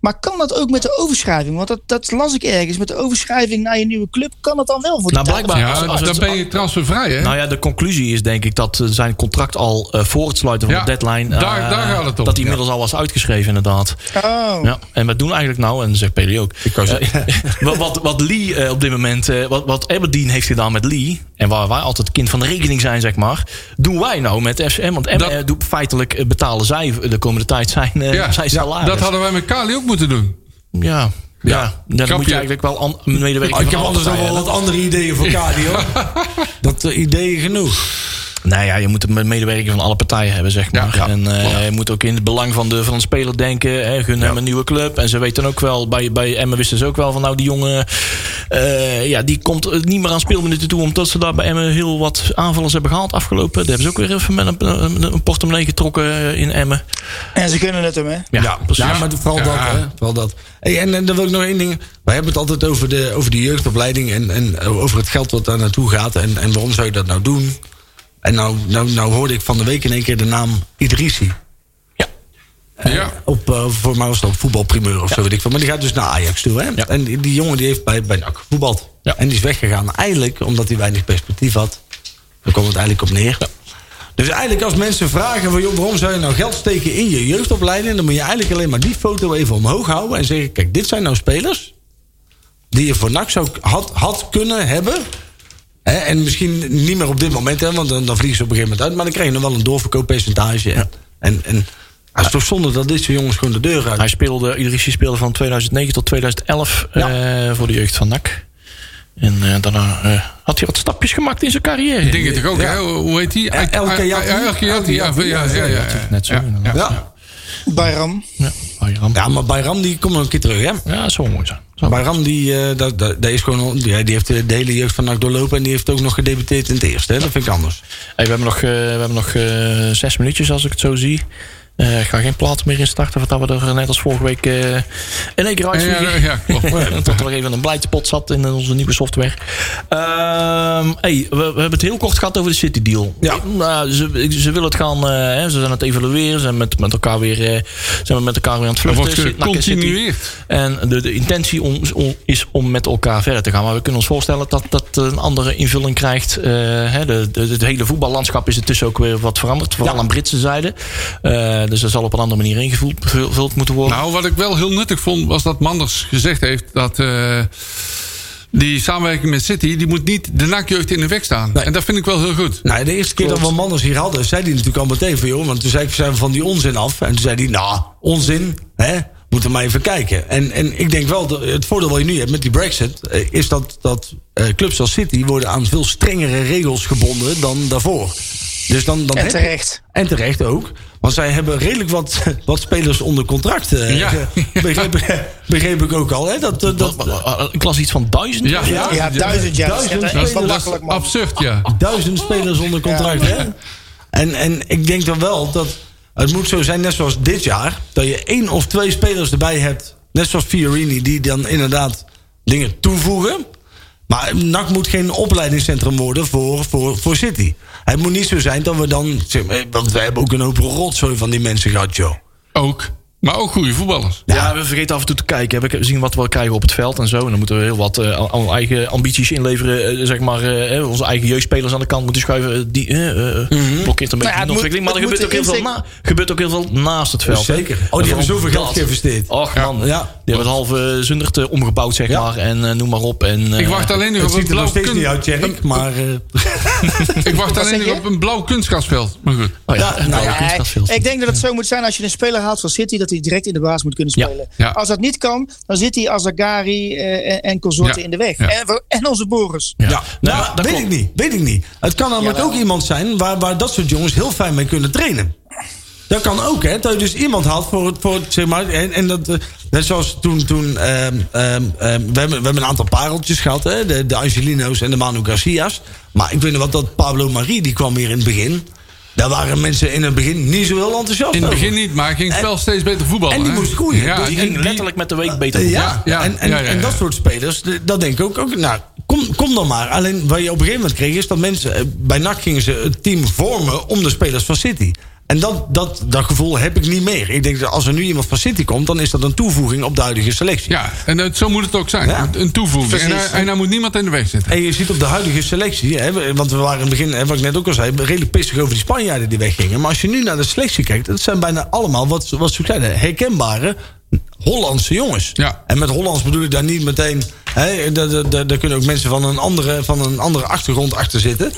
[SPEAKER 5] Maar kan dat ook met de overschrijving? Want dat, dat las ik ergens. Met de overschrijving naar je nieuwe club kan dat dan wel voor die
[SPEAKER 4] Nou,
[SPEAKER 5] tijd?
[SPEAKER 4] blijkbaar. als-
[SPEAKER 2] Ja,
[SPEAKER 4] als
[SPEAKER 2] dan
[SPEAKER 4] het-
[SPEAKER 2] ben je transfervrij, hè?
[SPEAKER 4] Nou ja, de conclusie is denk ik dat eh, zijn contract al eh, voor het sluiten van
[SPEAKER 2] Ja,
[SPEAKER 4] de deadline. eh,
[SPEAKER 2] daar- daar gaat het om.
[SPEAKER 4] Dat hij inmiddels al was uitgeschreven, inderdaad.
[SPEAKER 5] Oh,
[SPEAKER 4] Ja, en wat doen we eigenlijk nou? En zegt Peli ook. Eh, wat, wat, wat Lee eh, op dit moment, eh, wat, wat Aberdeen heeft gedaan met Lee. En waar wij altijd kind van de rekening zijn, zeg maar. Doen wij nou met FCM? Want M,
[SPEAKER 2] Dat-
[SPEAKER 4] eh, doet feitelijk eh, betalen zij de komende tijd zijn, eh,
[SPEAKER 2] Ja,
[SPEAKER 4] zijn salaris.
[SPEAKER 2] dat hadden wij met Kali ook moeten doen.
[SPEAKER 4] Ja, ja. ja, dan moet
[SPEAKER 2] Grapje.
[SPEAKER 4] je eigenlijk wel an- medewerker
[SPEAKER 3] Oh,
[SPEAKER 4] van
[SPEAKER 3] ik heb
[SPEAKER 4] alle
[SPEAKER 3] anders nog
[SPEAKER 4] partijen,
[SPEAKER 3] wel
[SPEAKER 4] hè.
[SPEAKER 3] wat andere ideeën voor Kadi, hoor. Dat eh, ideeën genoeg.
[SPEAKER 4] Nou ja, je moet het met medewerking van alle partijen hebben, zeg maar.
[SPEAKER 2] Ja, ja,
[SPEAKER 4] en eh,
[SPEAKER 2] klopt.
[SPEAKER 4] je moet ook in het belang van de, van de speler denken. Hè, gun hem een nieuwe club. En ze weten ook wel, bij, bij Emmen wisten ze ook wel van... nou, die jongen, eh, ja, die komt eh, niet meer aan speelminuten toe... omdat ze daar bij Emmen heel wat aanvallers hebben gehaald afgelopen. Daar hebben ze ook weer even met een, een- een portemonnee getrokken eh, in Emmen.
[SPEAKER 5] en ze kunnen het hem, hè?
[SPEAKER 4] Ja, precies.
[SPEAKER 3] Ja, nou, maar vooral
[SPEAKER 2] Ja.
[SPEAKER 3] dat, hè. Vooral dat. Hey, en, en dan wil ik nog één ding. Wij hebben het altijd over de, over de jeugdopleiding... En, en over het geld wat daar naartoe gaat. En, en waarom zou je dat nou doen? En nou, nou, nou hoorde ik van de week in één keer de naam Idrissi.
[SPEAKER 2] ja.
[SPEAKER 3] Op, eh, voor mij was dat op voetbalprimeur of zo, weet ik veel. Maar die gaat dus naar Ajax toe, hè?
[SPEAKER 4] Ja.
[SPEAKER 3] En die, die jongen die heeft bij, bij NAC gevoetbald.
[SPEAKER 4] Ja.
[SPEAKER 3] En die is weggegaan eigenlijk omdat hij weinig perspectief had. Daar kwam het eigenlijk op neer. Dus eigenlijk als mensen vragen... Van, joh, waarom zou je nou geld steken in je jeugdopleiding... dan moet je eigenlijk alleen maar die foto even omhoog houden... en zeggen, kijk, dit zijn nou spelers... die je voor NAC zou, had, had kunnen hebben... Hè, en misschien niet meer op dit moment, hè, want dan, dan vliegen ze op een gegeven moment uit... maar dan krijg je nog wel een doorverkooppercentage. En, en, en het is toch zonde dat dit soort jongens gewoon de deur uit...
[SPEAKER 4] Hij speelde, Idrissi speelde van 2009 tot 2011 eh, voor de jeugd van NAC. En eh, daarna eh, had hij wat stapjes gemaakt in zijn carrière.
[SPEAKER 2] Ik denk het toch ook, hè? Hoe heet die?
[SPEAKER 3] El
[SPEAKER 2] Ah, ah,
[SPEAKER 3] Kayati.
[SPEAKER 2] ah, El Kayati, ja.
[SPEAKER 3] El
[SPEAKER 2] ja, ja, ja, ja.
[SPEAKER 4] Net zo.
[SPEAKER 2] Ja,
[SPEAKER 4] inderdaad.
[SPEAKER 2] ja.
[SPEAKER 3] ja.
[SPEAKER 5] Bayram.
[SPEAKER 4] Ja, Bayram.
[SPEAKER 3] Ja, maar Bayram die komt nog een keer terug, hè?
[SPEAKER 4] Ja, dat zou mooi zijn. Zou-
[SPEAKER 3] Bayram die, eh, dat, dat, dat is gewoon, al- die, die heeft de hele jeugd van NAC doorlopen... en die heeft ook nog gedebuteerd in het eerste, hè? Dat vind ik anders.
[SPEAKER 4] Hey, we hebben nog, eh, we hebben nog eh, zes minuutjes als ik het zo zie. Eh, ik ga geen plaat meer instarten, want dat we er net als vorige week eh in één keer uitvliegen.
[SPEAKER 2] Ja, ja, ja, klopt.
[SPEAKER 4] Tot er even een blijte pot zat in eh, onze nieuwe software. Ehm, hey, we, we hebben het heel kort gehad over de City Deal.
[SPEAKER 3] Ja.
[SPEAKER 4] Nou, ze, ze willen het gaan, eh, hè, ze zijn aan het evalueren. Ze zijn met, met elkaar weer, eh, zijn met elkaar weer aan het
[SPEAKER 2] Dat
[SPEAKER 4] vluchten.
[SPEAKER 2] wordt eh,
[SPEAKER 4] Zit- NAC en City.
[SPEAKER 2] gecontinueerd.
[SPEAKER 4] En de, de intentie om, om- is om met elkaar verder te gaan. Maar we kunnen ons voorstellen dat dat een andere invulling krijgt. Eh, hè, de, de- het hele voetballandschap is ertussen ook weer wat veranderd. Vooral aan Britse zijde. Eh, dus dat zal op een andere manier ingevuld gevuld moeten worden.
[SPEAKER 2] Nou, wat ik wel heel nuttig vond, was dat Manders gezegd heeft dat. eh, die samenwerking met City, die moet niet de nakjeugd in de weg staan. En dat vind ik wel heel goed.
[SPEAKER 3] Nou, de eerste keer dat we Manders hier hadden, zei hij natuurlijk al meteen van... joh, want toen zei ik, zijn we van die onzin af. En toen zei hij, nou, onzin, hè, moeten we maar even kijken. En, en ik denk wel, dat het voordeel wat je nu hebt met die brexit... eh, is dat, dat eh, clubs als City worden aan veel strengere regels gebonden dan daarvoor. Dus dan, dan
[SPEAKER 5] En
[SPEAKER 3] heb je-
[SPEAKER 5] terecht.
[SPEAKER 3] en terecht ook. Want zij hebben redelijk wat, wat spelers onder contract. eh,
[SPEAKER 2] Ja.
[SPEAKER 3] ge- Begreep, begreep ik ook al. Hè? Dat, eh, dat,
[SPEAKER 4] Wa- wa- wa- Ik las iets van duizend.
[SPEAKER 2] Ja,
[SPEAKER 5] Ja, duizend jaar. Dat is echt-
[SPEAKER 3] Duizend
[SPEAKER 5] echt wel
[SPEAKER 2] dat is
[SPEAKER 5] makkelijk, man.
[SPEAKER 2] absurd, ja.
[SPEAKER 3] duizend spelers onder contract. Hè? En, en ik denk dan wel dat het moet zo zijn, net zoals dit jaar, dat je één of twee spelers erbij hebt, net zoals Fiorini, die dan inderdaad dingen toevoegen. Maar NAC moet geen opleidingscentrum worden voor, voor, voor City. Het moet niet zo zijn dat we dan. zeg maar, Want wij hebben ook een hoop rotzooi van die mensen gehad, Joe.
[SPEAKER 2] Ook. Maar ook goede voetballers.
[SPEAKER 4] Ja, we vergeten af en toe te kijken. We zien wat we krijgen op het veld en zo. En dan moeten we heel wat eh, aan- aan eigen ambities inleveren. eh, zeg maar, eh, onze eigen jeugdspelers aan de kant moeten schuiven. eh, Die eh,
[SPEAKER 3] Mhm.
[SPEAKER 4] eh,
[SPEAKER 3] Nou
[SPEAKER 4] blokkeert een beetje
[SPEAKER 5] het
[SPEAKER 4] de
[SPEAKER 5] moet-
[SPEAKER 4] ontwikkeling. Maar er
[SPEAKER 5] het moet
[SPEAKER 4] gebeurt ook,
[SPEAKER 5] de
[SPEAKER 4] heel veel na,
[SPEAKER 5] insteek-
[SPEAKER 4] gebeurt ook heel veel naast het veld. hè.
[SPEAKER 3] Zeker. Oh, die
[SPEAKER 4] En
[SPEAKER 3] hebben
[SPEAKER 4] vooral
[SPEAKER 3] zoveel geld
[SPEAKER 4] dat.
[SPEAKER 3] geïnvesteerd.
[SPEAKER 4] Och man,
[SPEAKER 3] Ja.
[SPEAKER 4] die hebben het halve Zundert eh, omgebouwd, zeg
[SPEAKER 3] Ja.
[SPEAKER 4] maar. En eh, noem maar op. En, eh,
[SPEAKER 2] Ik wacht alleen nog
[SPEAKER 3] Het
[SPEAKER 2] op een
[SPEAKER 3] ziet er
[SPEAKER 2] blauw,
[SPEAKER 3] nog steeds niet
[SPEAKER 2] nou kun-
[SPEAKER 3] uit, Jerk. Maar eh,
[SPEAKER 2] ik wacht alleen
[SPEAKER 5] zeg
[SPEAKER 2] nog
[SPEAKER 5] je?
[SPEAKER 2] op een blauw kunstgrasveld. Maar goed.
[SPEAKER 4] oh, ja,
[SPEAKER 3] Ja, nou ja,
[SPEAKER 4] het is wel veel.
[SPEAKER 5] Ik denk dat het zo moet zijn als je een speler haalt van City, dat hij direct in de baas moet kunnen
[SPEAKER 4] Ja,
[SPEAKER 5] spelen.
[SPEAKER 2] ja.
[SPEAKER 5] Als dat niet kan, dan zit hij Azagari eh, en, en consorten
[SPEAKER 2] Ja,
[SPEAKER 5] in de weg.
[SPEAKER 2] ja.
[SPEAKER 5] En, we- en onze Boris.
[SPEAKER 4] Ja.
[SPEAKER 3] Ja,
[SPEAKER 4] Nou,
[SPEAKER 3] nou,
[SPEAKER 4] dat
[SPEAKER 3] weet
[SPEAKER 4] klopt.
[SPEAKER 3] ik niet. Weet ik niet. Het kan namelijk
[SPEAKER 5] Jawel.
[SPEAKER 3] ook iemand zijn waar, waar dat soort jongens heel fijn mee kunnen trainen. Dat kan ook, hè? Dat je dus iemand haalt voor het, voor het, zeg maar. En, en dat, eh, net zoals toen. toen ehm, ehm, ehm, we, hebben, we hebben een aantal pareltjes gehad, hè? De, de Angelino's en de Manu Garcia's. Maar ik weet nog wat dat Pablo Marie, die kwam hier in het begin. Daar waren mensen in het begin niet zo heel enthousiast.
[SPEAKER 2] In het
[SPEAKER 3] over.
[SPEAKER 2] begin niet, maar hij ging het wel steeds beter voetballen.
[SPEAKER 3] Oh. en die
[SPEAKER 2] hè?
[SPEAKER 3] moest groeien. Dus
[SPEAKER 4] Die
[SPEAKER 3] en
[SPEAKER 4] ging
[SPEAKER 3] die-
[SPEAKER 4] letterlijk met de week beter.
[SPEAKER 3] Eh,
[SPEAKER 4] op.
[SPEAKER 3] Ja,
[SPEAKER 2] Ja, ja,
[SPEAKER 3] en, en,
[SPEAKER 2] ja, ja, ja.
[SPEAKER 3] en dat soort spelers, d- dat denk ik ook. ook nou, kom, kom dan maar. Alleen wat je op een gegeven moment kreeg, is dat mensen eh, bij NAC gingen ze het team vormen om de spelers van City. En dat, dat, dat gevoel heb ik niet meer. Ik denk dat als er nu iemand van City komt, dan is dat een toevoeging op de huidige selectie.
[SPEAKER 2] Ja, en het- zo moet het ook zijn.
[SPEAKER 3] Ja.
[SPEAKER 2] Een toevoeging. En,
[SPEAKER 5] Precies.
[SPEAKER 2] daar- en daar moet niemand in de weg zitten.
[SPEAKER 3] En je ziet op de huidige selectie, hè, we- want we waren in het begin, hè, wat ik net ook al zei, redelijk pissig over die Spanjaarden die weggingen. Maar als je nu naar de selectie kijkt, dat zijn bijna allemaal, wat, wat ze zeiden, herkenbare Hollandse jongens.
[SPEAKER 2] Ja.
[SPEAKER 3] En met Hollands bedoel ik daar niet meteen, hè, daar, daar- daar, daar kunnen ook mensen van een andere, van een andere achtergrond achter zitten.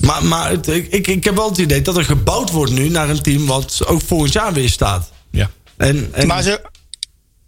[SPEAKER 3] Maar, maar het- ik, ik, ik heb wel het idee dat er gebouwd wordt nu naar een team wat ook volgend jaar weer staat.
[SPEAKER 4] Ja.
[SPEAKER 3] En, en,
[SPEAKER 5] Maar zo,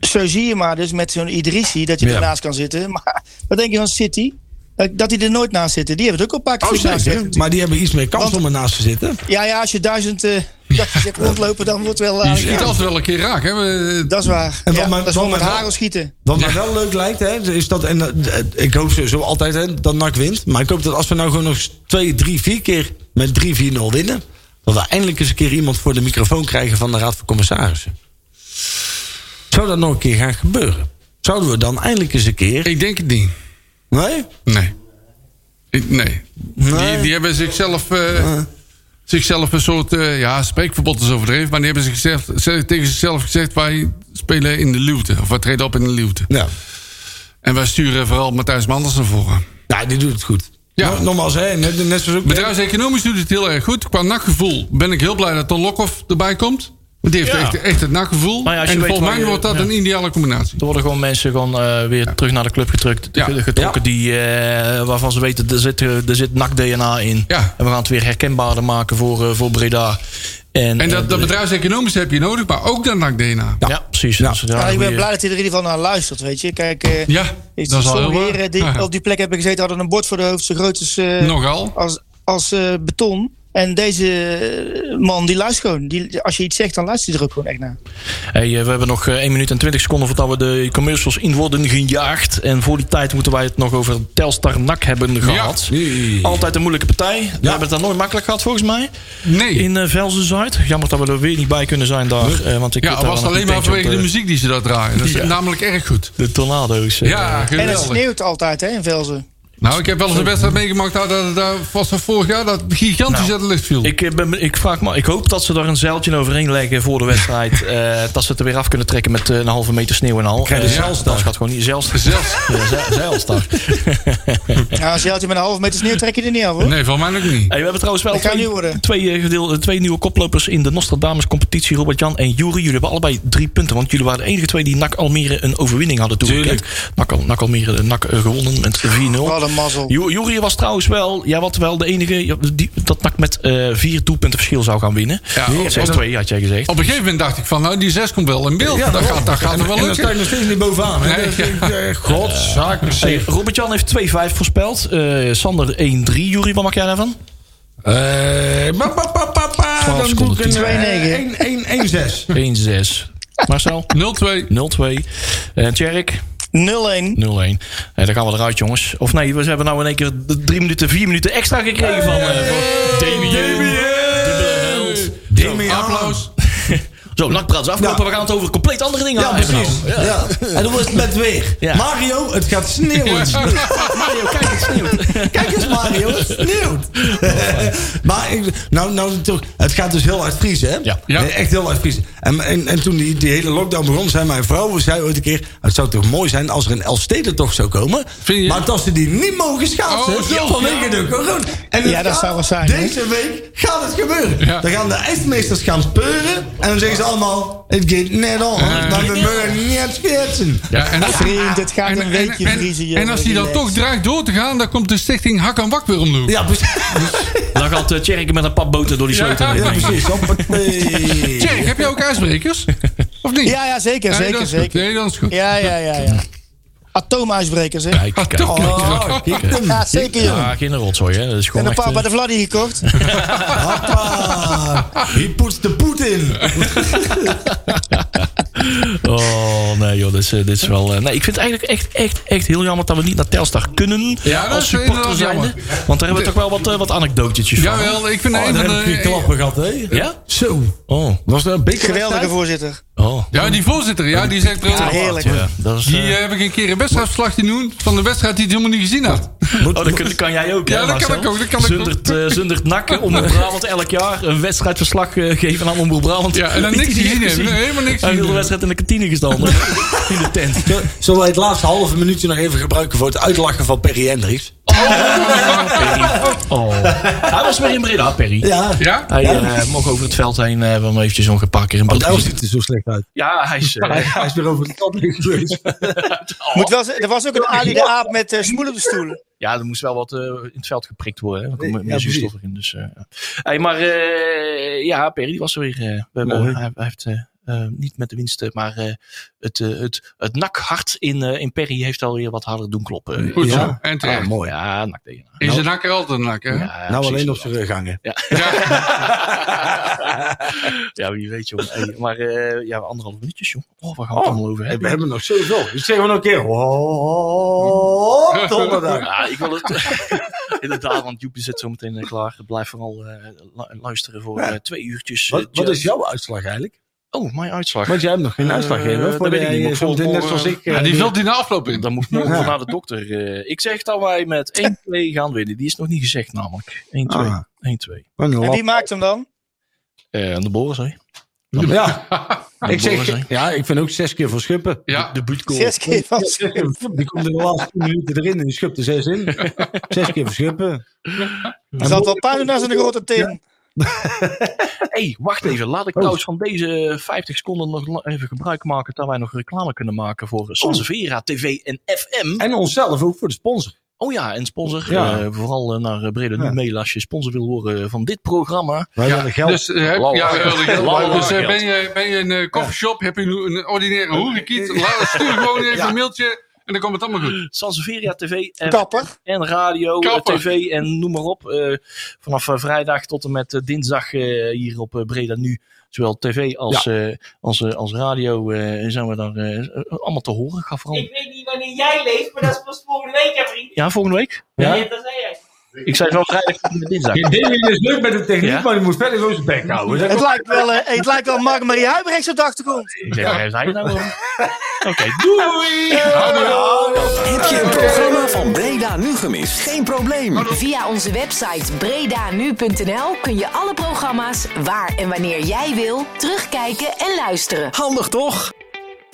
[SPEAKER 5] zo zie je maar dus met zo'n Idrissi dat je
[SPEAKER 3] Ja.
[SPEAKER 5] ernaast kan zitten. Maar wat denk je van City? Dat- Dat die er nooit naast zitten. Die hebben het ook al een paar
[SPEAKER 3] Oh,
[SPEAKER 5] keer naast
[SPEAKER 3] zeker.
[SPEAKER 5] zitten.
[SPEAKER 3] maar die hebben iets meer kans
[SPEAKER 5] Want-
[SPEAKER 3] om ernaast te zitten.
[SPEAKER 5] Ja, ja, als je duizend eh dagjes hebt rondlopen, dan wordt wel...
[SPEAKER 2] Je
[SPEAKER 5] eh,
[SPEAKER 2] schiet altijd wel een keer raak. Hè? We-
[SPEAKER 5] Dat is waar.
[SPEAKER 3] En
[SPEAKER 5] En
[SPEAKER 3] wat mij-
[SPEAKER 5] dat is
[SPEAKER 3] wat
[SPEAKER 5] gewoon met
[SPEAKER 3] mij wel-
[SPEAKER 5] hagel schieten.
[SPEAKER 3] Wat mij wel leuk lijkt, hè, is dat. En eh, eh, ik hoop sowieso altijd hè, dat NAC wint. Maar ik hoop dat als we nou gewoon nog 2, 3, 4 keer met 3-4-0 winnen. Dat we eindelijk eens een keer iemand voor de microfoon krijgen van de Raad van Commissarissen. Zou dat nog een keer gaan gebeuren? Zouden we dan eindelijk eens een keer.
[SPEAKER 2] Ik denk het niet.
[SPEAKER 3] Nee?
[SPEAKER 2] Nee. Ik- nee. Die,
[SPEAKER 3] Nee.
[SPEAKER 2] die hebben zichzelf, eh, zichzelf een soort... eh, ja, spreekverbod is overdreven. Maar die hebben zichzelf, ze- tegen zichzelf gezegd... wij spelen in de luwte. Of wij treden op in de luwte.
[SPEAKER 3] Ja.
[SPEAKER 2] En wij sturen vooral Matthijs Manders naar voren.
[SPEAKER 3] Nou, die doet het goed.
[SPEAKER 2] Ja.
[SPEAKER 3] No- Nogmaals, hè, net, net zoals ook.
[SPEAKER 2] Bedrijfseconomisch doet het heel erg goed. Qua nachtgevoel ben ik heel blij dat Ton Lokhoff erbij komt. Want die heeft
[SPEAKER 4] Ja.
[SPEAKER 2] echt, echt het nachtgevoel.
[SPEAKER 4] Maar ja, als je
[SPEAKER 2] en
[SPEAKER 4] weet
[SPEAKER 2] volgens
[SPEAKER 4] waar
[SPEAKER 2] mij
[SPEAKER 4] je-
[SPEAKER 2] wordt dat
[SPEAKER 4] ja.
[SPEAKER 2] een ideale combinatie.
[SPEAKER 4] Er worden gewoon mensen gewoon eh, weer terug naar de club getrukt,
[SPEAKER 2] Ja.
[SPEAKER 4] getrokken. Die, eh, waarvan ze weten, er zit, eh, er zit NAC-DNA in.
[SPEAKER 2] Ja.
[SPEAKER 4] En we gaan het weer herkenbaarder maken voor, eh, voor Breda. En,
[SPEAKER 2] En dat,
[SPEAKER 4] eh,
[SPEAKER 2] dat bedrijfseconomisch heb je nodig, maar ook dat NAC-DNA.
[SPEAKER 4] Ja, precies. Dus daar
[SPEAKER 5] Nou, ik ben
[SPEAKER 4] goeie-
[SPEAKER 5] blij dat hij er in ieder geval naar luistert, weet je. Kijk, eh
[SPEAKER 2] Ja,
[SPEAKER 5] is
[SPEAKER 2] dat is al heel
[SPEAKER 5] sommige
[SPEAKER 2] waar.
[SPEAKER 5] heren die
[SPEAKER 2] Ja.
[SPEAKER 5] op die plek hebben gezeten, hadden een bord voor de hoofd zo groot als, eh,
[SPEAKER 2] Nogal.
[SPEAKER 5] als, als eh, beton. En deze eh, man, die luistert gewoon. Die, als je iets zegt, dan luistert hij er ook gewoon echt naar.
[SPEAKER 4] Hey, eh, we hebben nog eh, 1 minuut en 20 seconden voordat we de commercials in worden gejaagd. En voor die tijd moeten wij het nog over Telstar NAC hebben gehad.
[SPEAKER 3] Nee.
[SPEAKER 4] Altijd een moeilijke partij. We hebben het daar nooit makkelijk gehad volgens mij.
[SPEAKER 2] Nee.
[SPEAKER 4] In eh Velzen-Zuid. Jammer dat we er weer niet bij kunnen zijn daar. eh, want ik
[SPEAKER 2] ja,
[SPEAKER 4] zit
[SPEAKER 2] het
[SPEAKER 4] daar
[SPEAKER 2] was
[SPEAKER 4] aan
[SPEAKER 2] alleen
[SPEAKER 4] het
[SPEAKER 2] maar
[SPEAKER 4] tentje op
[SPEAKER 2] vanwege de muziek die ze daar draaien. Dat is
[SPEAKER 4] Ja.
[SPEAKER 2] namelijk erg goed.
[SPEAKER 4] De tornado's. eh,
[SPEAKER 2] Ja,
[SPEAKER 5] En het
[SPEAKER 2] geweldig.
[SPEAKER 5] sneeuwt altijd, hè, in Velzen.
[SPEAKER 2] Nou, ik heb wel eens een wedstrijd meegemaakt. Dat, dat, dat was dat vorig jaar dat gigantisch
[SPEAKER 4] Nou,
[SPEAKER 2] uit de lucht viel.
[SPEAKER 4] Ik, eh, ben, ik, vraag me, ik hoop dat ze daar een zeiltje overheen leggen voor de wedstrijd. Eh, dat ze het er weer af kunnen trekken met eh, een halve meter sneeuw en al.
[SPEAKER 3] krijg
[SPEAKER 5] dus-
[SPEAKER 3] je
[SPEAKER 4] Eh,
[SPEAKER 3] zeilstar.
[SPEAKER 4] Dat gaat gewoon niet. Zeilstar.
[SPEAKER 2] Zelfs.
[SPEAKER 4] Ja, ze- zeilstar.
[SPEAKER 5] Nou, als je altijd met een halve meter sneeuw trek je er niet af hoor.
[SPEAKER 2] Nee, van mij ook niet.
[SPEAKER 4] Hey, we hebben trouwens wel
[SPEAKER 5] Dat kan
[SPEAKER 4] twee,
[SPEAKER 5] niet worden.
[SPEAKER 4] twee, eh, gedeelde, twee nieuwe koplopers in de Nostradamus competitie. Robert Jan en Jury. Jullie hebben allebei drie punten. Want jullie waren de enige twee die NAC Almere een overwinning hadden toegekend. NAC, Al- NAC Almere, eh, NAC eh, gewonnen met 4-0.
[SPEAKER 5] Wat een mazzel.
[SPEAKER 4] Ju- Jury was trouwens wel, jij was wel de enige die, dat NAC met eh, vier doelpunten verschil zou gaan winnen.
[SPEAKER 2] Ja, op-
[SPEAKER 4] Ja, 6-2 had jij gezegd.
[SPEAKER 2] Op een gegeven moment dacht ik van, nou, die zes komt wel in beeld. dat, gaat, dat gaat er wel
[SPEAKER 3] En dan sta je
[SPEAKER 2] lukken.
[SPEAKER 3] nog steeds niet bovenaan. hè.
[SPEAKER 2] Nee,
[SPEAKER 3] Dus
[SPEAKER 2] ja.
[SPEAKER 3] ik, eh, Godzaak.
[SPEAKER 4] Hey, Robert-Jan heeft 2-5 voorspeld. Eh, Sander 1-3. Jury, wat maak jij daarvan?
[SPEAKER 3] Eh, pa, pa, pa, pa, pa, Dan doe ik
[SPEAKER 4] seconden,
[SPEAKER 3] een
[SPEAKER 5] 2-9.
[SPEAKER 3] 1-6.
[SPEAKER 4] 1-6. Marcel?
[SPEAKER 2] Eh, 0-2.
[SPEAKER 4] 0-2. Eh Tjerk?
[SPEAKER 5] 0-1.
[SPEAKER 4] 0-1. Eh, daar gaan we eruit, jongens. Of nee, we hebben nou in één keer 3 minuten, 4 minuten extra gekregen van, eh, van Damien.
[SPEAKER 3] Damien.
[SPEAKER 2] Applaus.
[SPEAKER 4] Zo, nakpraat is afgelopen. We
[SPEAKER 3] Ja.
[SPEAKER 4] gaan het over compleet andere dingen
[SPEAKER 3] Ja,
[SPEAKER 4] hebben
[SPEAKER 3] precies.
[SPEAKER 4] nou. Ja.
[SPEAKER 3] Ja. En dan wordt het met weer.
[SPEAKER 4] Ja.
[SPEAKER 3] Mario, het gaat sneeuwen.
[SPEAKER 4] Mario, kijk, het sneeuwt.
[SPEAKER 3] Kijk eens Mario, het sneeuwt. maar ik- nou, nou, toch, het gaat dus heel hard vriezen, hè?
[SPEAKER 4] Ja.
[SPEAKER 2] Ja.
[SPEAKER 3] Nee, Echt heel hard vriezen. En, en, en toen die, die hele lockdown begon, zei mijn vrouw zei ooit een keer... het zou toch mooi zijn als er een Elfstedentocht zou komen...
[SPEAKER 2] Vind je?
[SPEAKER 3] maar dat ze die niet mogen schaatsen
[SPEAKER 2] Oh, zo,
[SPEAKER 3] vanwege
[SPEAKER 2] ja.
[SPEAKER 3] de corona. En het
[SPEAKER 5] Ja, dat
[SPEAKER 3] gaat-
[SPEAKER 5] zou wel zijn, hè?
[SPEAKER 3] Deze week gaat het gebeuren.
[SPEAKER 2] Ja.
[SPEAKER 3] Dan gaan de ijsmeesters gaan peuren... en dan zeggen ze allemaal, het gaat net al. maar we mogen niet schaatsen.
[SPEAKER 2] Ja, en als,
[SPEAKER 5] Vriend, het gaat
[SPEAKER 2] en,
[SPEAKER 5] een weekje
[SPEAKER 2] en- en-
[SPEAKER 5] vriezen.
[SPEAKER 2] en als die dan toch dreigt door te gaan, dan komt de stichting Hak en Wak weer om de hoek.
[SPEAKER 3] Ja, precies.
[SPEAKER 4] Dan gaat eh, Tjerk met een pap boter door die
[SPEAKER 2] Ja.
[SPEAKER 4] sleutel.
[SPEAKER 3] Ja, precies. Hoppatee.
[SPEAKER 2] Tjerk, heb jij ook ijsbrekers? Of niet?
[SPEAKER 5] Ja, ja, zeker,
[SPEAKER 2] Nee, dat
[SPEAKER 5] zeker,
[SPEAKER 2] is goed.
[SPEAKER 5] zeker.
[SPEAKER 2] Nee, dat is goed.
[SPEAKER 5] Ja, ja, ja, ja. Atoomuitbrekers, hè?
[SPEAKER 4] Kijk, kijk.
[SPEAKER 2] toch, kijk.
[SPEAKER 3] Oh, kijk hem.
[SPEAKER 5] Ja, zeker, jongen.
[SPEAKER 4] Ja, geen rotzooi, hè. Dat is gewoon
[SPEAKER 5] En een
[SPEAKER 4] echt,
[SPEAKER 5] paar
[SPEAKER 4] eh,
[SPEAKER 5] bij de Vladdy gekocht.
[SPEAKER 3] Hoppa. Hier poetst de Poetin.
[SPEAKER 4] Oh, nee joh, dit is, eh, dit is wel... eh, nee, ik vind het eigenlijk echt, echt, echt heel jammer dat we niet naar Telstar kunnen
[SPEAKER 2] Ja, dat
[SPEAKER 4] als
[SPEAKER 2] is
[SPEAKER 4] supporter
[SPEAKER 2] inderdaad
[SPEAKER 4] zijn.
[SPEAKER 2] jammer.
[SPEAKER 4] Want daar hebben we toch wel wat, eh, wat anekdotetjes van.
[SPEAKER 2] Jawel, ik vind
[SPEAKER 3] Oh,
[SPEAKER 2] een
[SPEAKER 3] daar heb
[SPEAKER 2] van
[SPEAKER 3] ik weer
[SPEAKER 2] de...
[SPEAKER 3] klappen gehad, hè?
[SPEAKER 4] Ja?
[SPEAKER 3] Zo.
[SPEAKER 4] Oh,
[SPEAKER 3] Was dat een beetje
[SPEAKER 5] Geweldige voorzitter.
[SPEAKER 4] oh.
[SPEAKER 2] Ja, die voorzitter, ja, die zegt
[SPEAKER 5] Ja,
[SPEAKER 2] wel...
[SPEAKER 5] heerlijk.
[SPEAKER 4] Ja, dat is...
[SPEAKER 2] Die
[SPEAKER 4] eh,
[SPEAKER 2] eh, heb ik een keer een wedstrijdverslag genoemd van de wedstrijd die hij helemaal niet gezien had.
[SPEAKER 4] Oh, dat kun- dat kan jij ook.
[SPEAKER 2] Ja,
[SPEAKER 4] hè,
[SPEAKER 2] dat kan
[SPEAKER 4] Marcel?
[SPEAKER 2] ik ook, dat kan ik
[SPEAKER 4] Zundert, eh, Zundert nakken om op Brabant elk jaar een wedstrijdverslag eh, geven aan Omroep Brabant.
[SPEAKER 2] Ja, en dan
[SPEAKER 4] Die
[SPEAKER 2] niks
[SPEAKER 4] hij
[SPEAKER 2] gezien
[SPEAKER 4] heeft
[SPEAKER 2] hebben. Nee, helemaal niks
[SPEAKER 4] Hij
[SPEAKER 2] gezien
[SPEAKER 4] wilde de wedstrijd in de kantine gestanden. in de tent.
[SPEAKER 3] Zullen wij het laatste halve minuutje nog even gebruiken voor het uitlachen van Perry Hendricks?
[SPEAKER 4] Oh. Hij was weer in Breda, Perry.
[SPEAKER 3] Ja.
[SPEAKER 2] Ja?
[SPEAKER 4] Hij eh, mocht over het veld heen. eh, We hebben hem eventjes ongepakken. in
[SPEAKER 3] Want
[SPEAKER 4] beeld
[SPEAKER 3] daar
[SPEAKER 4] gezien.
[SPEAKER 3] ziet er zo slecht uit.
[SPEAKER 4] Oh, Ja, hij is... eh,
[SPEAKER 3] Hij, hij is weer over de kant heen geweest.
[SPEAKER 5] Moet wel, z- er was ook een Ali de Aap met eh, smoel op de stoel.
[SPEAKER 4] Ja, er moest wel wat eh, in het veld geprikt worden. Hè. Er komt
[SPEAKER 3] Ja,
[SPEAKER 4] meer
[SPEAKER 3] precies.
[SPEAKER 4] zuurstof in. Dus, eh, ja. hey, maar eh, ja, Perry die was er weer. eh, we hebben,
[SPEAKER 3] Mooi.
[SPEAKER 4] hij, hij heeft eh, eh, niet met de winsten, maar eh, het, eh, het, het nakhart in, eh, in Perry heeft alweer wat harder doen kloppen. Eh,
[SPEAKER 2] Goed
[SPEAKER 4] ja.
[SPEAKER 2] zo. En
[SPEAKER 4] Ah,
[SPEAKER 2] terecht.
[SPEAKER 4] mooi, ja, nak tegen.
[SPEAKER 2] Is het nakker altijd een nakker? hè?
[SPEAKER 4] ja,
[SPEAKER 3] nou,
[SPEAKER 4] precies.
[SPEAKER 3] alleen op zijn rug hangen.
[SPEAKER 4] ja, wie weet, joh. Hey, maar eh, ja, anderhalf minuutjes, joh. Oh, waar gaan we het allemaal over
[SPEAKER 3] We
[SPEAKER 4] hebben?
[SPEAKER 3] hebben nog zoveel. Dus zeggen we nog een keer. Hop, donderdag.
[SPEAKER 4] Ja, ik wil het. Inderdaad, want Joepie zit zo meteen eh, klaar. Blijf vooral eh, lu- luisteren voor eh, twee uurtjes. eh,
[SPEAKER 3] Wat, wat is
[SPEAKER 4] jazz.
[SPEAKER 3] jouw uitslag eigenlijk?
[SPEAKER 4] Oh, mijn uitslag.
[SPEAKER 3] Want jij hebt nog geen uitslag
[SPEAKER 4] Eh,
[SPEAKER 3] gegeven.
[SPEAKER 4] dat weet ik niet, maar
[SPEAKER 3] Zo meteen
[SPEAKER 4] volgens
[SPEAKER 3] net
[SPEAKER 4] mij,
[SPEAKER 3] zoals ik.
[SPEAKER 2] Ja,
[SPEAKER 3] eh,
[SPEAKER 2] die vult hij na afloop in.
[SPEAKER 4] Dan moet ik morgen
[SPEAKER 3] Ja.
[SPEAKER 4] naar de dokter. eh. ik zeg dat wij met 1-2 gaan winnen. Die is nog niet gezegd namelijk. 1-2.
[SPEAKER 3] Ah.
[SPEAKER 4] 1-2.
[SPEAKER 3] Wat een
[SPEAKER 5] En
[SPEAKER 3] lap.
[SPEAKER 5] wie maakt hem dan?
[SPEAKER 4] Eh, aan de Boris, hè?
[SPEAKER 3] Ja,
[SPEAKER 4] Aan de
[SPEAKER 3] ik
[SPEAKER 4] Boris, hè?
[SPEAKER 3] zeg, ja, ik vind ook zes keer voor Schuppen.
[SPEAKER 2] Ja,
[SPEAKER 4] De buutkool.
[SPEAKER 5] Zes keer vast.
[SPEAKER 3] Die komt in de laatste tien minuten erin en die schupt er zes in. Zes keer verschuppen.
[SPEAKER 5] Er zat wel pijn doen naar zijn grote teen.
[SPEAKER 4] hey, wacht even.
[SPEAKER 3] Oh.
[SPEAKER 4] Laat ik trouwens van deze 50 seconden nog la- even gebruik maken. Dat wij nog reclame kunnen maken voor Sansevera TV en FM.
[SPEAKER 3] Oh. En onszelf ook voor de sponsor.
[SPEAKER 4] Oh ja, en sponsor.
[SPEAKER 3] Ja.
[SPEAKER 4] eh, vooral eh, naar eh, Breda Nu
[SPEAKER 3] Ja.
[SPEAKER 4] mailen als je sponsor wil worden van dit programma.
[SPEAKER 3] Wij willen geld.
[SPEAKER 2] dus, eh, heb,
[SPEAKER 4] Lauwe
[SPEAKER 2] ja,
[SPEAKER 4] geld.
[SPEAKER 2] wilde geld.
[SPEAKER 4] Lauwe
[SPEAKER 2] dus eh,
[SPEAKER 4] geld.
[SPEAKER 2] ben, je, ben je een eh, coffeeshop, heb je een, een ordinaire hoerenkiet, laat- stuur gewoon even een mailtje en dan komt het allemaal goed.
[SPEAKER 4] Sansevera TV en
[SPEAKER 5] Kapper.
[SPEAKER 4] en radio,
[SPEAKER 2] Kapper.
[SPEAKER 4] eh, tv en noem maar op. Eh, vanaf eh, vrijdag tot en met eh, dinsdag eh, hier op eh, Breda nu. Zowel tv als, eh, als, eh, als radio eh, zijn we daar eh, eh, allemaal te horen. Ga vooral...
[SPEAKER 6] Ik weet niet wanneer jij leeft, maar dat is pas volgende week, hè, vriend.
[SPEAKER 4] Ja, volgende week?
[SPEAKER 6] Ja,
[SPEAKER 4] Ja?
[SPEAKER 6] dat zei jij.
[SPEAKER 4] Ik zei van vrijdag tot en met dinsdag.
[SPEAKER 8] Je ding is leuk met de techniek,
[SPEAKER 4] Ja.
[SPEAKER 8] maar je moet verder zo zijn bek houden. Dat
[SPEAKER 5] Het lijkt wel, eh, het lijkt wel Mark-Marie Huibrechts op de achtergrond.
[SPEAKER 4] Ik zeg, waar heeft hij het nou over? Oké, doei!
[SPEAKER 1] Heb je een programma van Breda nu gemist? Geen probleem.
[SPEAKER 9] Via onze website bredanu.nl kun je alle programma's waar en wanneer jij wil terugkijken en luisteren.
[SPEAKER 1] Handig toch?